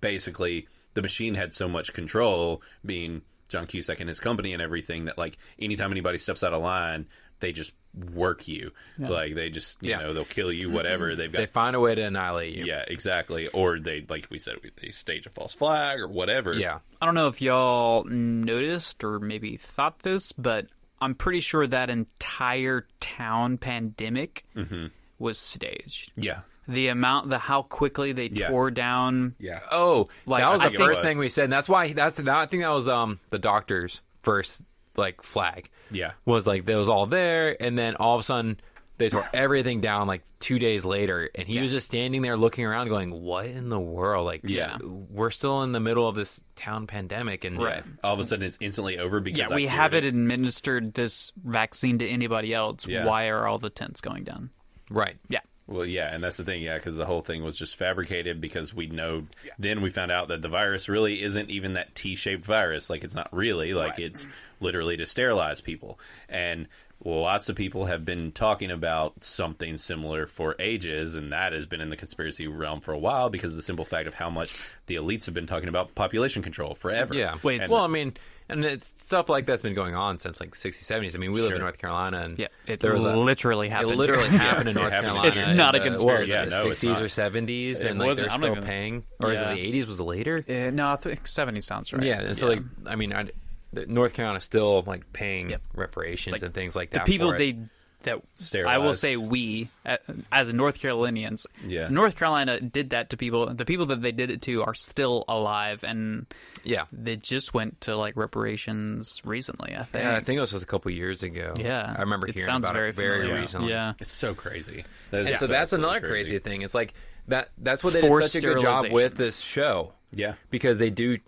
Speaker 2: basically the machine had so much control being John Cusack and his company and everything that like anytime anybody steps out of line, they just work you. Like they just you
Speaker 3: Yeah. Mm-hmm.
Speaker 2: know, they'll kill you, whatever. They've got
Speaker 3: They find a way to annihilate you.
Speaker 2: Yeah, exactly. Or they, like we said, they stage a false flag or whatever.
Speaker 3: yeah.
Speaker 4: I don't know if y'all noticed or maybe thought this, but I'm pretty sure that entire town pandemic
Speaker 2: Mm-hmm.
Speaker 4: was staged.
Speaker 2: yeah,
Speaker 4: The amount, the how quickly they
Speaker 2: Yeah.
Speaker 4: tore down.
Speaker 2: yeah.
Speaker 3: Oh,
Speaker 4: Like,
Speaker 3: that was
Speaker 4: I
Speaker 3: the
Speaker 4: think it
Speaker 3: first
Speaker 2: was.
Speaker 3: thing we said. And that's why that's that, I think that was um the doctor's first like flag.
Speaker 2: Yeah.
Speaker 3: Was like that was all there and then all of a sudden they tore everything down like 2 days later and he was just standing there looking around going, "What in the world? Like
Speaker 2: Yeah.
Speaker 3: we're still in the middle of this town pandemic and
Speaker 4: Right.
Speaker 2: All of a sudden, it's instantly over because
Speaker 4: Yeah,
Speaker 2: I
Speaker 4: we
Speaker 2: cleared
Speaker 4: haven't administered this vaccine to anybody else.
Speaker 2: Yeah.
Speaker 4: Why are all the tents going down?
Speaker 3: Right.
Speaker 4: Yeah.
Speaker 2: Well, yeah, and that's the thing, yeah, because the whole thing was just fabricated because we know. Then we found out that the virus really isn't even that T-shaped virus. Like it's not really. Like it's literally to sterilize people. And lots of people have been talking about something similar for ages, and that has been in the conspiracy realm for a while because of the simple fact of how much the elites have been talking about population control forever.
Speaker 3: Yeah.
Speaker 4: Wait,
Speaker 2: And-
Speaker 3: well, I mean, and it's stuff like that's been going on since like 60s, 70s. I mean, we live in
Speaker 2: Sure.
Speaker 3: North Carolina and
Speaker 4: Yeah. It
Speaker 3: there was a,
Speaker 4: literally
Speaker 3: It
Speaker 4: happened.
Speaker 3: literally
Speaker 4: here.
Speaker 3: happened in
Speaker 2: it
Speaker 3: North
Speaker 2: happened in
Speaker 3: Carolina.
Speaker 4: It's not a
Speaker 3: in the-
Speaker 4: conspiracy.
Speaker 2: Yeah,
Speaker 3: What was
Speaker 2: no,
Speaker 3: it,
Speaker 2: it's
Speaker 3: the 60s
Speaker 2: not.
Speaker 3: or 70s, and
Speaker 4: It
Speaker 3: like
Speaker 4: wasn't-
Speaker 3: they're
Speaker 4: I'm not
Speaker 3: still
Speaker 4: gonna-
Speaker 3: paying. Or is it
Speaker 4: Yeah.
Speaker 3: the 80s was later?
Speaker 4: Uh, no, I think 70 sounds right.
Speaker 3: yeah, and so like I mean, I, the- North Carolina's still like paying reparations and things like
Speaker 4: the
Speaker 3: that.
Speaker 4: people
Speaker 3: for it.
Speaker 4: they that I will
Speaker 2: Sterilized.
Speaker 4: say we uh, as North Carolinians.
Speaker 2: Yeah.
Speaker 4: North Carolina did that to people. The people that they did it to are still alive, and
Speaker 3: yeah.
Speaker 4: they just went to like reparations recently. I think.
Speaker 3: Yeah, I think it was just a couple years ago.
Speaker 4: Yeah.
Speaker 3: I remember
Speaker 4: It
Speaker 3: hearing
Speaker 4: sounds
Speaker 3: about
Speaker 4: very
Speaker 3: it very
Speaker 4: familiar.
Speaker 3: recently.
Speaker 4: Yeah.
Speaker 2: It's so crazy. That is
Speaker 3: and so that's
Speaker 2: absolutely
Speaker 3: another crazy. thing. It's like that. That's what they
Speaker 4: Forced
Speaker 3: did such a good job
Speaker 4: sterilization.
Speaker 3: with this show.
Speaker 2: Yeah.
Speaker 3: because they do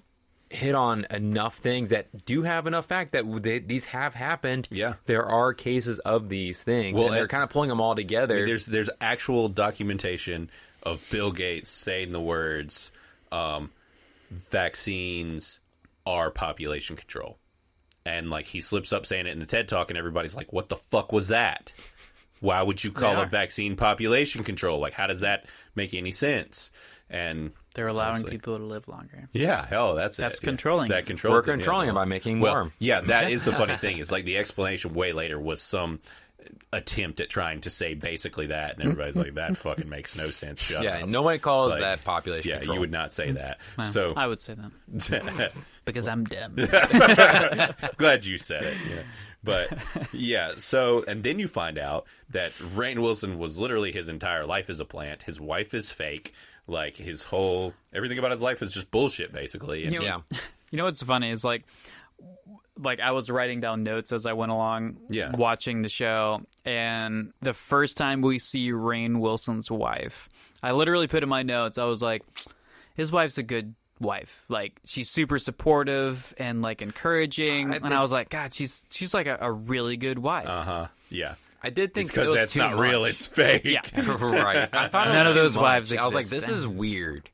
Speaker 3: hit on enough things that do have enough fact that they, these have happened.
Speaker 2: Yeah.
Speaker 3: there are cases of these things.
Speaker 2: Well,
Speaker 3: and they're
Speaker 2: and-
Speaker 3: kind of pulling them all together.
Speaker 2: there's there's actual documentation of Bill Gates saying the words um, vaccines are population control. And like he slips up saying it in a TED talk and everybody's like, What the fuck was that? Why would you call a vaccine population control? Like how does that make any sense? And
Speaker 4: They're allowing
Speaker 2: Honestly.
Speaker 4: people to live longer.
Speaker 2: yeah, hell, that's
Speaker 4: That's
Speaker 2: it. Yeah.
Speaker 4: controlling
Speaker 2: That
Speaker 4: it.
Speaker 2: controls.
Speaker 3: We're
Speaker 2: it, yeah.
Speaker 3: controlling it by making
Speaker 2: Well,
Speaker 3: warm.
Speaker 2: yeah, that is the funny thing. It's like the explanation way later was some attempt at trying to say basically that, and everybody's like, "That fucking makes no sense." Shut
Speaker 3: yeah,
Speaker 2: up.
Speaker 3: nobody calls
Speaker 2: uh, Like,
Speaker 3: that population.
Speaker 2: yeah,
Speaker 3: control.
Speaker 2: you would not say that.
Speaker 4: Well,
Speaker 2: so
Speaker 4: I would say that because I'm dumb.
Speaker 2: glad you said it. Yeah. But yeah, so and then you find out that Rain Wilson was literally his entire life is a plant. His wife is fake. Like his whole everything about his life is just bullshit, basically. And,
Speaker 4: You know,
Speaker 3: Yeah,
Speaker 4: You know what's funny is like, like I was writing down notes as I went along,
Speaker 2: Yeah.
Speaker 4: watching the show, and the first time we see Rain Wilson's wife, I literally put in my notes, I was like, his wife's a good wife, like she's super supportive and like encouraging, and I was like, God, she's she's like a, a really good wife.
Speaker 2: Uh huh. Yeah.
Speaker 3: I did think
Speaker 2: Because
Speaker 3: it was
Speaker 2: that's
Speaker 3: too
Speaker 2: not real.
Speaker 3: much.
Speaker 2: It's fake.
Speaker 4: Yeah.
Speaker 3: right. I thought it was
Speaker 4: None of
Speaker 3: too
Speaker 4: those
Speaker 3: much.
Speaker 4: wives
Speaker 3: I was like,
Speaker 4: exist.
Speaker 3: this is weird.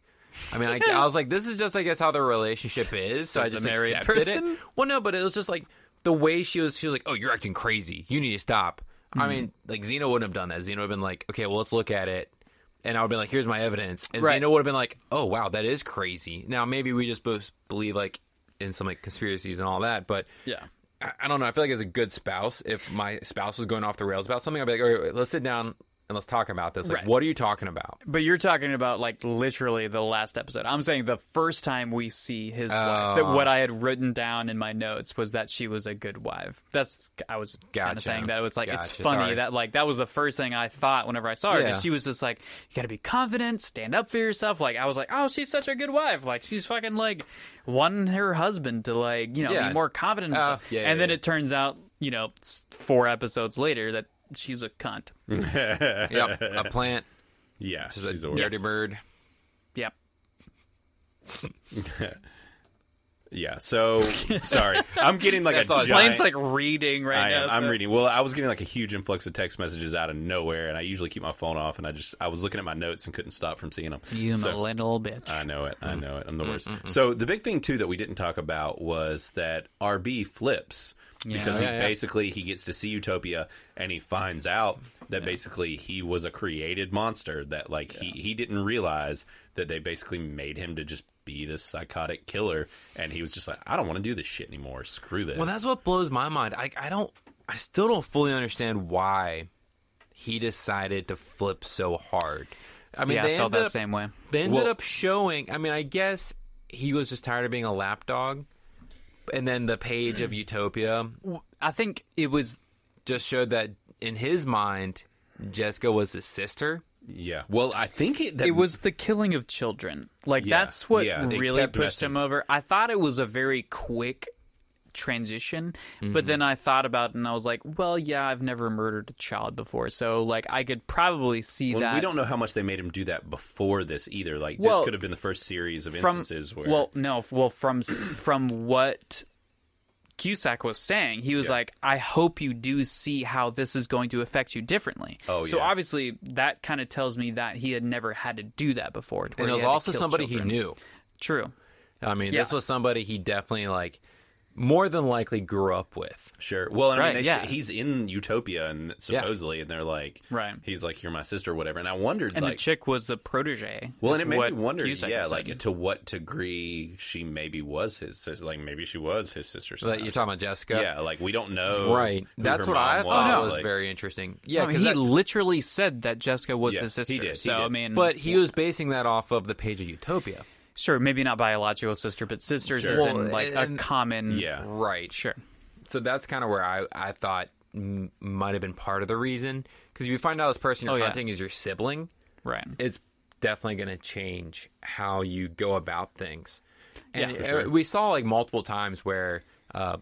Speaker 3: I mean, I, I was like, this is just, I guess, how their relationship is. So I
Speaker 4: the
Speaker 3: just
Speaker 4: married
Speaker 3: accepted
Speaker 4: person?
Speaker 3: it. Well, no, but it was just like the way she was. She was like, "Oh, you're acting crazy. You need to stop."
Speaker 4: Hmm.
Speaker 3: I mean, like Xena wouldn't have done that. Xena would have been like, "Okay, well, let's look at it," and I would have been like, "Here's my evidence." And
Speaker 4: Right.
Speaker 3: Xena would have been like, "Oh, wow, that is crazy." Now maybe we just both believe like in some like conspiracies and all that, but
Speaker 4: Yeah.
Speaker 3: I, I don't know. I feel like as a good spouse, if my spouse was going off the rails about something, I'd be like, all right, wait, let's sit down and let's talk about this. Like,
Speaker 4: Right.
Speaker 3: what are you talking about?
Speaker 4: But you're talking about like literally the last episode. I'm saying the first time we see his wife.
Speaker 3: Oh.
Speaker 4: That what I had written down in my notes was that she was a good wife. That's I was kind
Speaker 3: Gotcha.
Speaker 4: of saying that it's like it's
Speaker 3: Gotcha.
Speaker 4: funny
Speaker 3: Sorry.
Speaker 4: that like that was the first thing I thought whenever I saw her. 'cause
Speaker 3: Yeah.
Speaker 4: she was just like you got to be confident, stand up for yourself. Like I was like, oh, she's such a good wife. Like she's fucking like wanting her husband to like you know
Speaker 3: Yeah.
Speaker 4: be more confident. in
Speaker 3: Uh,
Speaker 4: himself.
Speaker 3: yeah,
Speaker 4: and
Speaker 3: yeah,
Speaker 4: then
Speaker 3: yeah.
Speaker 4: it turns out you know s- four episodes later that she's a cunt.
Speaker 3: Yep, a plant,
Speaker 2: Yeah,
Speaker 3: just a
Speaker 2: she's a wor-
Speaker 3: dirty bird.
Speaker 4: Yep.
Speaker 2: yeah. So sorry, I'm getting like
Speaker 3: That's
Speaker 2: a
Speaker 3: all it-
Speaker 2: giant.
Speaker 4: Blaine's like reading right
Speaker 2: I
Speaker 4: now.
Speaker 2: am. I'm
Speaker 4: so-
Speaker 2: reading. Well, I was getting like a huge influx of text messages out of nowhere, and I usually keep my phone off. And I just I was looking at my notes and couldn't stop from seeing them.
Speaker 4: You
Speaker 2: So-
Speaker 4: little bitch.
Speaker 2: I know it. I know it. I'm the worst. So the big thing too that we didn't talk about was that RB flips because he
Speaker 3: Yeah, yeah.
Speaker 2: basically he gets to see Utopia and he finds out that basically he was a created monster that like he he didn't realize that they basically made him to just be this psychotic killer and he was just like I don't want to do this shit anymore. Screw this.
Speaker 3: Well, that's what blows my mind. I, I don't, I still don't fully understand why he decided to flip so hard. I mean,
Speaker 4: yeah,
Speaker 3: they
Speaker 4: I felt
Speaker 3: ended
Speaker 4: that
Speaker 3: up,
Speaker 4: same way.
Speaker 3: They ended
Speaker 2: Well-
Speaker 3: up showing. I mean, I guess he was just tired of being a lapdog, and then the page
Speaker 4: Mm.
Speaker 3: of Utopia
Speaker 4: I think it was
Speaker 3: just showed that in his mind, Jessica was his sister.
Speaker 2: yeah. Well, I think it that
Speaker 4: it was the killing of children. Like
Speaker 2: Yeah,
Speaker 4: that's what
Speaker 2: yeah, they
Speaker 4: really
Speaker 2: kept
Speaker 4: pushed him over. I thought it was a very quick transition,
Speaker 2: Mm-hmm.
Speaker 4: but then I thought about it and I was like, well, yeah, I've never murdered a child before, so like I could probably see
Speaker 2: Well,
Speaker 4: that.
Speaker 2: we don't know how much they made him do that before this either. Like
Speaker 4: Well,
Speaker 2: this could have been the first series of
Speaker 4: from
Speaker 2: instances where
Speaker 4: well, no, f- well from s- from what Cusack was saying, he was like, "I hope you do see how this is going to affect you differently."
Speaker 2: Oh,
Speaker 4: so
Speaker 2: yeah.
Speaker 4: obviously that kind of tells me that he had never had to do that before. to where
Speaker 3: And it
Speaker 4: he
Speaker 3: was
Speaker 4: had to
Speaker 3: also
Speaker 4: kill
Speaker 3: somebody
Speaker 4: children.
Speaker 3: he knew.
Speaker 4: True.
Speaker 3: I mean, this
Speaker 4: Yeah.
Speaker 3: was somebody he definitely like, more than likely grew up with.
Speaker 2: Sure. Well, I
Speaker 4: Right,
Speaker 2: mean, they
Speaker 4: yeah.
Speaker 2: sh- he's in Utopia and supposedly, and they're like,
Speaker 4: Right.
Speaker 2: He's like, you're my sister, or whatever. And I wondered,
Speaker 4: And
Speaker 2: like,
Speaker 4: the chick was the protege.
Speaker 2: well,
Speaker 4: is
Speaker 2: and it made
Speaker 4: what
Speaker 2: me wonder,
Speaker 4: Cusack
Speaker 2: yeah,
Speaker 4: had
Speaker 2: like
Speaker 4: said.
Speaker 2: to what degree she maybe was his sister. Like maybe she was his sister.
Speaker 3: So that you're
Speaker 2: sometimes.
Speaker 3: talking about Jessica,
Speaker 2: yeah, like we don't know,
Speaker 3: Right.
Speaker 2: who
Speaker 3: That's
Speaker 2: her
Speaker 3: what
Speaker 2: mom
Speaker 3: I thought
Speaker 2: was,
Speaker 3: was
Speaker 2: like-
Speaker 3: very interesting. Yeah,
Speaker 4: I mean,
Speaker 3: because
Speaker 4: Oh, he literally said that Jessica was
Speaker 2: Yeah,
Speaker 4: his
Speaker 2: he
Speaker 4: sister.
Speaker 2: did, he
Speaker 4: so I
Speaker 2: did.
Speaker 4: mean,
Speaker 3: but he was basing that off of the page of Utopia.
Speaker 4: sure, maybe not biological sister, but sisters
Speaker 2: Sure.
Speaker 4: is in
Speaker 3: Well,
Speaker 4: like a
Speaker 3: and-
Speaker 4: common.
Speaker 2: Yeah.
Speaker 3: Right.
Speaker 4: sure.
Speaker 3: So that's kind of where I, I thought m- might have been part of the reason. Because if you find out this person you're
Speaker 4: Oh, yeah.
Speaker 3: hunting is your sibling,
Speaker 4: Right.
Speaker 3: it's definitely going to change how you go about things. And
Speaker 4: Yeah.
Speaker 3: uh, we saw like multiple times where uh,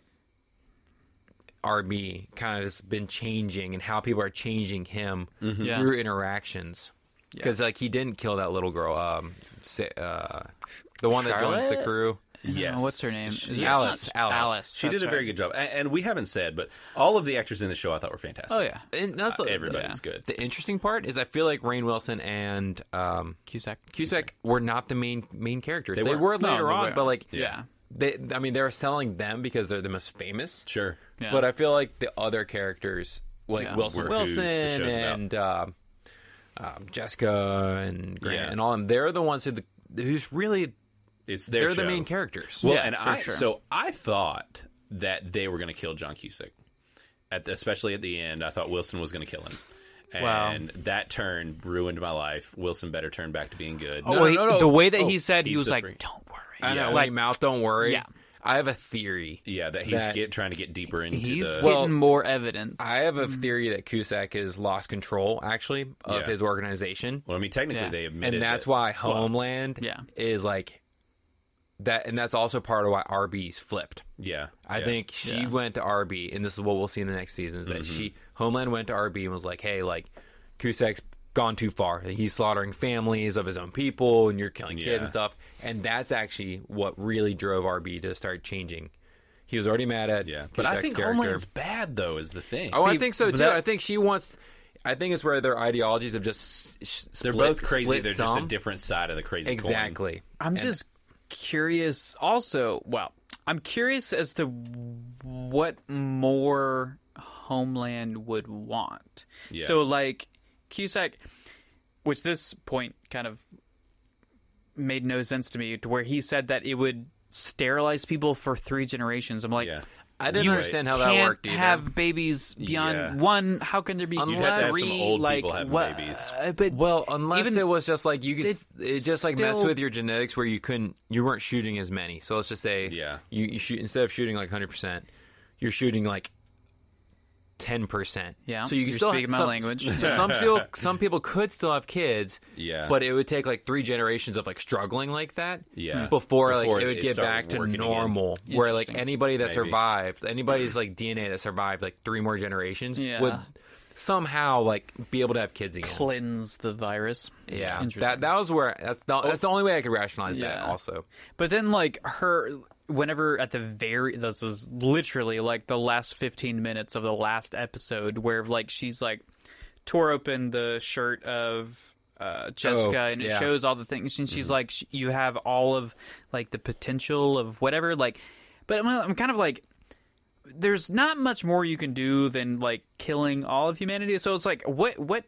Speaker 3: RB kind of has been changing and how people are changing him
Speaker 4: Yeah.
Speaker 3: through interactions. Because like he didn't kill that little girl, um, Sa- uh, the one that joins the
Speaker 4: Charlotte?
Speaker 3: crew.
Speaker 2: Yes.
Speaker 4: Oh, what's her name? Is it-
Speaker 3: Alice, Alice.
Speaker 4: Alice.
Speaker 2: She
Speaker 4: that's
Speaker 2: did a very
Speaker 4: right.
Speaker 2: good job, A- and we haven't said, but all of the actors in the show I thought were fantastic.
Speaker 4: Oh yeah,
Speaker 3: And that's the-
Speaker 2: everybody's good.
Speaker 3: The interesting part is I feel like Rain Wilson and um,
Speaker 4: Cusack.
Speaker 3: Cusack were not the main main characters. They,
Speaker 2: weren't.
Speaker 3: were
Speaker 4: No,
Speaker 3: later
Speaker 4: they
Speaker 3: on,
Speaker 4: were.
Speaker 3: but like
Speaker 4: Yeah.
Speaker 3: they I mean they were selling them because they're the most famous.
Speaker 2: Sure.
Speaker 4: Yeah.
Speaker 3: But I feel like the other characters like
Speaker 4: Yeah.
Speaker 3: Wilson
Speaker 2: Were whose
Speaker 3: Wilson
Speaker 2: the show's about.
Speaker 3: and um um, Jessica and Grant
Speaker 2: Yeah.
Speaker 3: and all them, they're the ones who the, who's really
Speaker 2: It's
Speaker 3: they're
Speaker 2: their
Speaker 3: the
Speaker 2: show.
Speaker 3: main characters.
Speaker 2: Well,
Speaker 4: Yeah,
Speaker 2: and
Speaker 4: for
Speaker 2: I
Speaker 4: sure.
Speaker 2: so I thought that they were going to kill John Cusick, at the, especially at the end. I thought Wilson was going to kill him,
Speaker 4: Wow.
Speaker 2: and that turn ruined my life. Wilson better turn back to being good.
Speaker 4: Oh,
Speaker 3: no,
Speaker 4: wait,
Speaker 3: no, no.
Speaker 4: The way that
Speaker 3: Oh,
Speaker 4: he said, he
Speaker 2: he's
Speaker 4: was
Speaker 2: the
Speaker 4: like,
Speaker 2: freak.
Speaker 4: "Don't worry."
Speaker 3: I know
Speaker 2: yeah.
Speaker 3: when
Speaker 4: Like-
Speaker 3: you mouth don't worry.
Speaker 4: Yeah.
Speaker 3: I have a theory.
Speaker 2: Yeah, that he's
Speaker 3: That-
Speaker 2: get, trying to get deeper into
Speaker 4: He's
Speaker 2: the.
Speaker 4: getting more evidence.
Speaker 3: I have a
Speaker 4: Mm-hmm.
Speaker 3: theory that Cusack has lost control actually of
Speaker 2: Yeah.
Speaker 3: his organization.
Speaker 2: well, I mean, technically,
Speaker 4: Yeah.
Speaker 2: they admitted,
Speaker 3: and that's
Speaker 2: that-
Speaker 3: why Homeland
Speaker 4: yeah.
Speaker 3: is like that, and that's also part of why RB's flipped.
Speaker 2: Yeah,
Speaker 3: I
Speaker 2: yeah. Mm-hmm.
Speaker 3: think she
Speaker 4: Yeah.
Speaker 3: went to RB, and this is what we'll see in the next season: is that she Homeland went to RB and was like, "Hey, like Cusack's gone too far. He's slaughtering families of his own people, and you're killing kids
Speaker 2: Yeah.
Speaker 3: and stuff." And that's actually what really drove RB to start changing. He was already mad at
Speaker 2: Yeah,
Speaker 3: Cusack's
Speaker 2: but I think
Speaker 3: character.
Speaker 2: Homeland's bad though is the thing.
Speaker 3: Oh, I
Speaker 4: See,
Speaker 3: think so too.
Speaker 4: but that-
Speaker 3: I think she wants. I think it's where their ideologies have just s- s-
Speaker 2: they're
Speaker 3: split-
Speaker 2: both crazy.
Speaker 3: split
Speaker 2: They're just a
Speaker 3: some.
Speaker 2: different side of the crazy. coin.
Speaker 3: Exactly.
Speaker 4: I'm just curious. Also, well, I'm curious as to what more Homeland would want.
Speaker 2: Yeah.
Speaker 4: So, like Cusack, which this point kind of made no sense to me, to where he said that it would sterilize people for three generations. I'm like,
Speaker 2: Yeah.
Speaker 3: I didn't
Speaker 4: You
Speaker 3: understand how that
Speaker 4: Can't
Speaker 3: worked either.
Speaker 4: have babies beyond
Speaker 2: Yeah.
Speaker 4: one. How can there be
Speaker 3: You'd have to have some
Speaker 4: three?
Speaker 2: old
Speaker 4: like
Speaker 2: people having
Speaker 4: what?
Speaker 2: babies.
Speaker 4: uh, But
Speaker 3: well, unless
Speaker 4: even-
Speaker 3: it was just like you could, s-
Speaker 4: it
Speaker 3: it just like mess
Speaker 4: still-
Speaker 3: with your genetics where you couldn't, you weren't shooting as many. So let's just say,
Speaker 2: Yeah.
Speaker 3: you, you shoot instead of shooting like hundred percent, you're shooting like ten percent.
Speaker 4: Yeah,
Speaker 3: So you can
Speaker 4: you're
Speaker 3: still
Speaker 4: speaking my
Speaker 3: some-
Speaker 4: language.
Speaker 3: So some people, some people could still have kids.
Speaker 2: Yeah.
Speaker 3: But it would take like three generations of like struggling like that.
Speaker 2: Yeah.
Speaker 3: Before,
Speaker 2: Before
Speaker 3: like it would
Speaker 2: it
Speaker 3: get
Speaker 2: started
Speaker 3: back to
Speaker 2: working again.
Speaker 3: normal, where like
Speaker 4: Hmm. Interesting.
Speaker 3: anybody that
Speaker 2: Maybe.
Speaker 3: survived, anybody's like DNA that survived like three more generations
Speaker 4: Yeah.
Speaker 3: would somehow like be able to have kids again.
Speaker 4: cleanse the virus.
Speaker 3: Yeah,
Speaker 4: Interesting. Oh.
Speaker 3: that that was where that's the, that's the only way I could rationalize that.
Speaker 4: Yeah.
Speaker 3: Also,
Speaker 4: But then, like her, whenever at the very, this is literally like the last fifteen minutes of the last episode, where like she's like tore open the shirt of uh, Jessica, and it
Speaker 3: yeah.
Speaker 4: shows all the things, and she's like, sh- you have all of like the potential of whatever, like. But I'm, I'm kind of like, there's not much more you can do than like killing all of humanity. So it's like, what, what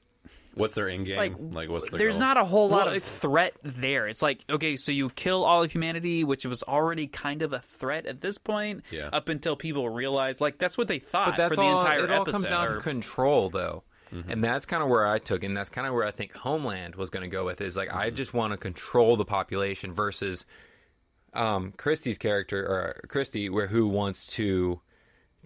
Speaker 2: What's their end game? Like,
Speaker 4: like,
Speaker 2: what's their
Speaker 4: there's
Speaker 2: goal?
Speaker 4: not a whole lot
Speaker 3: Well,
Speaker 4: of
Speaker 3: it-
Speaker 4: threat there. It's like okay, so you kill all of humanity, which was already kind of a threat at this point.
Speaker 2: Yeah.
Speaker 4: Up until people realized, like that's what they thought
Speaker 3: but that's
Speaker 4: for the
Speaker 3: all.
Speaker 4: entire
Speaker 3: it all
Speaker 4: episode. Mm-hmm.
Speaker 3: comes down to control, though, and that's kind of where I took, and that's kind of where I think Homeland was going to go with is like
Speaker 4: Mm-hmm.
Speaker 3: I just want to control the population versus um, Christie's character or Christie, where who wants to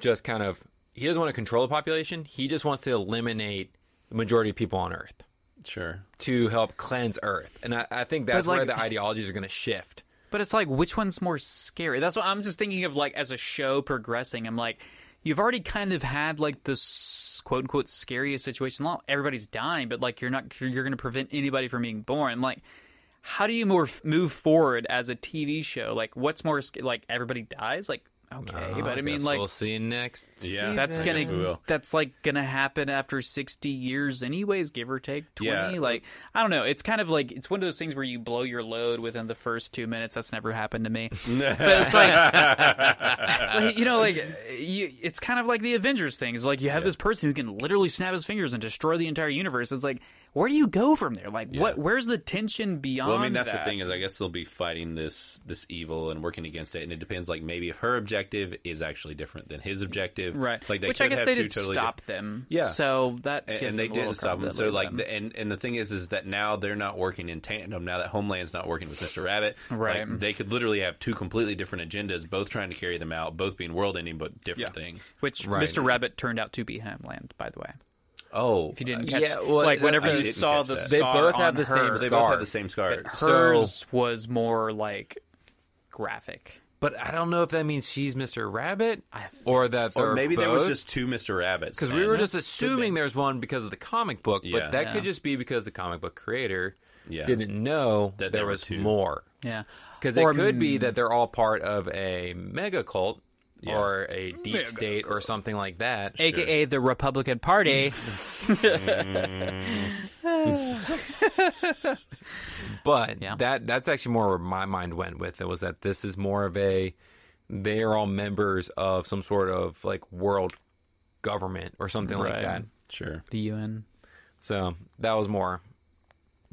Speaker 3: just kind of he doesn't want to control the population. He just wants to eliminate the majority of people on Earth
Speaker 2: sure.
Speaker 3: to help cleanse Earth, and I, I think that's where
Speaker 4: like-
Speaker 3: the ideologies are going to shift.
Speaker 4: but it's like which one's more scary? That's what I'm just thinking of. Like as a show progressing, I'm like. You've already kind of had like this quote unquote scariest situation. Well, Everybody's dying, but like you're not you're going to prevent anybody from being born. I'm like, how do you more move forward as a TV show? Like, what's more sc- like everybody dies? Like, okay, but I mean,
Speaker 3: Uh-huh, guess
Speaker 4: like
Speaker 3: we'll see next.
Speaker 2: Yeah.
Speaker 4: that's
Speaker 2: I
Speaker 3: season.
Speaker 2: guess we
Speaker 4: gonna
Speaker 2: will.
Speaker 4: that's like gonna happen after sixty years, anyways, give or take twenty.
Speaker 2: Yeah.
Speaker 4: Like, I don't know. It's kind of like it's one of those things where you blow your load within the first two minutes. That's never happened to me. but it's like, like, you know, like you, it's kind of like the Avengers thing. It's like you have this person who can literally snap his fingers and destroy the entire universe. It's like, where do you go from there? Like, what? Where's the tension beyond?
Speaker 2: Well, I mean, that's
Speaker 4: that?
Speaker 2: the thing is, I guess they'll be fighting this this evil and working against it, and it depends. Like maybe if her objective is actually different than his objective,
Speaker 4: right?
Speaker 2: Like they
Speaker 4: Which
Speaker 2: could
Speaker 4: I guess
Speaker 2: have
Speaker 4: they
Speaker 2: two
Speaker 4: did
Speaker 2: totally
Speaker 4: stop them.
Speaker 2: Yeah.
Speaker 4: so that
Speaker 2: different- and, and
Speaker 4: gives
Speaker 2: they
Speaker 4: them a little
Speaker 2: didn't stop him. So
Speaker 4: credibility
Speaker 2: like,
Speaker 4: then.
Speaker 2: the, and and the thing is, is that now they're not working in tandem. Now that Homeland's not working with Mister Rabbit, like,
Speaker 4: Right.
Speaker 2: they could literally have two completely different agendas, both trying to carry them out, both being world ending, but different things.
Speaker 4: Which
Speaker 3: Right.
Speaker 4: Mr. Rabbit turned out to be Homeland, by the way.
Speaker 2: Oh,
Speaker 4: If you didn't catch,
Speaker 3: yeah, well,
Speaker 4: like
Speaker 3: that's
Speaker 4: whenever
Speaker 3: the- I
Speaker 4: you
Speaker 2: didn't
Speaker 4: saw
Speaker 2: catch
Speaker 4: the
Speaker 2: that.
Speaker 4: scar
Speaker 3: They both
Speaker 4: on
Speaker 3: have the same
Speaker 4: her,
Speaker 2: they both
Speaker 3: scar.
Speaker 2: have the same scar.
Speaker 4: Hers was more like graphic.
Speaker 3: But I don't know if that means she's Mr. Rabbit
Speaker 4: I think
Speaker 3: or that
Speaker 2: or
Speaker 3: they're
Speaker 2: maybe there was
Speaker 3: both.
Speaker 2: just two Mister Rabbits
Speaker 3: because we
Speaker 2: then.
Speaker 3: were just assuming there's one because of the comic book,
Speaker 2: Yeah.
Speaker 3: but that
Speaker 4: Yeah.
Speaker 3: could just be because the comic book creator
Speaker 2: Yeah.
Speaker 3: didn't know
Speaker 2: That
Speaker 3: that
Speaker 2: there
Speaker 3: there
Speaker 2: were
Speaker 3: was
Speaker 2: two.
Speaker 3: more.
Speaker 4: Yeah,
Speaker 3: Because
Speaker 4: Or,
Speaker 3: it could be
Speaker 4: mm,
Speaker 3: that they're all part of a mega cult or a deep state or something like that.
Speaker 4: aka the Republican Party.
Speaker 3: But
Speaker 4: Yeah.
Speaker 3: that that's actually more where my mind went with it was that this is more of a they are all members of some sort of like world government or something like
Speaker 4: Right.
Speaker 3: that.
Speaker 2: sure.
Speaker 4: the UN.
Speaker 3: So that was more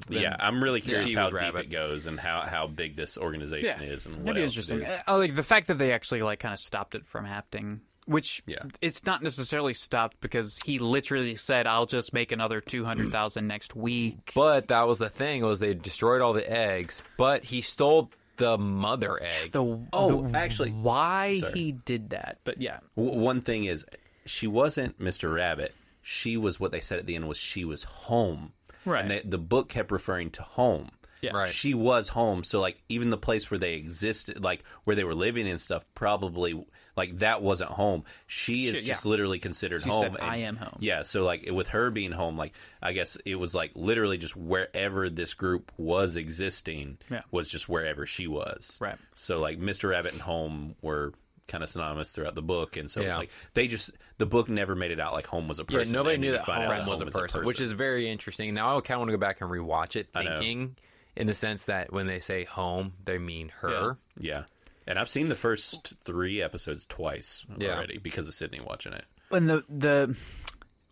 Speaker 2: yeah, I'm really curious
Speaker 3: she
Speaker 2: how
Speaker 3: was
Speaker 2: deep
Speaker 3: rabbit.
Speaker 2: it goes and how, how big this organization is and what
Speaker 4: That'd be
Speaker 2: else it
Speaker 4: interesting.
Speaker 2: is.
Speaker 4: Uh, Oh, like the fact that they actually like kind of stopped it from happening, which
Speaker 2: Yeah.
Speaker 4: it's not necessarily stopped because he literally said, "I'll just make another two hundred thousand next week."
Speaker 3: But that was the thing was they destroyed all the eggs, but he stole the mother egg.
Speaker 4: The
Speaker 2: Oh,
Speaker 4: the-
Speaker 2: actually-
Speaker 4: why he did that? But yeah,
Speaker 2: W- one thing is, she wasn't Mr. Rabbit. She was what they said at the end was she was home.
Speaker 4: Right.
Speaker 2: And they, the book kept referring to home.
Speaker 4: Yeah.
Speaker 3: Right.
Speaker 2: She was home. So like even the place where they existed, like where they were living and stuff, probably like that wasn't home. She is
Speaker 4: She-
Speaker 2: just literally considered
Speaker 4: She
Speaker 2: home.
Speaker 4: said, "I am home."
Speaker 2: Yeah. So like with her being home, like I guess it was like literally just wherever this group was existing
Speaker 4: Yeah.
Speaker 2: was just wherever she was.
Speaker 4: Right.
Speaker 2: So like Mr. Rabbit and home were kind of synonymous throughout the book, and so it's
Speaker 3: Yeah.
Speaker 2: like they just the book never made it out like home was a
Speaker 3: yeah,
Speaker 2: person.
Speaker 3: nobody
Speaker 2: and then
Speaker 3: knew
Speaker 2: you
Speaker 3: that
Speaker 2: find out
Speaker 3: Home was a
Speaker 2: is
Speaker 3: person, which is very interesting. Now I kind of want to go back and rewatch it,
Speaker 2: know.
Speaker 3: thinking in the sense that when they say home, they mean her.
Speaker 2: yeah. And I've seen the first three episodes twice
Speaker 3: Yeah.
Speaker 2: already because of Sydney watching it.
Speaker 4: and the the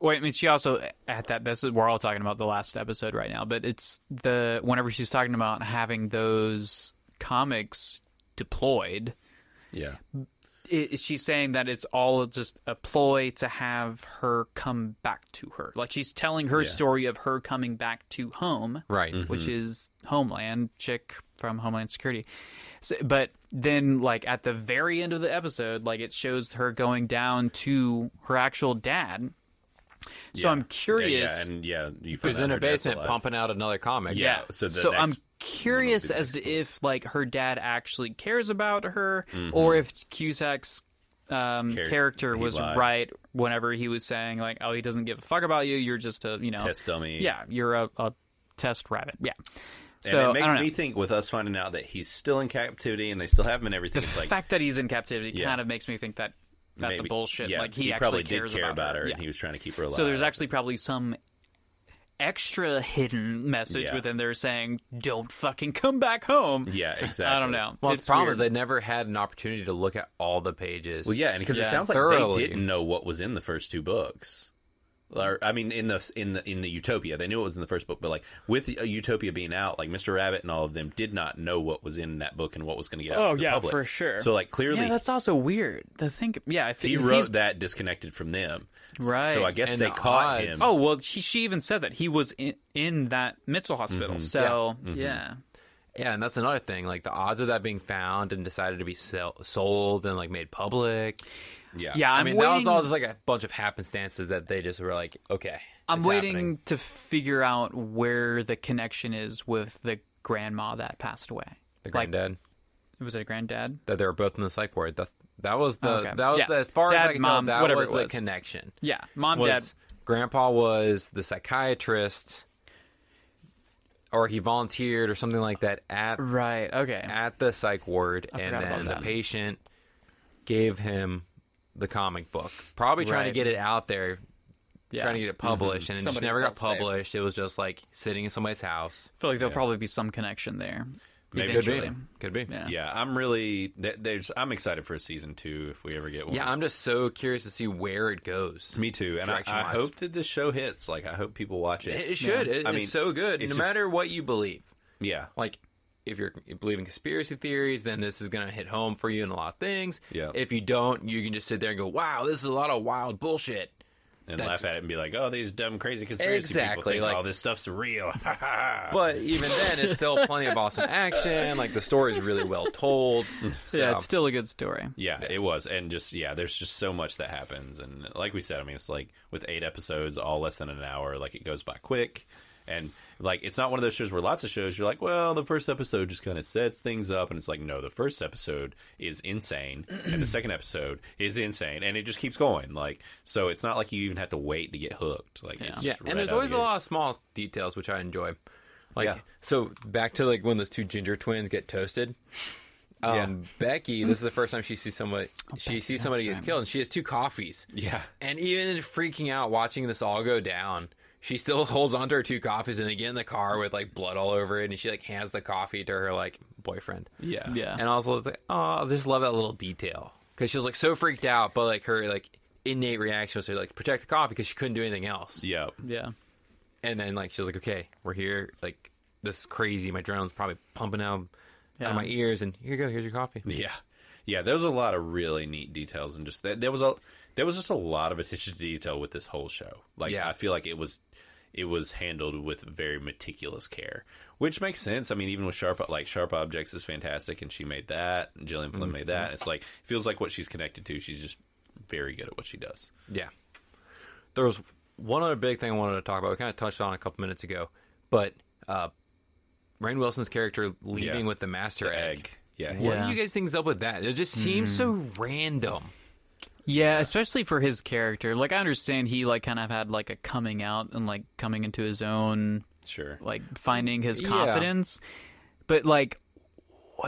Speaker 4: wait, I mean, she also at that. This is we're all talking about the last episode right now, but it's the whenever she's talking about having those comics deployed.
Speaker 2: Yeah,
Speaker 4: i- is she saying that it's all just a ploy to have her come back to her? Like she's telling her story of her coming back to home,
Speaker 3: Right.
Speaker 4: Which
Speaker 2: Mm-hmm.
Speaker 4: is Homeland chick from Homeland Security. So, but then, like at the very end of the episode, like it shows her going down to her actual dad. So I'm curious.
Speaker 2: Yeah, and yeah, you find
Speaker 3: Who's
Speaker 2: out
Speaker 3: in
Speaker 2: her
Speaker 3: her
Speaker 2: dad's
Speaker 3: basement
Speaker 2: alive.
Speaker 3: pumping out another comic.
Speaker 2: Yeah. so the next
Speaker 4: I'm curious as to if like her dad actually cares about her, or if Cusack's um,
Speaker 2: Mm-hmm. Care-
Speaker 4: character
Speaker 2: he
Speaker 4: was
Speaker 2: lied.
Speaker 4: right whenever he was saying like, "Oh, he doesn't give a fuck about you. You're just a you know
Speaker 2: Test dummy.
Speaker 4: Yeah, you're a, a test rabbit. Yeah.
Speaker 2: and
Speaker 4: So
Speaker 2: it
Speaker 4: I
Speaker 2: makes
Speaker 4: don't
Speaker 2: me
Speaker 4: know.
Speaker 2: think with us finding out that he's still in captivity and they still have him and everything.
Speaker 4: the
Speaker 2: it's like
Speaker 4: fact that he's in captivity
Speaker 2: Yeah.
Speaker 4: kind of makes me think that that's
Speaker 2: maybe-
Speaker 4: a bullshit.
Speaker 2: Yeah,
Speaker 4: like he, actually
Speaker 2: probably
Speaker 4: cares
Speaker 2: did care about her,
Speaker 4: Yeah.
Speaker 2: and he was trying to keep her alive.
Speaker 4: So there's actually probably some extra hidden message
Speaker 2: Yeah.
Speaker 4: within there saying, "Don't fucking come back home."
Speaker 2: yeah, exactly.
Speaker 4: I don't know.
Speaker 3: Well,
Speaker 4: it's
Speaker 3: the problem is
Speaker 4: weird.
Speaker 3: they never had an opportunity to look at all the pages.
Speaker 2: Well, yeah, and because it
Speaker 4: Yeah.
Speaker 2: sounds like
Speaker 3: Thoroughly.
Speaker 2: they didn't know what was in the first two books. Or, I mean, in the in the in the Utopia, they knew it was in the first book, but like with uh, Utopia being out, like Mr. Rabbit and all of them did not know what was in that book and what was going to get out.
Speaker 4: Oh,
Speaker 2: to the
Speaker 4: yeah,
Speaker 2: public.
Speaker 4: for sure.
Speaker 2: So like clearly,
Speaker 4: Yeah, that's also weird. The thing, yeah, if,
Speaker 2: he
Speaker 4: if
Speaker 2: wrote
Speaker 4: he's-
Speaker 2: that disconnected from them, S-
Speaker 4: Right.
Speaker 2: So I guess
Speaker 3: And
Speaker 2: they
Speaker 3: the
Speaker 2: caught
Speaker 3: odds-
Speaker 2: him.
Speaker 4: Oh well, she, she even said that he was in, in that mental
Speaker 2: Mm-hmm.
Speaker 4: hospital. So yeah,
Speaker 3: Yeah, and that's another thing. Like the odds of that being found and decided to be sell- sold and like made public.
Speaker 2: yeah,
Speaker 4: yeah. I'm
Speaker 3: I mean,
Speaker 4: waiting,
Speaker 3: that was all just like a bunch of happenstances that they just were like, okay.
Speaker 4: I'm
Speaker 3: it's
Speaker 4: waiting
Speaker 3: happening.
Speaker 4: to figure out where the connection is with the grandma that passed away.
Speaker 3: The
Speaker 4: like-
Speaker 3: granddad
Speaker 4: Was it a granddad?
Speaker 3: that they were both in the psych ward. That's that was the
Speaker 4: Okay.
Speaker 3: that was
Speaker 4: Yeah.
Speaker 3: the as far as
Speaker 4: Dad,
Speaker 3: I can
Speaker 4: mom,
Speaker 3: tell. That
Speaker 4: whatever
Speaker 3: was,
Speaker 4: it was.
Speaker 3: the connection.
Speaker 4: Yeah, mom, dad.
Speaker 3: was grandpa was the psychiatrist or he volunteered or something like that at
Speaker 4: Right. Okay.
Speaker 3: at the psych ward and
Speaker 4: forgot about
Speaker 3: then the
Speaker 4: that.
Speaker 3: patient gave him the comic book probably trying to
Speaker 4: Right.
Speaker 3: get it out there
Speaker 4: Yeah. Mm-hmm.
Speaker 3: trying to get it published and it just
Speaker 4: Somebody
Speaker 3: never got
Speaker 4: felt safe.
Speaker 3: published it was just like sitting in somebody's house
Speaker 4: I feel like there'll probably be some connection there.
Speaker 2: Maybe.
Speaker 3: could
Speaker 4: eventually.
Speaker 3: be could be
Speaker 4: Yeah.
Speaker 2: yeah. I'm really th- there's. I'm excited for a season two if we ever get one.
Speaker 3: yeah i'm just so curious to see where it goes
Speaker 2: me too. And I, I
Speaker 3: Direction-wise.
Speaker 2: hope that this show hits. Like I hope people watch
Speaker 3: it,
Speaker 2: it.
Speaker 3: it should It-
Speaker 2: I
Speaker 3: it's
Speaker 2: mean,
Speaker 3: so good
Speaker 2: it's
Speaker 3: no
Speaker 2: just-
Speaker 3: matter what you believe
Speaker 2: yeah,
Speaker 3: like if you're you believe in conspiracy theories, then this is going to hit home for you in a lot of things.
Speaker 2: Yeah.
Speaker 3: If you don't, you can just sit there and go, "Wow, this is a lot of wild bullshit."
Speaker 2: and
Speaker 3: That's-
Speaker 2: laugh at it and be like, "Oh, these dumb, crazy conspiracy people
Speaker 3: Exactly,
Speaker 2: think
Speaker 3: like-
Speaker 2: all this stuff's real."
Speaker 3: But even then, it's still plenty of awesome action. Like the story's really well told. So,
Speaker 4: Yeah, it's still a good story.
Speaker 2: yeah, it was, and just yeah, there's just so much that happens, and like we said, I mean, it's like with eight episodes, all less than an hour, like it goes by quick, and like it's not one of those shows where lots of shows you're like, well, the first episode just kind of sets things up, and it's like, no, the first episode is insane, and the second episode is insane, and it just keeps going, like so it's not like you even have to wait to get hooked, like it's
Speaker 3: yeah.
Speaker 2: just right
Speaker 3: And there's
Speaker 2: out of
Speaker 3: always
Speaker 2: the
Speaker 3: a
Speaker 2: gate.
Speaker 3: lot of small details which I enjoy. Like
Speaker 2: Yeah.
Speaker 3: so, back to like when those two ginger twins get toasted. Um, Becky, this is the first time she sees somebody.
Speaker 2: Oh,
Speaker 3: she sees somebody gets killed, and she has two coffees.
Speaker 2: yeah.
Speaker 3: And even in freaking out watching this all go down, she still holds onto her two coffees and they get in the car with like blood all over it and she like hands the coffee to her like boyfriend.
Speaker 2: Yeah.
Speaker 4: Yeah.
Speaker 3: And I was like, oh, I just love that little detail. Cause she was like so freaked out, but like her like innate reaction was to like protect the coffee because she couldn't do anything else.
Speaker 2: Yeah.
Speaker 4: yeah.
Speaker 3: And then like she was like, okay, we're here. Like this is crazy. My adrenaline's probably pumping out, out
Speaker 4: Yeah.
Speaker 3: of my ears. And here you go. Here's your coffee.
Speaker 2: Yeah, yeah. There was a lot of really neat details, and just that there was a there was just a lot of attention to detail with this whole show. Like
Speaker 3: Yeah.
Speaker 2: I feel like it was it was handled with very meticulous care, which makes sense. I mean, even with sharp like sharp objects is fantastic, and she made that. and Gillian Flynn made
Speaker 4: Mm-hmm.
Speaker 2: that. It's like feels like what she's connected to. She's just very good at what she does.
Speaker 3: Yeah. There was one other big thing I wanted to talk about. We kind of touched on it a couple minutes ago, but uh, Rain Wilson's character leaving
Speaker 2: Yeah.
Speaker 3: with the master egg.
Speaker 2: Yeah.
Speaker 3: What
Speaker 4: Yeah. Mm-hmm.
Speaker 3: do you guys think's up with that? It just seems so random.
Speaker 4: Yeah, especially for his character. Like I understand he like kind of had like a coming out and like coming into his own,
Speaker 2: Sure.
Speaker 4: like finding his
Speaker 3: Yeah.
Speaker 4: confidence. But like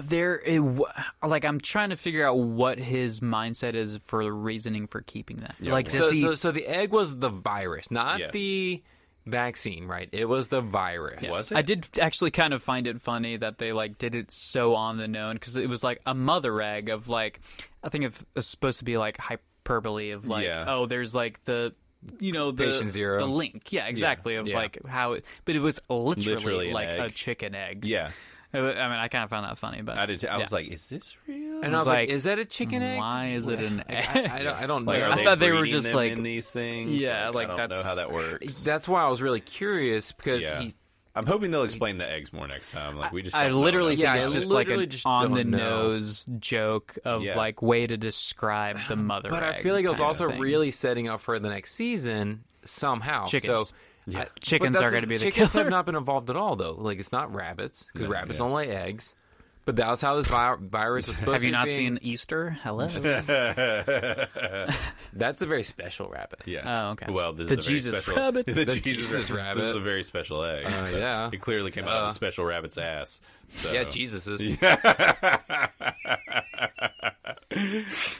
Speaker 4: there it, w- like I'm trying to figure out what his mindset is for the reasoning for keeping that. like does
Speaker 3: So,
Speaker 4: he
Speaker 3: so, so the egg was the virus, not
Speaker 2: Yes.
Speaker 3: the vaccine, right? It was the virus.
Speaker 2: Was it?
Speaker 4: I did actually kind of find it funny that they like did it so on the known because it was like a mother egg of like I think it was supposed to be like hyperbole of like
Speaker 2: Yeah.
Speaker 4: oh there's like the you know the
Speaker 3: Patient zero.
Speaker 4: the link yeah exactly of
Speaker 3: Yeah.
Speaker 4: like how it but it was literally,
Speaker 2: Literally an
Speaker 4: like a
Speaker 2: egg.
Speaker 4: chicken egg
Speaker 2: Yeah.
Speaker 4: I mean, I kind of found that funny, but
Speaker 2: I did. Too. I was
Speaker 4: Yeah.
Speaker 2: like, is this real?
Speaker 3: And I was like,
Speaker 4: like,
Speaker 3: "Is that a chicken egg?
Speaker 4: why is it an
Speaker 3: Like, I, I
Speaker 4: egg?
Speaker 3: don't, I don't
Speaker 2: Like,
Speaker 3: know.
Speaker 2: are
Speaker 4: I thought they were
Speaker 2: breeding
Speaker 4: just
Speaker 2: them
Speaker 4: like-
Speaker 2: in these things.
Speaker 4: Yeah, like,
Speaker 2: I don't know
Speaker 4: that's-
Speaker 2: how that works.
Speaker 3: That's why I was really curious because
Speaker 2: yeah.
Speaker 3: he.
Speaker 2: I'm hoping they'll explain the eggs more next time. Like we just.
Speaker 4: I
Speaker 2: don't know
Speaker 4: literally
Speaker 2: enough.
Speaker 4: think
Speaker 3: Yeah,
Speaker 4: it's
Speaker 3: I
Speaker 4: just like
Speaker 3: literally
Speaker 4: an
Speaker 3: just
Speaker 4: on the
Speaker 3: don't know.
Speaker 4: nose joke of
Speaker 2: Yeah.
Speaker 4: like way to describe the mother.
Speaker 3: But I
Speaker 4: egg
Speaker 3: feel like it was
Speaker 4: kind of
Speaker 3: also
Speaker 4: thing.
Speaker 3: really setting up for the next season somehow.
Speaker 4: Chickens.
Speaker 3: So,
Speaker 2: Yeah.
Speaker 3: I- but
Speaker 4: Chickens
Speaker 3: that's
Speaker 4: are gonna be the
Speaker 3: chickens
Speaker 4: killer.
Speaker 3: have not been involved at all though. Like it's not rabbits because
Speaker 2: No,
Speaker 3: rabbits
Speaker 2: yeah.
Speaker 3: don't lay eggs. But that's how this vi- virus is supposed
Speaker 4: Have you
Speaker 3: to
Speaker 4: not
Speaker 3: be.
Speaker 4: seen Easter? Hello.
Speaker 3: That's a very special rabbit.
Speaker 2: Yeah.
Speaker 4: Oh, okay.
Speaker 2: Well, this
Speaker 4: The
Speaker 2: is a very
Speaker 4: Jesus
Speaker 2: special,
Speaker 4: rabbit.
Speaker 2: The,
Speaker 3: The
Speaker 2: Jesus,
Speaker 3: Jesus
Speaker 2: rabbit. This is
Speaker 3: rabbit.
Speaker 2: a very special egg.
Speaker 3: Uh, yeah.
Speaker 2: It clearly came out of
Speaker 3: Uh,
Speaker 2: the special rabbit's ass. So.
Speaker 3: Yeah, Jesus is.
Speaker 2: Leave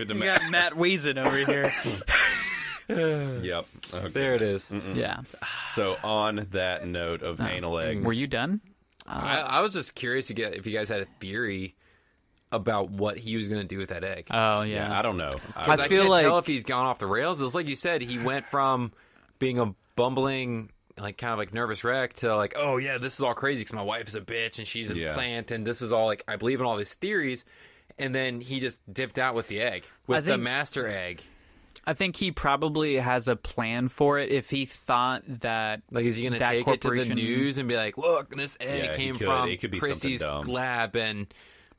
Speaker 2: it to
Speaker 4: We
Speaker 2: me.
Speaker 4: got Matt Weason over here.
Speaker 2: Yep. Okay.
Speaker 3: There it is.
Speaker 4: yeah.
Speaker 2: So on that note of anal eggs,
Speaker 4: Uh, Were you done?
Speaker 3: I, I was just curious to get if you guys had a theory about what he was going to do with that egg.
Speaker 4: Oh yeah.
Speaker 2: Yeah, I don't know.
Speaker 4: I
Speaker 2: I,
Speaker 3: I
Speaker 4: feel
Speaker 3: can't
Speaker 4: like-
Speaker 3: tell if he's gone off the rails. It's like you said, he went from being a bumbling, like kind of like nervous wreck to like, oh yeah, this is all crazy because my wife is a bitch and she's a
Speaker 2: Yeah.
Speaker 3: plant and this is all like I believe in all these theories, and then he just dipped out with the egg with
Speaker 4: I
Speaker 3: the
Speaker 4: think-
Speaker 3: master egg.
Speaker 4: I think he probably has a plan for it if he thought that
Speaker 3: Like, is he going to
Speaker 4: That
Speaker 3: take it to the
Speaker 4: corporation-
Speaker 3: news and be like, look, this egg
Speaker 2: Yeah, he
Speaker 3: came
Speaker 2: could.
Speaker 3: from
Speaker 2: It could be something
Speaker 3: Christie's
Speaker 2: dumb.
Speaker 3: lab and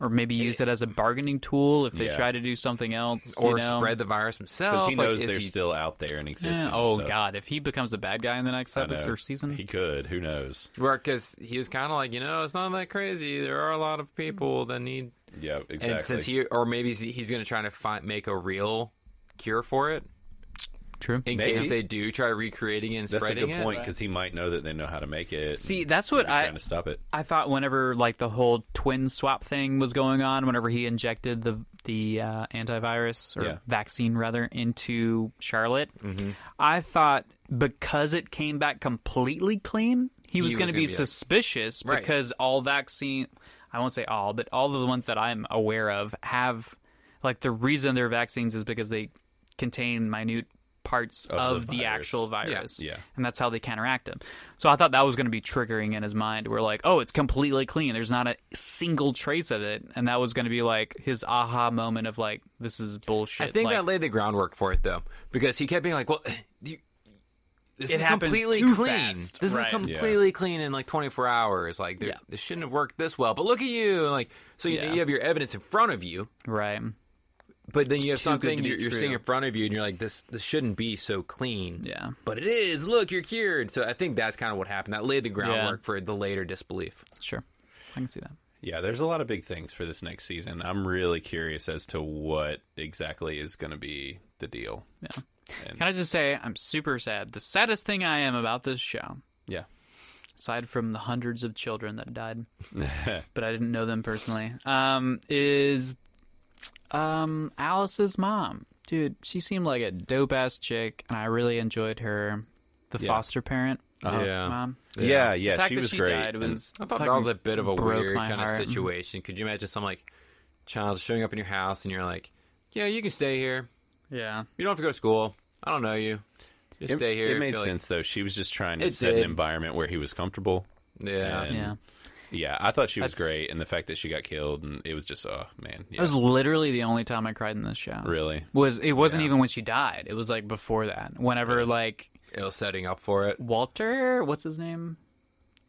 Speaker 4: or maybe use it as a bargaining tool if they
Speaker 2: Yeah.
Speaker 4: try to do something else
Speaker 3: or
Speaker 4: you know?
Speaker 3: spread the virus himself?
Speaker 2: because he knows
Speaker 3: like, is
Speaker 2: they're
Speaker 3: he-
Speaker 2: still out there and
Speaker 4: Eh,
Speaker 2: existing.
Speaker 4: oh
Speaker 2: so-
Speaker 4: god if he becomes a bad guy in the next
Speaker 2: I know.
Speaker 4: episode or season
Speaker 2: He could. Who knows?
Speaker 3: because he was kind of like, you know, it's not that crazy. There are a lot
Speaker 4: Mm.
Speaker 3: of people that need,
Speaker 2: Yeah, exactly.
Speaker 3: and since he, or maybe he's- he's going to try to find, make a real cure for it
Speaker 4: true
Speaker 3: in
Speaker 2: Maybe.
Speaker 3: case they do try recreating it and
Speaker 2: that's a
Speaker 3: spreading
Speaker 2: good
Speaker 3: it.
Speaker 2: point because he might know that they know how to make it.
Speaker 4: see
Speaker 2: and
Speaker 4: that's what
Speaker 2: be
Speaker 4: i
Speaker 2: trying to stop it.
Speaker 4: i thought whenever like the whole twin swap thing was going on whenever he injected the the uh, antivirus or
Speaker 2: Yeah.
Speaker 4: vaccine rather into charlotte i thought because it came back completely clean he was,
Speaker 3: was
Speaker 4: going to
Speaker 3: gonna
Speaker 4: be,
Speaker 3: be like-
Speaker 4: suspicious
Speaker 3: Right.
Speaker 4: because all vaccine i won't say all but all of the ones that i'm aware of have like the reason they're vaccines is because they contain minute parts of,
Speaker 2: the
Speaker 4: the,
Speaker 2: virus.
Speaker 4: actual virus
Speaker 2: yeah.
Speaker 4: and that's how they counteract him so i thought that was going to be triggering in his mind where like oh it's completely clean there's not a single trace of it and that was going to be like his aha moment of like this is bullshit
Speaker 3: I think
Speaker 4: like,
Speaker 3: that laid the groundwork for it though, because he kept being like, well. You, this
Speaker 4: It
Speaker 3: is
Speaker 4: happened
Speaker 3: completely
Speaker 4: too
Speaker 3: clean.
Speaker 4: fast.
Speaker 3: This
Speaker 4: Right.
Speaker 3: is
Speaker 4: Yeah.
Speaker 3: completely clean in like 24 hours. Like, there-
Speaker 4: Yeah.
Speaker 3: this shouldn't have worked this well. But look at you, like, so you,
Speaker 4: Yeah.
Speaker 3: you have your evidence in front of you,
Speaker 4: right
Speaker 3: But then you have
Speaker 4: too good
Speaker 3: something
Speaker 4: to be
Speaker 3: you're, you're
Speaker 4: true.
Speaker 3: seeing in front of you, and you're like, "This this shouldn't be so clean."
Speaker 4: Yeah.
Speaker 3: but it is. Look, you're cured. So I think that's kind of what happened. That laid the groundwork for the later disbelief.
Speaker 4: sure i can see that
Speaker 2: Yeah, there's a lot of big things for this next season. I'm really curious as to what exactly is going to be the deal.
Speaker 4: can i just say i'm super sad the saddest thing i am about this show
Speaker 2: Yeah.
Speaker 4: aside from the hundreds of children that died, but I didn't know them personally, um, is um, Alice's mom. Dude, she seemed like a dope ass chick, and I really enjoyed her, the foster parent.
Speaker 3: Yeah.
Speaker 4: mom.
Speaker 2: Uh-huh. Yeah, yeah,
Speaker 4: the fact
Speaker 2: she
Speaker 4: that
Speaker 2: was
Speaker 4: she
Speaker 2: great.
Speaker 4: died
Speaker 2: and-
Speaker 4: was.
Speaker 3: I thought that
Speaker 4: fucking
Speaker 3: was a bit of a
Speaker 4: broke
Speaker 3: weird
Speaker 4: my
Speaker 3: kind of
Speaker 4: heart.
Speaker 3: situation. Could you imagine some like child showing up in your house, and you're like, "Yeah, you can stay here.
Speaker 4: Yeah,
Speaker 3: You don't have to go to school. I don't know you. Just
Speaker 2: it,
Speaker 3: stay here."
Speaker 2: it made
Speaker 3: Be like-
Speaker 2: sense though. She was just trying to
Speaker 3: It
Speaker 2: set an
Speaker 3: did.
Speaker 2: environment where he was comfortable.
Speaker 3: yeah.
Speaker 2: And-
Speaker 4: yeah.
Speaker 2: Yeah, I thought she was
Speaker 4: That's-
Speaker 2: great, and the fact that she got killed, and it was just, oh man, yeah,
Speaker 4: That was literally the only time I cried in this show.
Speaker 2: really,
Speaker 4: Was it wasn't even when she died. It was like before that. Whenever like
Speaker 3: It was setting up for it.
Speaker 4: Walter, what's his name?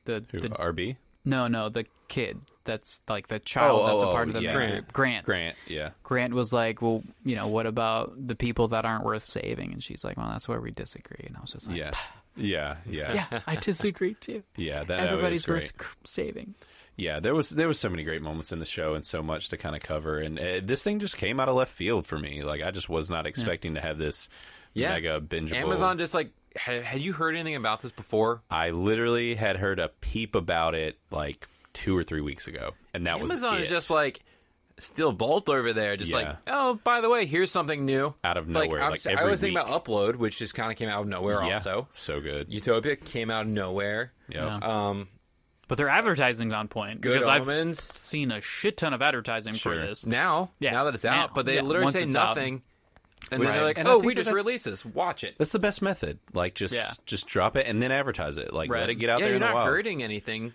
Speaker 4: The,
Speaker 2: Who,
Speaker 4: the
Speaker 2: RB
Speaker 4: No, no, the kid that's like the child
Speaker 2: Oh,
Speaker 4: that's a
Speaker 2: oh,
Speaker 4: part
Speaker 2: oh,
Speaker 4: of the
Speaker 2: yeah.
Speaker 4: Grant.
Speaker 2: Grant.
Speaker 4: Grant. Grant.
Speaker 2: Grant, yeah,
Speaker 4: was like, well, you know, what about the people that aren't worth saving? And she's like, well, that's where we disagree. And I was just like,
Speaker 2: yeah, yeah, yeah, yeah,
Speaker 4: yeah, I disagree too.
Speaker 2: that
Speaker 4: Everybody's
Speaker 2: Everybody's was great.
Speaker 4: worth c- saving.
Speaker 2: Yeah, there was there was so many great moments in the show, and so much to kind of cover, and uh, this thing just came out of left field for me. Like I just was not expecting to have this
Speaker 3: Yeah.
Speaker 2: mega bingeable.
Speaker 3: Amazon just like, had, had you heard anything about this before?
Speaker 2: I literally had heard a peep about it like two or three weeks ago, and that
Speaker 3: Amazon
Speaker 2: was
Speaker 3: is
Speaker 2: it.
Speaker 3: just like still Bolt over there, just like
Speaker 2: Yeah.
Speaker 3: oh, by the way, here's something new
Speaker 2: Out of nowhere,
Speaker 3: I'm
Speaker 2: like,
Speaker 3: s- I
Speaker 2: every
Speaker 3: always think
Speaker 2: week.
Speaker 3: about Upload, which just kind of came out of nowhere.
Speaker 2: yeah,
Speaker 3: Also,
Speaker 2: so good.
Speaker 3: Utopia came out of nowhere.
Speaker 2: yeah. Uh,
Speaker 3: Um,
Speaker 4: But their advertising's on point.
Speaker 3: Good
Speaker 4: because I've
Speaker 3: Omens.
Speaker 4: seen a shit ton of advertising
Speaker 2: Sure.
Speaker 4: for this.
Speaker 3: Now,
Speaker 4: Yeah,
Speaker 3: now that it's
Speaker 4: now.
Speaker 3: out, but they
Speaker 4: Yeah,
Speaker 3: literally
Speaker 4: once
Speaker 3: say
Speaker 4: it's out.
Speaker 3: nothing, and
Speaker 2: Which-
Speaker 3: then they're like,
Speaker 2: and I
Speaker 3: oh,
Speaker 2: think
Speaker 3: we
Speaker 2: that
Speaker 3: just
Speaker 2: that's-
Speaker 3: released this. Watch it.
Speaker 2: That's the best method. Like just
Speaker 4: Yeah.
Speaker 2: just drop it and then advertise it. Like
Speaker 4: Right.
Speaker 2: let it get out
Speaker 3: Yeah,
Speaker 2: there
Speaker 3: you're
Speaker 2: in the
Speaker 3: not
Speaker 2: wild.
Speaker 3: hurting anything.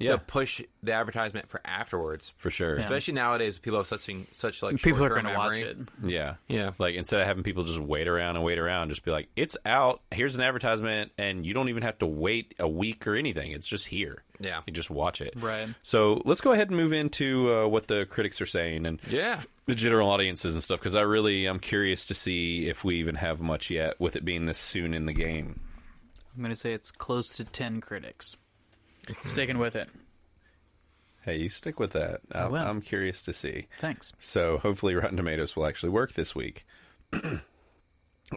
Speaker 2: Yeah.
Speaker 3: to push the advertisement for afterwards.
Speaker 2: for sure.
Speaker 4: Yeah.
Speaker 3: Especially nowadays, people have such thing, such like
Speaker 4: People are
Speaker 3: going to
Speaker 4: watch it.
Speaker 2: Yeah.
Speaker 3: Yeah.
Speaker 2: Like instead of having people just wait around and wait around, just be like, it's out. Here's an advertisement. And you don't even have to wait a week or anything. It's just here.
Speaker 3: Yeah.
Speaker 2: You just watch it.
Speaker 4: Right.
Speaker 2: So let's go ahead and move into uh, what the critics are saying and
Speaker 3: Yeah,
Speaker 2: the general audiences and stuff because I really am curious to see if we even have much yet with it being this soon in the game.
Speaker 4: I'm gonna say it's close to ten critics. Sticking with it.
Speaker 2: Hey, you stick with that. I'm,
Speaker 4: will.
Speaker 2: I'm curious to see.
Speaker 4: Thanks.
Speaker 2: So hopefully Rotten Tomatoes will actually work this week.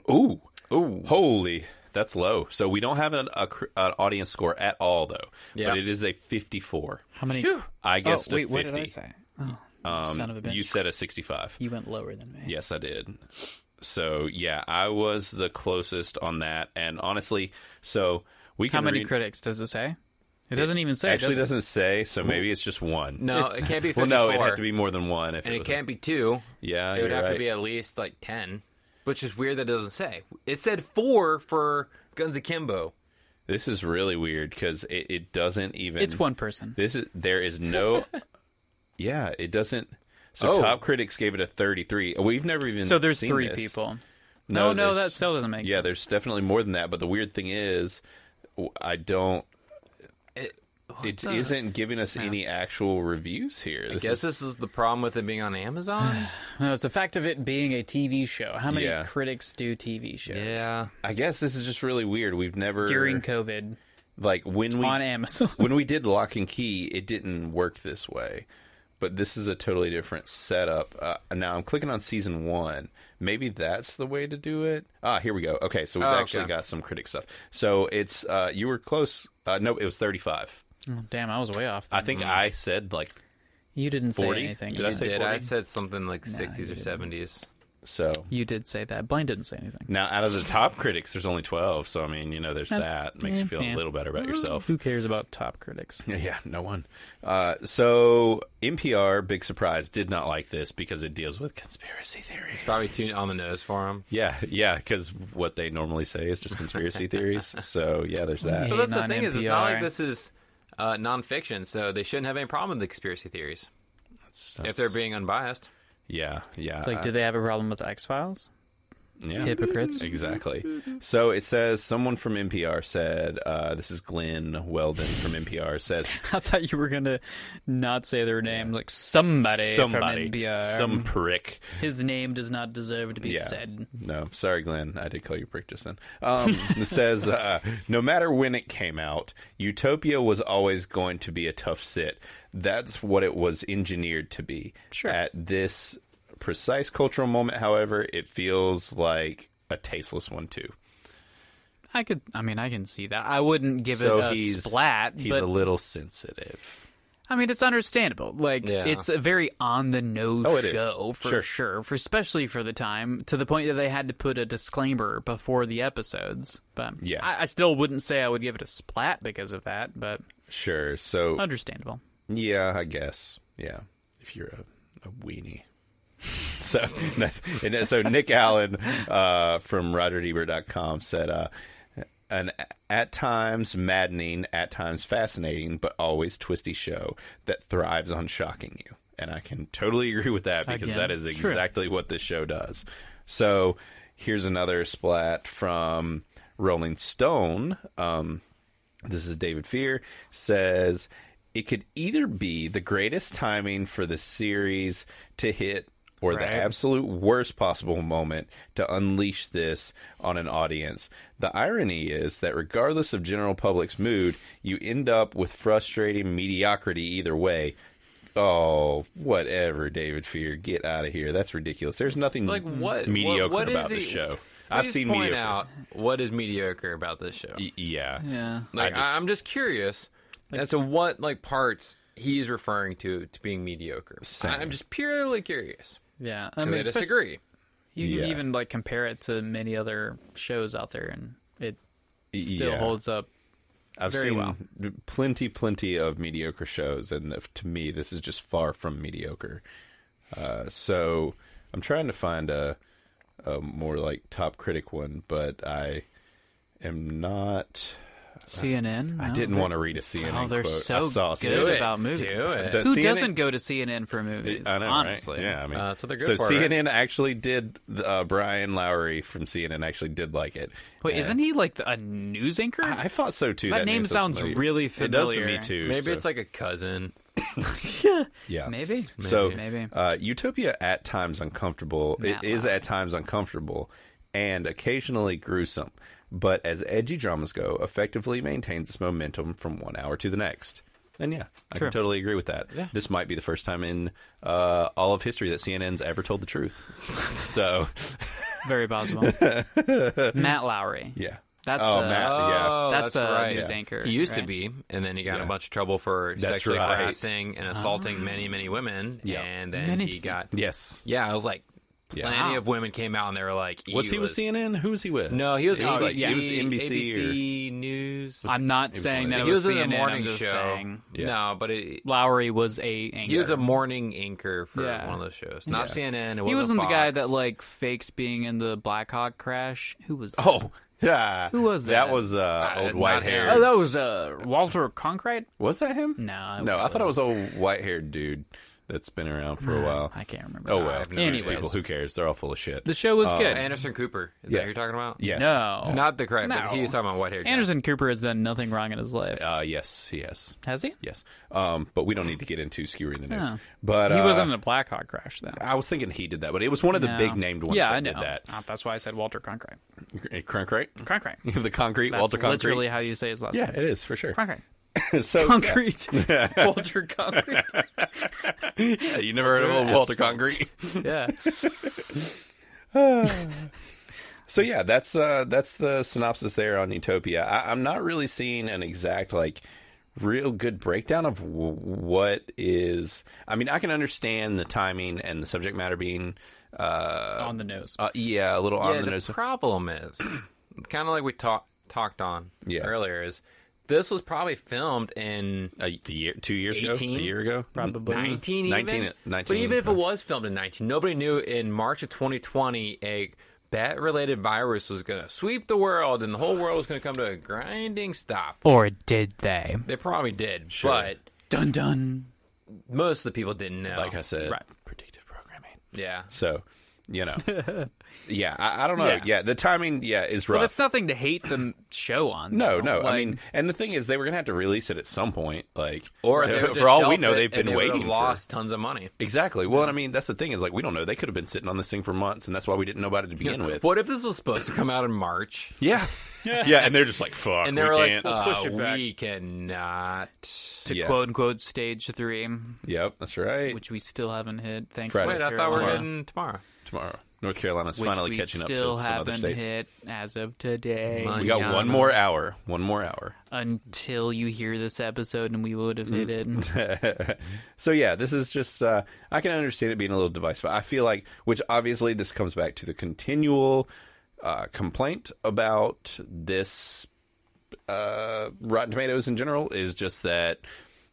Speaker 2: Ooh.
Speaker 3: Ooh.
Speaker 2: Holy. That's low. So we don't have an, a, cr- an audience score at all, though.
Speaker 3: Yeah.
Speaker 2: But it is a 54.
Speaker 4: How many?
Speaker 2: I
Speaker 4: Oh,
Speaker 2: guessed
Speaker 4: wait,
Speaker 2: a 50.
Speaker 4: what did I say? Oh, son of a bitch!
Speaker 2: You
Speaker 4: You,
Speaker 2: said a 65.
Speaker 4: went lower than me.
Speaker 2: Yes, I did. So yeah, I was the closest on that, and honestly, so we can
Speaker 4: How many
Speaker 2: read-
Speaker 4: critics does it say? It doesn't even say.
Speaker 2: actually
Speaker 4: does it?
Speaker 2: doesn't say, so maybe it's just one.
Speaker 3: no, it can't be
Speaker 2: well,
Speaker 3: fifty-four.
Speaker 2: no, it'd have to be more than one. If
Speaker 3: and
Speaker 2: it,
Speaker 3: it
Speaker 2: was
Speaker 3: can't be two.
Speaker 2: yeah,
Speaker 3: it would
Speaker 2: you're
Speaker 3: have
Speaker 2: right.
Speaker 3: to be at least like ten, which is weird. That it doesn't say. It said four for Guns Akimbo.
Speaker 2: This is really weird because it, it doesn't even.
Speaker 4: It's one person.
Speaker 2: This is there is no. yeah, it doesn't. So
Speaker 3: Oh.
Speaker 2: top critics gave it a 33. We've never even
Speaker 4: So there's
Speaker 2: seen
Speaker 4: three
Speaker 2: this.
Speaker 4: people. No, no, that
Speaker 2: there's-
Speaker 4: still doesn't make
Speaker 2: yeah.
Speaker 4: sense.
Speaker 2: There's definitely more than that, but the weird thing is, w- I don't.
Speaker 3: It,
Speaker 2: It not giving us any actual reviews here. This
Speaker 3: guess this is the problem with it being on Amazon.
Speaker 4: No, it's the fact of it being a TV show. How many
Speaker 2: Yeah.
Speaker 4: critics do TV shows?
Speaker 3: yeah,
Speaker 2: I guess this is just really weird. We've never
Speaker 4: During COVID
Speaker 2: like when we
Speaker 4: on Amazon.
Speaker 2: when we did lock and key, it didn't work this way. But this is a totally different setup. Uh, now I'm clicking on season one. Maybe that's the way to do it. Ah, here we go. Okay, so we've
Speaker 3: Oh,
Speaker 2: actually
Speaker 3: okay.
Speaker 2: got some critic stuff. So it's uh, you were close. Uh, no, it was 35.
Speaker 4: Oh, Damn, I was way off.
Speaker 2: I think
Speaker 3: Mm-hmm.
Speaker 2: I said like
Speaker 4: You didn't say
Speaker 2: 40?
Speaker 4: anything.
Speaker 2: Did I say
Speaker 3: did
Speaker 2: 40?
Speaker 3: I said something like sixties or seventies?
Speaker 2: so.
Speaker 4: You did say that. Blaine didn't say anything.
Speaker 2: Now out of the top critics, there's only 12. So I mean, you know, there's that makes you feel
Speaker 4: yeah.
Speaker 2: a little better about yourself.
Speaker 4: Who cares about top critics?
Speaker 2: Yeah, Yeah, no one. Uh, so NPR, big surprise, did not like this because it deals with conspiracy theories.
Speaker 3: Probably too on the nose for him.
Speaker 2: Yeah, yeah, because what they normally say is just conspiracy theories. So yeah, there's that.
Speaker 4: Yeah.
Speaker 3: But that's the thing is, it's not like
Speaker 4: non-NPR.
Speaker 3: this is uh, nonfiction, so they shouldn't have any problem with the conspiracy theories if they're being unbiased.
Speaker 2: Yeah, yeah,
Speaker 4: It's like, do they have a problem with X Files?
Speaker 2: Uh, yeah.
Speaker 4: Hypocrites.
Speaker 2: Exactly. So it says someone from NPR said, uh, "This is Glenn Weldon from NPR says
Speaker 4: I thought you were gonna not say their name. Like somebody,
Speaker 2: somebody,
Speaker 4: from NPR.
Speaker 2: some prick."
Speaker 4: His name does not deserve to be
Speaker 2: Yeah.
Speaker 4: said.
Speaker 2: No, sorry, Glenn. I did call you a prick just then. Um, it says, uh, no matter when it came out, Utopia was always going to be a tough sit. That's what it was engineered to be. Sure. At this precise cultural moment, however, it feels like a tasteless one too.
Speaker 4: I could. I mean, I can see that. I wouldn't give it a splat,
Speaker 2: he's
Speaker 4: but
Speaker 2: a little sensitive.
Speaker 4: I mean, it's understandable. Like
Speaker 3: Yeah.
Speaker 4: it's a very on the nose
Speaker 2: Oh, it is.
Speaker 4: show for
Speaker 2: Sure.
Speaker 4: sure, for especially for the time, to the point that they had to put a disclaimer before the episodes. But
Speaker 2: Yeah.
Speaker 4: I, I still wouldn't say I would give it a splat because of that, but
Speaker 2: Sure. So
Speaker 4: understandable.
Speaker 2: Yeah, I guess. Yeah, if you're a, a weenie. So, and then- so Nick Allen uh, from RogerEbert.com said, uh, an at times maddening, at times fascinating, but always twisty show that thrives on shocking you. And I can totally agree with that because
Speaker 4: Again,
Speaker 2: that is
Speaker 4: true.
Speaker 2: exactly what this show does. So here's another splat from Rolling Stone. Um, this is David Fear says it could either be the greatest timing for the series to hit or the absolute worst possible moment to unleash this on an audience. The irony is that regardless of general public's mood, you end up with frustrating mediocrity either way. Oh, whatever, David Fear, get out of here. That's ridiculous. There's nothing
Speaker 3: Like what?
Speaker 2: mediocre
Speaker 3: what, what is
Speaker 2: about
Speaker 3: it-
Speaker 2: this show. I've
Speaker 3: Please
Speaker 2: seen
Speaker 3: point
Speaker 2: mediocre.
Speaker 3: out what is mediocre about this show.
Speaker 2: Y- yeah.
Speaker 4: Yeah.
Speaker 3: Like
Speaker 2: I
Speaker 3: I
Speaker 2: just-
Speaker 3: am just curious as to what like parts he's referring to to being mediocre.
Speaker 2: Same.
Speaker 3: I'm just purely curious.
Speaker 4: Yeah. I
Speaker 3: 'cause I
Speaker 4: especially-
Speaker 3: disagree.
Speaker 4: You can
Speaker 2: Yeah.
Speaker 4: even like compare it to many other shows out there, and it still
Speaker 2: yeah.
Speaker 4: holds up.
Speaker 2: I've
Speaker 4: Very
Speaker 2: seen
Speaker 4: well.
Speaker 2: plenty, plenty of mediocre shows, and if- to me, this is just far from mediocre. Uh, so I'm trying to find a, a more like top critic one, but I am not
Speaker 4: CNN.
Speaker 2: I
Speaker 4: No,
Speaker 2: didn't
Speaker 4: Oh, they're-
Speaker 2: want to read a CNN
Speaker 4: Oh, they're
Speaker 2: quote.
Speaker 4: so
Speaker 2: I saw
Speaker 4: good
Speaker 2: CNN.
Speaker 4: about movies.
Speaker 3: Do it.
Speaker 2: The
Speaker 4: Who
Speaker 2: CNN
Speaker 4: doesn't go to CNN for movies?
Speaker 2: I know, right?
Speaker 4: honestly,
Speaker 2: Yeah, I mean,
Speaker 3: Uh, that's what they're good
Speaker 2: so
Speaker 3: for, right?
Speaker 2: CNN actually did. Uh, Brian Lowry from CNN actually did like it.
Speaker 4: Wait,
Speaker 2: And
Speaker 4: isn't he like the, a news anchor?
Speaker 2: I thought so too.
Speaker 4: That name
Speaker 2: sounds
Speaker 4: sounds
Speaker 2: familiar.
Speaker 4: really
Speaker 2: It does to me
Speaker 4: familiar.
Speaker 2: too.
Speaker 3: Maybe
Speaker 2: so-
Speaker 3: it's like a cousin.
Speaker 2: yeah.
Speaker 4: maybe.
Speaker 2: So
Speaker 4: Maybe.
Speaker 2: Uh, Utopia at times uncomfortable.
Speaker 4: Matt
Speaker 2: it is at times uncomfortable and occasionally gruesome, but as edgy dramas go, effectively maintains its momentum from one hour to the next. And yeah, I
Speaker 4: Sure.
Speaker 2: can totally agree with that. This might be the first time in uh, all of history that CNN's ever told the truth. so
Speaker 4: Very possible. It's Matt Lowry.
Speaker 2: yeah,
Speaker 4: That's
Speaker 2: oh
Speaker 4: uh,
Speaker 2: Matt, yeah,
Speaker 3: Oh,
Speaker 4: That's,
Speaker 3: that's,
Speaker 4: a
Speaker 3: right.
Speaker 4: news anchor.
Speaker 3: He used
Speaker 4: right?
Speaker 3: to be, and then he got in
Speaker 2: Yeah.
Speaker 3: a bunch of trouble for
Speaker 2: That's
Speaker 3: sexually
Speaker 2: right.
Speaker 3: harassing and assaulting many, many women.
Speaker 2: Yeah.
Speaker 3: And then
Speaker 4: Many.
Speaker 3: he got.
Speaker 2: yes.
Speaker 3: Yeah, I was like, plenty
Speaker 4: Wow.
Speaker 3: of women came out and they were like,
Speaker 2: Was he with CNN? Who was he with?
Speaker 3: No, he was
Speaker 2: He
Speaker 3: ABC,
Speaker 2: was like- he was NBC
Speaker 3: NBC,
Speaker 2: or-
Speaker 3: News.
Speaker 4: I'm not saying
Speaker 2: one of
Speaker 4: that
Speaker 3: he was in
Speaker 4: CNN,
Speaker 3: the morning
Speaker 4: I'm just
Speaker 3: show.
Speaker 4: Saying
Speaker 3: No, but it,
Speaker 4: Lowry was a anchor.
Speaker 3: he was a morning anchor for
Speaker 4: Yeah.
Speaker 3: one of those shows. Not CNN. It
Speaker 4: He wasn't the guy
Speaker 3: Fox.
Speaker 4: that like faked being in the Black Hawk crash. Who was? That?
Speaker 2: Oh. Yeah. Who
Speaker 4: was
Speaker 2: That
Speaker 4: that?
Speaker 2: was uh, old
Speaker 3: not
Speaker 2: white
Speaker 3: him.
Speaker 2: hair.
Speaker 4: that was uh, Walter Conkright.
Speaker 2: Was that him?
Speaker 4: No, it
Speaker 2: No, I thought it was old white haired dude that's been around for a while.
Speaker 4: I can't remember.
Speaker 2: Oh well.
Speaker 3: no idea.
Speaker 2: people, who cares? They're all full of shit.
Speaker 4: the show was good.
Speaker 3: Anderson Cooper. Is
Speaker 2: Yeah.
Speaker 3: that who you're talking about?
Speaker 2: yes.
Speaker 4: no,
Speaker 3: Not the correct,
Speaker 4: No.
Speaker 3: but he was talking about white hair.
Speaker 4: Anderson Cooper has done nothing wrong in his life.
Speaker 2: Uh, yes. Yes.
Speaker 4: Has he?
Speaker 2: Yes. Um, but we don't need to get into skewering the news.
Speaker 4: No.
Speaker 2: But
Speaker 4: He
Speaker 2: uh,
Speaker 4: wasn't in a Black Hawk crash though.
Speaker 2: I was thinking he did that, but it was one of the
Speaker 4: No.
Speaker 2: big named ones
Speaker 4: Yeah,
Speaker 2: that
Speaker 4: I know.
Speaker 2: did that.
Speaker 4: Uh, that's why I said Walter Conkright.
Speaker 2: Crunk, right?
Speaker 4: Conkright.
Speaker 2: the concrete,
Speaker 4: That's
Speaker 2: Walter Concrete.
Speaker 4: literally how you say his last
Speaker 2: yeah,
Speaker 4: name.
Speaker 2: it is for sure.
Speaker 4: Conkright.
Speaker 2: so,
Speaker 4: Concrete. Walter Concrete.
Speaker 2: yeah, you never heard of old Walter Concrete?
Speaker 4: Yeah.
Speaker 2: So yeah, that's uh, that's the synopsis there on Utopia. I, I'm not really seeing an exact like real good breakdown of w- what is. I mean, I can understand the timing and the subject matter being, uh,
Speaker 4: On the nose.
Speaker 2: uh yeah, a little on
Speaker 3: yeah,
Speaker 2: the
Speaker 3: the
Speaker 2: nose.
Speaker 3: problem is kind of like we talked talked on
Speaker 2: Yeah.
Speaker 3: earlier is this was probably filmed in
Speaker 2: a year, two years ago,
Speaker 3: 18?
Speaker 2: a year ago, Mm-hmm.
Speaker 4: Probably.
Speaker 3: 19 even?
Speaker 2: 19
Speaker 3: but even if it was filmed in 19 nobody knew in march of 2020 a bat related virus was going to sweep the world and the whole world was going to come to a grinding stop
Speaker 4: Or did they?
Speaker 3: they probably did but
Speaker 4: Dun dun.
Speaker 3: most of the people didn't know
Speaker 2: like I said,
Speaker 4: Right.
Speaker 2: predictive programming.
Speaker 3: yeah
Speaker 2: So, you know, yeah, I, I don't know. Yeah.
Speaker 4: Yeah.
Speaker 2: the timing, yeah, is rough.
Speaker 4: Well, that's nothing to hate the show on.
Speaker 2: No,
Speaker 4: though.
Speaker 2: no. I
Speaker 4: Like,
Speaker 2: mean, and the thing is, they were gonna have to release it at some point. Like,
Speaker 3: or they
Speaker 2: Yeah,
Speaker 3: would just
Speaker 2: for all we
Speaker 3: shelf
Speaker 2: know,
Speaker 3: it
Speaker 2: they've
Speaker 3: and
Speaker 2: been
Speaker 3: they would have
Speaker 2: waiting.
Speaker 3: lost tons of money
Speaker 2: For... Exactly. Well, and I mean, that's the thing is, like, we don't know. They could have been sitting on this thing for months, and that's why we didn't know about it to begin with.
Speaker 3: what if this was supposed to come out in march
Speaker 2: Yeah, yeah. And they're just like, fuck.
Speaker 3: and
Speaker 2: we
Speaker 3: they were like
Speaker 2: can't. Oh,
Speaker 3: uh,
Speaker 4: push it back.
Speaker 3: we cannot
Speaker 4: to
Speaker 2: yeah.
Speaker 4: quote unquote stage three,
Speaker 2: yep, that's right.
Speaker 4: which we still haven't hit. Thanks.
Speaker 2: Friday.
Speaker 3: Wait, I thought we were getting tomorrow.
Speaker 2: Tomorrow, North Carolina's
Speaker 4: which
Speaker 2: finally
Speaker 4: we
Speaker 2: catching up to
Speaker 4: still
Speaker 2: some other
Speaker 4: haven't
Speaker 2: states.
Speaker 4: hit as of today.
Speaker 2: We got one
Speaker 3: Mañana.
Speaker 2: more hour. One more hour.
Speaker 4: Until you hear this episode, and we would have hit it.
Speaker 2: so yeah, this is just uh, I can understand it being a little divisive. I feel like, which obviously this comes back to the continual uh, complaint about this uh, Rotten Tomatoes in general is just that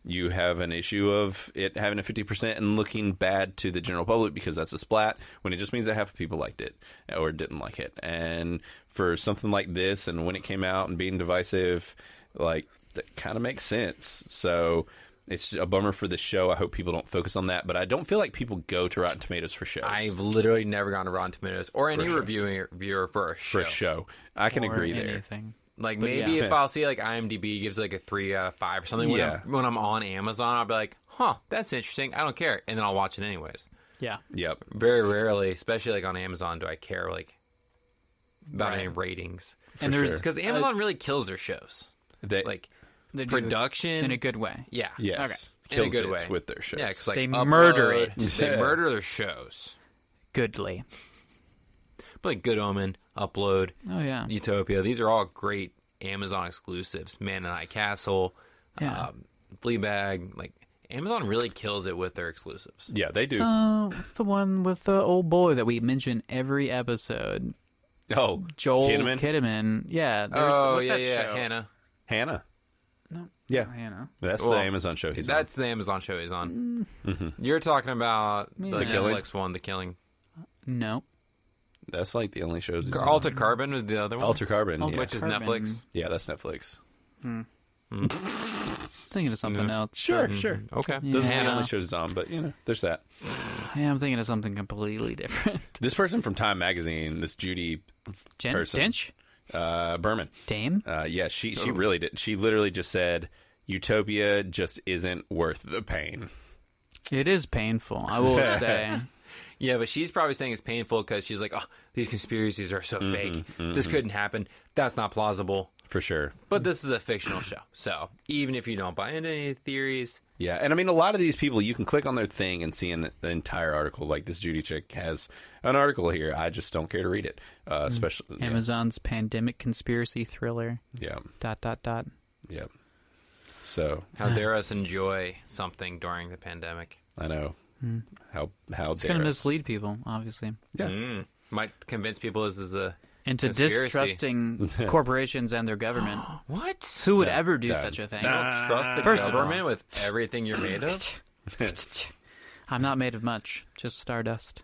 Speaker 2: you have an issue of it having a 50% and looking bad to the general public because that's a splat when it just means that half of people liked it or didn't like it. And for something like this and when it came out and being divisive, like that kind of makes sense. So it's a bummer for the show. I hope people don't focus on that, but I don't feel like people go to Rotten Tomatoes for shows.
Speaker 3: I've literally never gone to Rotten Tomatoes or any
Speaker 2: a show.
Speaker 3: reviewing reviewer for a show.
Speaker 2: for a show. I can
Speaker 4: or
Speaker 2: agree there.
Speaker 4: anything.
Speaker 3: Like maybe
Speaker 4: yeah.
Speaker 3: if I'll see like IMDb gives like a three out of five or something when,
Speaker 2: Yeah.
Speaker 3: I'm, when I'm on Amazon, I'll be like, "Huh, that's interesting. I don't care," and then I'll watch it anyways.
Speaker 4: Yeah.
Speaker 2: Yep.
Speaker 3: Very rarely, especially like on Amazon, do I care like about any ratings
Speaker 4: and there's
Speaker 2: sure.
Speaker 3: because Amazon really kills their shows,
Speaker 2: They,
Speaker 3: like
Speaker 4: Uh, they do
Speaker 3: production.
Speaker 4: in a good way.
Speaker 3: yeah,
Speaker 2: yes,
Speaker 4: Okay.
Speaker 3: in a
Speaker 2: Kills
Speaker 3: good
Speaker 2: it
Speaker 3: way
Speaker 2: with their shows.
Speaker 3: Yeah, 'cause, like
Speaker 4: They murder
Speaker 3: upload-
Speaker 4: it.
Speaker 3: They murder their shows.
Speaker 4: Goodly.
Speaker 3: But like Good Omen, Upload,
Speaker 4: Oh yeah.
Speaker 3: Utopia. These are all great Amazon exclusives. Man and I Castle,
Speaker 4: Yeah.
Speaker 3: um, Fleabag. Like Amazon really kills it with their exclusives.
Speaker 2: Yeah, they do.
Speaker 4: Uh, what's the one with the old boy that we mention every episode?
Speaker 2: Oh,
Speaker 4: Joel
Speaker 2: Kinnaman?
Speaker 4: Kidman. Yeah. There's,
Speaker 3: Oh
Speaker 4: what's
Speaker 3: yeah,
Speaker 4: that
Speaker 3: yeah,
Speaker 4: show?
Speaker 3: Hannah.
Speaker 2: Hannah.
Speaker 4: No. Oh,
Speaker 2: Yeah,
Speaker 4: Hannah.
Speaker 2: that's
Speaker 3: Well,
Speaker 2: the Amazon show. He's
Speaker 3: That's the Amazon show he's on.
Speaker 4: Mm-hmm.
Speaker 3: You're talking about the
Speaker 4: The
Speaker 2: Killing?
Speaker 3: Netflix one, The Killing.
Speaker 4: No.
Speaker 2: on. that's like the only shows. He's
Speaker 3: Altered Carbon was the other one,
Speaker 4: Oh,
Speaker 2: on. Altered Carbon. yeah.
Speaker 3: which is
Speaker 4: Carbon.
Speaker 3: Netflix.
Speaker 2: yeah, that's Netflix.
Speaker 4: Thinking of something else.
Speaker 2: Sure, sure.
Speaker 3: Okay.
Speaker 2: Doesn't mean it
Speaker 4: Um, Yeah.
Speaker 2: only shows Dom, but you know, there's that.
Speaker 4: I am thinking of something completely different.
Speaker 2: This person from Time Magazine, this Judy
Speaker 4: Jen,
Speaker 2: Person.
Speaker 4: Dench?
Speaker 2: uh, Berman,
Speaker 4: Dame?
Speaker 2: uh, yeah, she
Speaker 4: Oh.
Speaker 2: she really did. She literally just said, "Utopia just isn't worth the pain."
Speaker 4: It is painful, I will say.
Speaker 3: Yeah, but she's probably saying it's painful because she's like, oh, these conspiracies are
Speaker 4: Mm-hmm.
Speaker 3: so fake. This couldn't happen. That's not plausible.
Speaker 2: For sure.
Speaker 3: But this is a fictional show. So even if you don't buy into any theories,
Speaker 2: Yeah, and I mean a lot of these people, you can click on their thing and see an, an entire article. Like this Judy chick has an article here. I just don't care to read it, uh,
Speaker 4: Mm.
Speaker 2: especially yeah,
Speaker 4: Amazon's pandemic conspiracy thriller.
Speaker 2: yeah,
Speaker 4: Dot dot dot.
Speaker 2: yeah. So
Speaker 3: how dare us enjoy something during the pandemic?
Speaker 2: I know
Speaker 4: Hmm.
Speaker 2: how how
Speaker 4: It's going to mislead people, obviously,
Speaker 2: Hmm.
Speaker 3: Might convince people this is a.
Speaker 4: into
Speaker 3: Conspiracy.
Speaker 4: distrusting corporations and their government.
Speaker 3: What?
Speaker 4: Who would ever do
Speaker 2: dun,
Speaker 4: such a thing?
Speaker 2: Uh,
Speaker 3: Trust the
Speaker 4: First of all-
Speaker 3: government with everything you're made of?
Speaker 4: I'm not made of much, just stardust.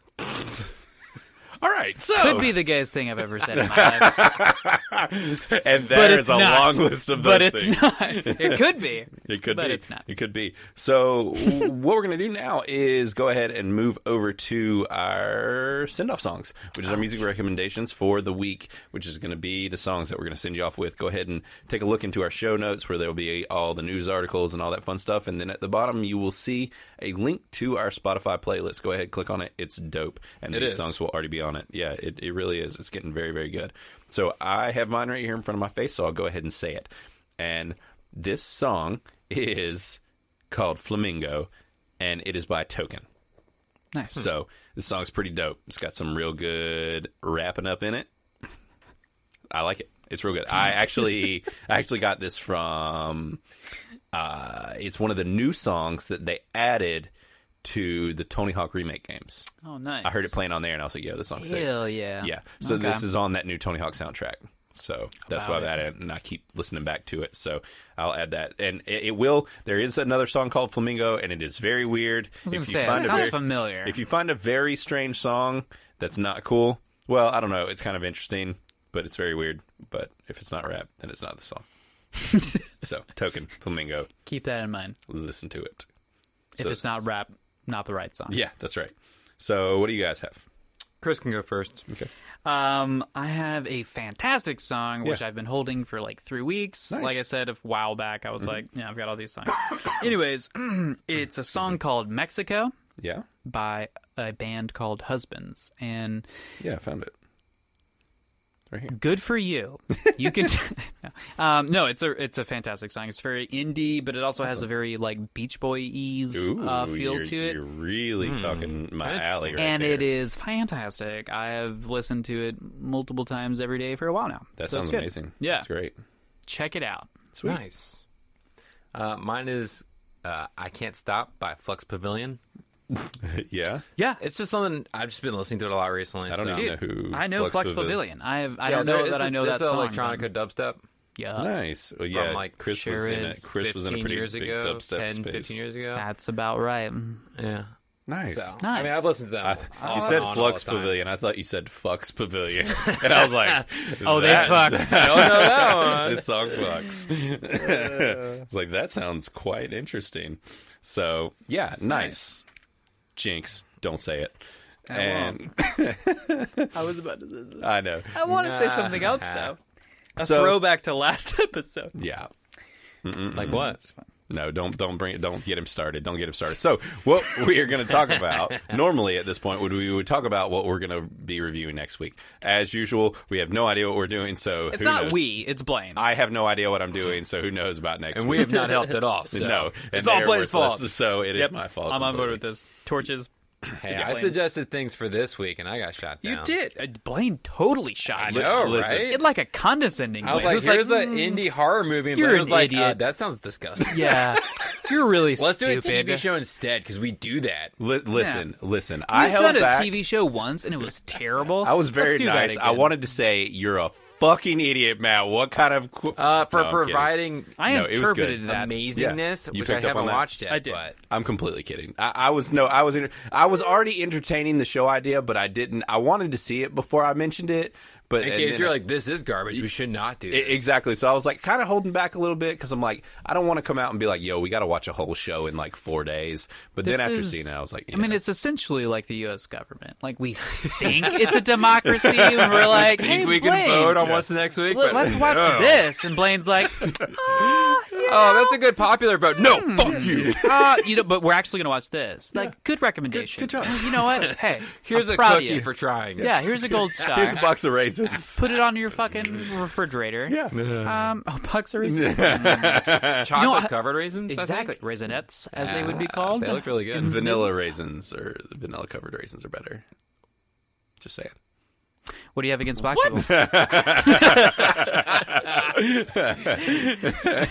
Speaker 2: All right, so
Speaker 4: Could be the gayest thing I've ever said in my life,
Speaker 2: and
Speaker 4: but
Speaker 2: there
Speaker 4: it's
Speaker 2: is a
Speaker 4: not.
Speaker 2: long list of those
Speaker 4: but it's
Speaker 2: things.
Speaker 4: not. It could be.
Speaker 2: It could
Speaker 4: but
Speaker 2: be.
Speaker 4: it's not.
Speaker 2: It could be. So what we're going to do now is go ahead and move over to our send-off songs, which is our music recommendations for the week, which is going to be the songs that we're going to send you off with. Go ahead and take a look into our show notes where there will be all the news articles and all that fun stuff. And then at the bottom, you will see a link to our Spotify playlist. Go ahead, click on it. It's dope. And
Speaker 3: It
Speaker 2: these
Speaker 3: is.
Speaker 2: songs will already be on it. Yeah, it, it really is. It's getting very, very good. So I have mine right here in front of my face, so I'll go ahead and say it. And this song is called Flamingo, and it is by Token.
Speaker 4: Nice.
Speaker 2: So this song's pretty dope. It's got some real good wrapping up in it. I like it. It's real good. I actually I actually got this from uh it's one of the new songs that they added to the Tony Hawk remake games.
Speaker 4: oh, nice.
Speaker 2: I heard it playing on there and I was like, yo, this song's sick.
Speaker 4: Hell yeah.
Speaker 2: Yeah. So
Speaker 4: Okay.
Speaker 2: this is on that new Tony Hawk soundtrack. So that's
Speaker 4: Wow.
Speaker 2: why I've added it, and I keep listening back to it. So I'll add that, and it, it will. There is another song called Flamingo, and it is very weird.
Speaker 4: I was going
Speaker 2: If
Speaker 4: to
Speaker 2: you
Speaker 4: say, it
Speaker 2: find a
Speaker 4: sounds
Speaker 2: very-
Speaker 4: familiar.
Speaker 2: if you find a very strange song that's not cool, well, I don't know. It's kind of interesting, but it's very weird. But if it's not rap, then it's not the song. so token flamingo,
Speaker 4: Keep that in mind.
Speaker 2: listen to it.
Speaker 4: If
Speaker 2: So-
Speaker 4: it's not rap, not the right song.
Speaker 2: Yeah, that's right. So what do you guys have?
Speaker 3: Chris can go first.
Speaker 4: Um, I have a fantastic song which
Speaker 2: Yeah.
Speaker 4: I've been holding for like three weeks.
Speaker 2: Nice. Mm-hmm.
Speaker 4: Like I said a while back, I was like, yeah, I've got all these songs. Anyways, it's a song called Mexico
Speaker 2: Yeah,
Speaker 4: by a band called Husbands, and
Speaker 2: yeah, I found it. Right here.
Speaker 4: good for you. You can, um, no, it's a it's a fantastic song. It's very indie, but it also has a very like Beach Boy ease uh, feel
Speaker 2: you're,
Speaker 4: to it. Hmm,
Speaker 2: You're really talking my alley right
Speaker 4: and
Speaker 2: there.
Speaker 4: it is fantastic. I have listened to it multiple times every day for a while now.
Speaker 2: That
Speaker 4: So
Speaker 2: sounds
Speaker 4: it's good.
Speaker 2: amazing.
Speaker 4: Yeah.
Speaker 2: That's great.
Speaker 4: Check it out.
Speaker 2: Sweet.
Speaker 3: Nice. Uh, mine is uh, I Can't Stop by Flux Pavilion.
Speaker 2: yeah.
Speaker 4: Yeah,
Speaker 3: It's just something I've just been listening to it a lot recently.
Speaker 2: I don't
Speaker 3: so.
Speaker 2: even know who.
Speaker 4: I know Flux, Pavilion. I have. I don't
Speaker 3: there-
Speaker 4: know
Speaker 3: it's
Speaker 4: that
Speaker 3: a-
Speaker 4: I know
Speaker 3: it's
Speaker 4: that song.
Speaker 3: an electronica dubstep.
Speaker 4: but- Yeah,
Speaker 2: Nice. Well, yeah,
Speaker 3: like,
Speaker 2: Chris was in it.
Speaker 4: Sherrod's
Speaker 2: Chris was in a
Speaker 3: 15
Speaker 2: pretty
Speaker 3: years
Speaker 2: big
Speaker 3: ago,
Speaker 2: dubstep
Speaker 3: 10,
Speaker 2: space.
Speaker 3: 15 years ago.
Speaker 4: that's about right.
Speaker 3: Yeah.
Speaker 2: Nice.
Speaker 3: So, I
Speaker 4: Nice.
Speaker 3: mean, I've listened to
Speaker 2: I,
Speaker 3: them.
Speaker 2: you
Speaker 3: on
Speaker 2: said
Speaker 3: and on all
Speaker 2: Flux
Speaker 3: the time.
Speaker 2: Pavilion. I thought you said Flux Pavilion, and I was like,
Speaker 4: Oh, they
Speaker 2: that-
Speaker 4: fucks.
Speaker 3: I don't know that one.
Speaker 2: this song fucks. it's like that sounds quite interesting. So yeah, nice. Jinx, don't say it. And
Speaker 4: I was about to.
Speaker 2: I know.
Speaker 4: I want to say something else
Speaker 3: though.
Speaker 4: A
Speaker 2: So-
Speaker 4: throwback to last episode.
Speaker 2: Yeah.
Speaker 3: Like
Speaker 2: Mm-hmm.
Speaker 3: what?
Speaker 2: No, don't don't bring it. Don't get him started. Don't get him started. So, what we are going to talk about normally at this point would we would talk about what we're going to be reviewing next week. As usual, we have no idea what we're doing. So
Speaker 4: It's
Speaker 2: who
Speaker 4: not
Speaker 2: knows?
Speaker 4: we. It's Blaine.
Speaker 2: I have no idea what I'm doing. So who knows about next?
Speaker 3: And we
Speaker 2: week.
Speaker 3: have not helped at all. So.
Speaker 2: no, and
Speaker 3: it's all
Speaker 2: they're
Speaker 3: Blaine's
Speaker 2: worthless,
Speaker 3: fault.
Speaker 2: So it is my fault.
Speaker 4: I'm on board
Speaker 2: completely.
Speaker 4: with this. Torches.
Speaker 3: Hey, I suggested things for this week, and I got shot down.
Speaker 4: You did. Uh, Blaine totally shot.
Speaker 3: I
Speaker 4: it.
Speaker 3: know,
Speaker 2: listen.
Speaker 3: right?
Speaker 4: It like a condescending.
Speaker 3: I was
Speaker 4: way.
Speaker 3: like,
Speaker 4: It was
Speaker 3: "Here's
Speaker 4: like,
Speaker 3: an
Speaker 4: mm,
Speaker 3: indie horror movie," and
Speaker 4: you're
Speaker 3: Blaine
Speaker 4: an
Speaker 3: was like, uh,
Speaker 4: idiot.
Speaker 3: "That sounds disgusting."
Speaker 4: Yeah, you're really
Speaker 3: Let's do a
Speaker 4: stupid.
Speaker 3: TV show instead because we do that.
Speaker 2: Li- listen, listen. I
Speaker 4: I've
Speaker 2: held
Speaker 4: done a
Speaker 2: back.
Speaker 4: TV show once and it was terrible.
Speaker 2: I was very
Speaker 4: Let's do that
Speaker 2: nice. I
Speaker 4: again.
Speaker 2: wanted to say you're a fucking idiot, Matt. What kind of qu-
Speaker 3: Uh, for
Speaker 2: No, I'm kidding.
Speaker 3: providing
Speaker 4: I
Speaker 2: No, it was good.
Speaker 4: interpreted that.
Speaker 3: amazingness,
Speaker 2: Yeah. You
Speaker 3: which I
Speaker 2: picked up on
Speaker 3: haven't
Speaker 2: that?
Speaker 3: watched yet.
Speaker 4: I did.
Speaker 3: But
Speaker 2: I'm completely kidding. I, I was no, I was inter- I was already entertaining the show idea, but I didn't. I wanted to see it before I mentioned it, But
Speaker 3: In
Speaker 2: and
Speaker 3: case
Speaker 2: then
Speaker 3: you're
Speaker 2: I-
Speaker 3: like, this is garbage. We should not do
Speaker 2: I-
Speaker 3: this.
Speaker 2: exactly. So I was like kind of holding back a little bit because I'm like I don't want to come out and be like, yo, we got to watch a whole show in like four days. But then
Speaker 4: This
Speaker 2: after
Speaker 4: is-
Speaker 2: seeing it, I was like,
Speaker 4: I mean,
Speaker 2: yeah.
Speaker 4: it's essentially like the U.S. government. Like we think it's a democracy, and we're like,
Speaker 3: Think
Speaker 4: hey,
Speaker 3: we
Speaker 4: Blaine,
Speaker 3: can vote on what's next week.
Speaker 4: let-
Speaker 3: but-
Speaker 4: let's watch
Speaker 3: No.
Speaker 4: this. And Blaine's like,
Speaker 3: Oh, that's a good popular vote. Hmm. No, fuck you.
Speaker 4: uh, you know, but we're actually gonna watch this. Like, good recommendation.
Speaker 2: Good- good job.
Speaker 4: You know what? Hey,
Speaker 3: Here's
Speaker 4: I'm
Speaker 3: a
Speaker 4: proud of
Speaker 3: cookie
Speaker 4: you.
Speaker 3: for trying it.
Speaker 4: yeah. Here's a gold star.
Speaker 2: here's a box of raisins.
Speaker 4: Put it on your fucking refrigerator.
Speaker 2: yeah.
Speaker 4: Um, oh, bucks are
Speaker 3: Chocolate
Speaker 4: I-
Speaker 3: covered raisins. I think?
Speaker 4: exactly raisinettes, as they would be called.
Speaker 3: They looked really
Speaker 4: Mm-hmm.
Speaker 3: good.
Speaker 2: vanilla raisins or vanilla covered raisins are better. Just saying.
Speaker 4: What do you have against boxes?
Speaker 2: I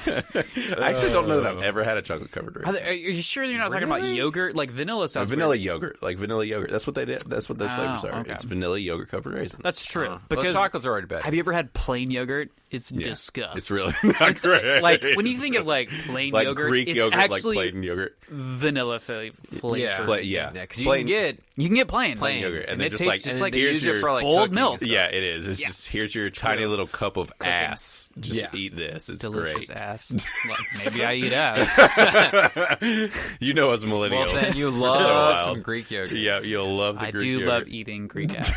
Speaker 2: actually don't know that I've ever had a chocolate covered
Speaker 4: Oh. Are,
Speaker 2: raisin.
Speaker 4: they- are you sure you're not talking about yogurt? Like vanilla sounds.
Speaker 2: vanilla
Speaker 4: weird.
Speaker 2: yogurt, like vanilla yogurt. That's what they did. That's what those flavors are.
Speaker 4: okay.
Speaker 2: It's vanilla yogurt Uh, covered raisins.
Speaker 4: That's true.
Speaker 3: Because
Speaker 4: because
Speaker 3: chocolates are already better.
Speaker 4: have you ever had plain yogurt? It's
Speaker 2: Yeah.
Speaker 4: disgust.
Speaker 2: It's really not great.
Speaker 4: like when you think of like plain
Speaker 2: like
Speaker 4: yogurt,
Speaker 2: Greek
Speaker 4: it's
Speaker 2: yogurt,
Speaker 4: actually
Speaker 2: like plain yogurt,
Speaker 4: vanilla fa- flavor.
Speaker 3: yeah,
Speaker 2: Pla- yeah.
Speaker 3: yeah. Because you
Speaker 2: Plain-
Speaker 3: can get
Speaker 4: You can get plain.
Speaker 3: Plain
Speaker 2: yogurt, and, then
Speaker 4: it
Speaker 2: just
Speaker 4: tastes
Speaker 2: like,
Speaker 4: just like-
Speaker 3: they
Speaker 2: here's
Speaker 3: use it
Speaker 2: your
Speaker 3: for, like,
Speaker 4: boiled
Speaker 3: cooking
Speaker 4: milk.
Speaker 3: and stuff.
Speaker 2: yeah, it is. It's just here's your tiny little cup of ass. Just
Speaker 3: Yeah.
Speaker 2: eat this. It's
Speaker 4: delicious
Speaker 2: great.
Speaker 4: ass. Like, maybe I eat ass.
Speaker 2: You know us millennials.
Speaker 3: Well, then you
Speaker 2: We're so
Speaker 3: love
Speaker 2: wild.
Speaker 3: some Greek yogurt.
Speaker 2: Yeah, you'll love the
Speaker 4: I
Speaker 2: Greek
Speaker 4: do
Speaker 2: yogurt.
Speaker 4: love eating Greek ass.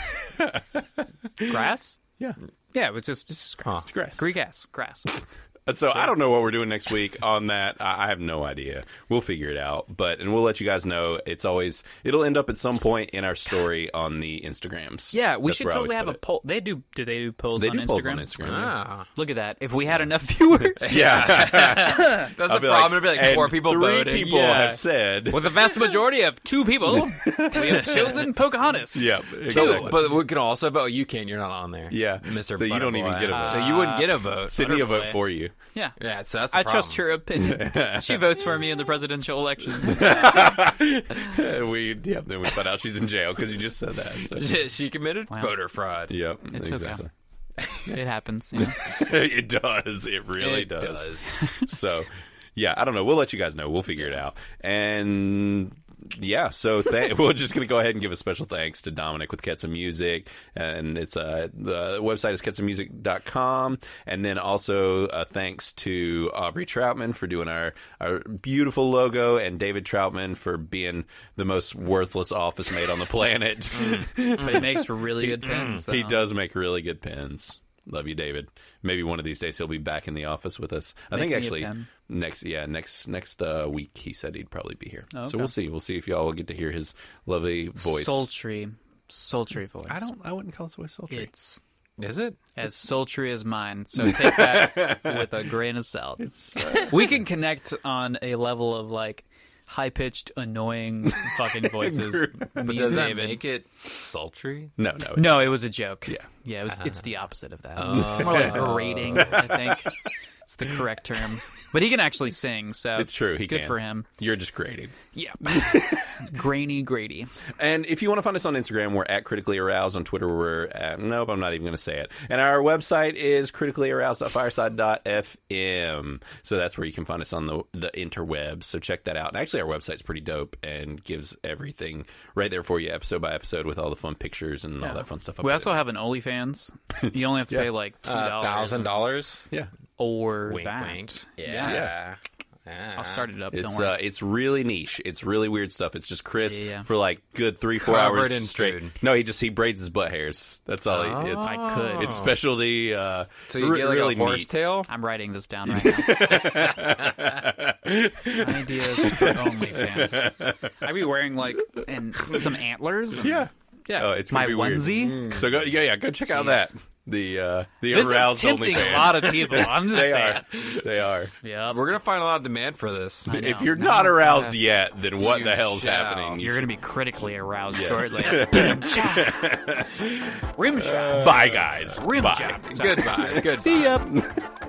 Speaker 4: grass?
Speaker 2: Yeah,
Speaker 4: Yeah, it's just it's just grass.
Speaker 2: it's grass.
Speaker 4: Greek ass, grass.
Speaker 2: And So I don't know what we're doing next week on that. I I have no idea. We'll figure it out, but and we'll let you guys know. It's always it'll end up at some point in our story on the Instagrams.
Speaker 4: Yeah, we
Speaker 2: That's
Speaker 4: should
Speaker 2: where I always
Speaker 4: totally have a
Speaker 2: put it.
Speaker 4: poll. They do. Do they do polls
Speaker 2: They
Speaker 4: on
Speaker 2: do
Speaker 4: Instagram?
Speaker 2: polls on Instagram. yeah.
Speaker 3: Ah,
Speaker 4: Look at that. If we had enough viewers,
Speaker 2: Yeah,
Speaker 3: that's
Speaker 2: I'll
Speaker 3: the
Speaker 2: be
Speaker 3: problem. It'll be like
Speaker 2: "And
Speaker 3: four people
Speaker 2: three
Speaker 3: voting.
Speaker 2: people
Speaker 4: Yeah.
Speaker 2: have said.
Speaker 4: with the vast majority of two people, we have chosen Pocahontas.
Speaker 2: Yeah,
Speaker 3: Two,
Speaker 2: exactly.
Speaker 3: but we can also vote. You can. You're not on there.
Speaker 2: Yeah.
Speaker 3: Mister.
Speaker 2: So you don't even get a vote.
Speaker 3: So you wouldn't get a vote.
Speaker 2: Sydney will vote
Speaker 4: Butterboy.
Speaker 2: for you.
Speaker 4: yeah.
Speaker 3: yeah, so that's the
Speaker 4: I trust
Speaker 3: problem.
Speaker 4: her opinion. She votes for me in the presidential elections.
Speaker 2: we yeah. Then we find out she's in jail because you just said that. So.
Speaker 3: she committed voter fraud.
Speaker 2: Yep,
Speaker 4: It's okay.
Speaker 2: exactly.
Speaker 4: it happens. you know.
Speaker 2: it does. It really
Speaker 3: It does.
Speaker 2: so yeah i don't know we'll let you guys know we'll figure it out and yeah so th- we're just gonna go ahead and give a special thanks to dominic with ketsa music and it's uh the website is ketsamusic.com and then also uh, thanks to aubrey troutman for doing our our beautiful logo and david troutman for being the most worthless office mate on the planet
Speaker 4: But he makes really good pins. Though.
Speaker 2: he does make really good pins. Love you, David. Maybe one of these days he'll be back in the office with us. I think
Speaker 4: me a
Speaker 2: actually
Speaker 4: pen.
Speaker 2: next, yeah, next next uh, week he said he'd probably be here.
Speaker 4: okay.
Speaker 2: So we'll see. We'll see if y'all will get to hear his lovely voice.
Speaker 4: Sultry, sultry voice.
Speaker 2: I don't. I wouldn't call his voice sultry.
Speaker 4: It's
Speaker 3: Is it?
Speaker 4: as sultry as mine. So take that with a grain of salt.
Speaker 2: uh,
Speaker 4: we can connect on a level of like high pitched, annoying fucking voices. but
Speaker 3: Does that make it sultry?
Speaker 2: no, no, it's-
Speaker 4: No, it was a joke.
Speaker 2: Yeah. Oh.
Speaker 4: yeah, it was, it's the opposite of that. More like grating. I think it's the correct term. But he can actually sing, so
Speaker 2: It's true, he
Speaker 4: good
Speaker 2: can.
Speaker 4: for him.
Speaker 2: You're just grading.
Speaker 4: Yeah, grainy, grady.
Speaker 2: And if you want to find us on Instagram, we're at critically aroused. On Twitter, we're at, nope, I'm not even going to say it. And our website is criticallyaroused.fireside.fm. So that's where you can find us on the the interwebs. So check that out. And actually, our website's pretty dope and gives everything right there for you, episode by episode, with all the fun pictures and all that fun stuff. up
Speaker 4: We
Speaker 2: there.
Speaker 4: also have an OnlyFans. You only have to pay like two dollars
Speaker 3: Thousand dollars.
Speaker 2: yeah,
Speaker 4: or
Speaker 3: Wink,
Speaker 4: that.
Speaker 3: wink.
Speaker 4: Yeah.
Speaker 3: Yeah.
Speaker 4: I'll start it up.
Speaker 2: it's
Speaker 4: don't worry.
Speaker 2: uh, it's really niche. It's really weird stuff. It's just Chris
Speaker 4: Yeah, yeah.
Speaker 2: for like good three four
Speaker 3: Covered
Speaker 2: hours
Speaker 3: in
Speaker 2: straight.
Speaker 3: food.
Speaker 2: No, he just he braids his butt hairs. That's all. he, it's
Speaker 4: Oh. I could.
Speaker 2: It's specialty. Uh,
Speaker 3: So you
Speaker 2: re-
Speaker 3: get like
Speaker 2: really
Speaker 3: a horse
Speaker 2: neat.
Speaker 3: tail.
Speaker 4: I'm writing this down right now. Ideas for OnlyFans. I'd be wearing like and some antlers. and-
Speaker 2: Yeah.
Speaker 4: yeah.
Speaker 2: Oh, it's
Speaker 4: my
Speaker 2: gonna be weird. Mm.
Speaker 4: onesie.
Speaker 2: So go, yeah, yeah, go check out that the uh, the
Speaker 4: This is
Speaker 2: aroused
Speaker 4: tempting
Speaker 2: OnlyFans.
Speaker 4: a lot of people. I'm just
Speaker 2: they
Speaker 4: saying.
Speaker 2: are, they are.
Speaker 4: Yeah,
Speaker 3: We're gonna find a lot of demand for this.
Speaker 2: If you're not aroused yet, then what
Speaker 3: You
Speaker 2: the hell's
Speaker 3: shall.
Speaker 2: happening?
Speaker 4: you're gonna be critically aroused
Speaker 2: Yes.
Speaker 4: shortly. Boom, cha. Rim shot.
Speaker 2: Bye, guys.
Speaker 4: Rim
Speaker 2: Bye.
Speaker 4: job.
Speaker 3: Goodbye. Goodbye.
Speaker 4: See ya.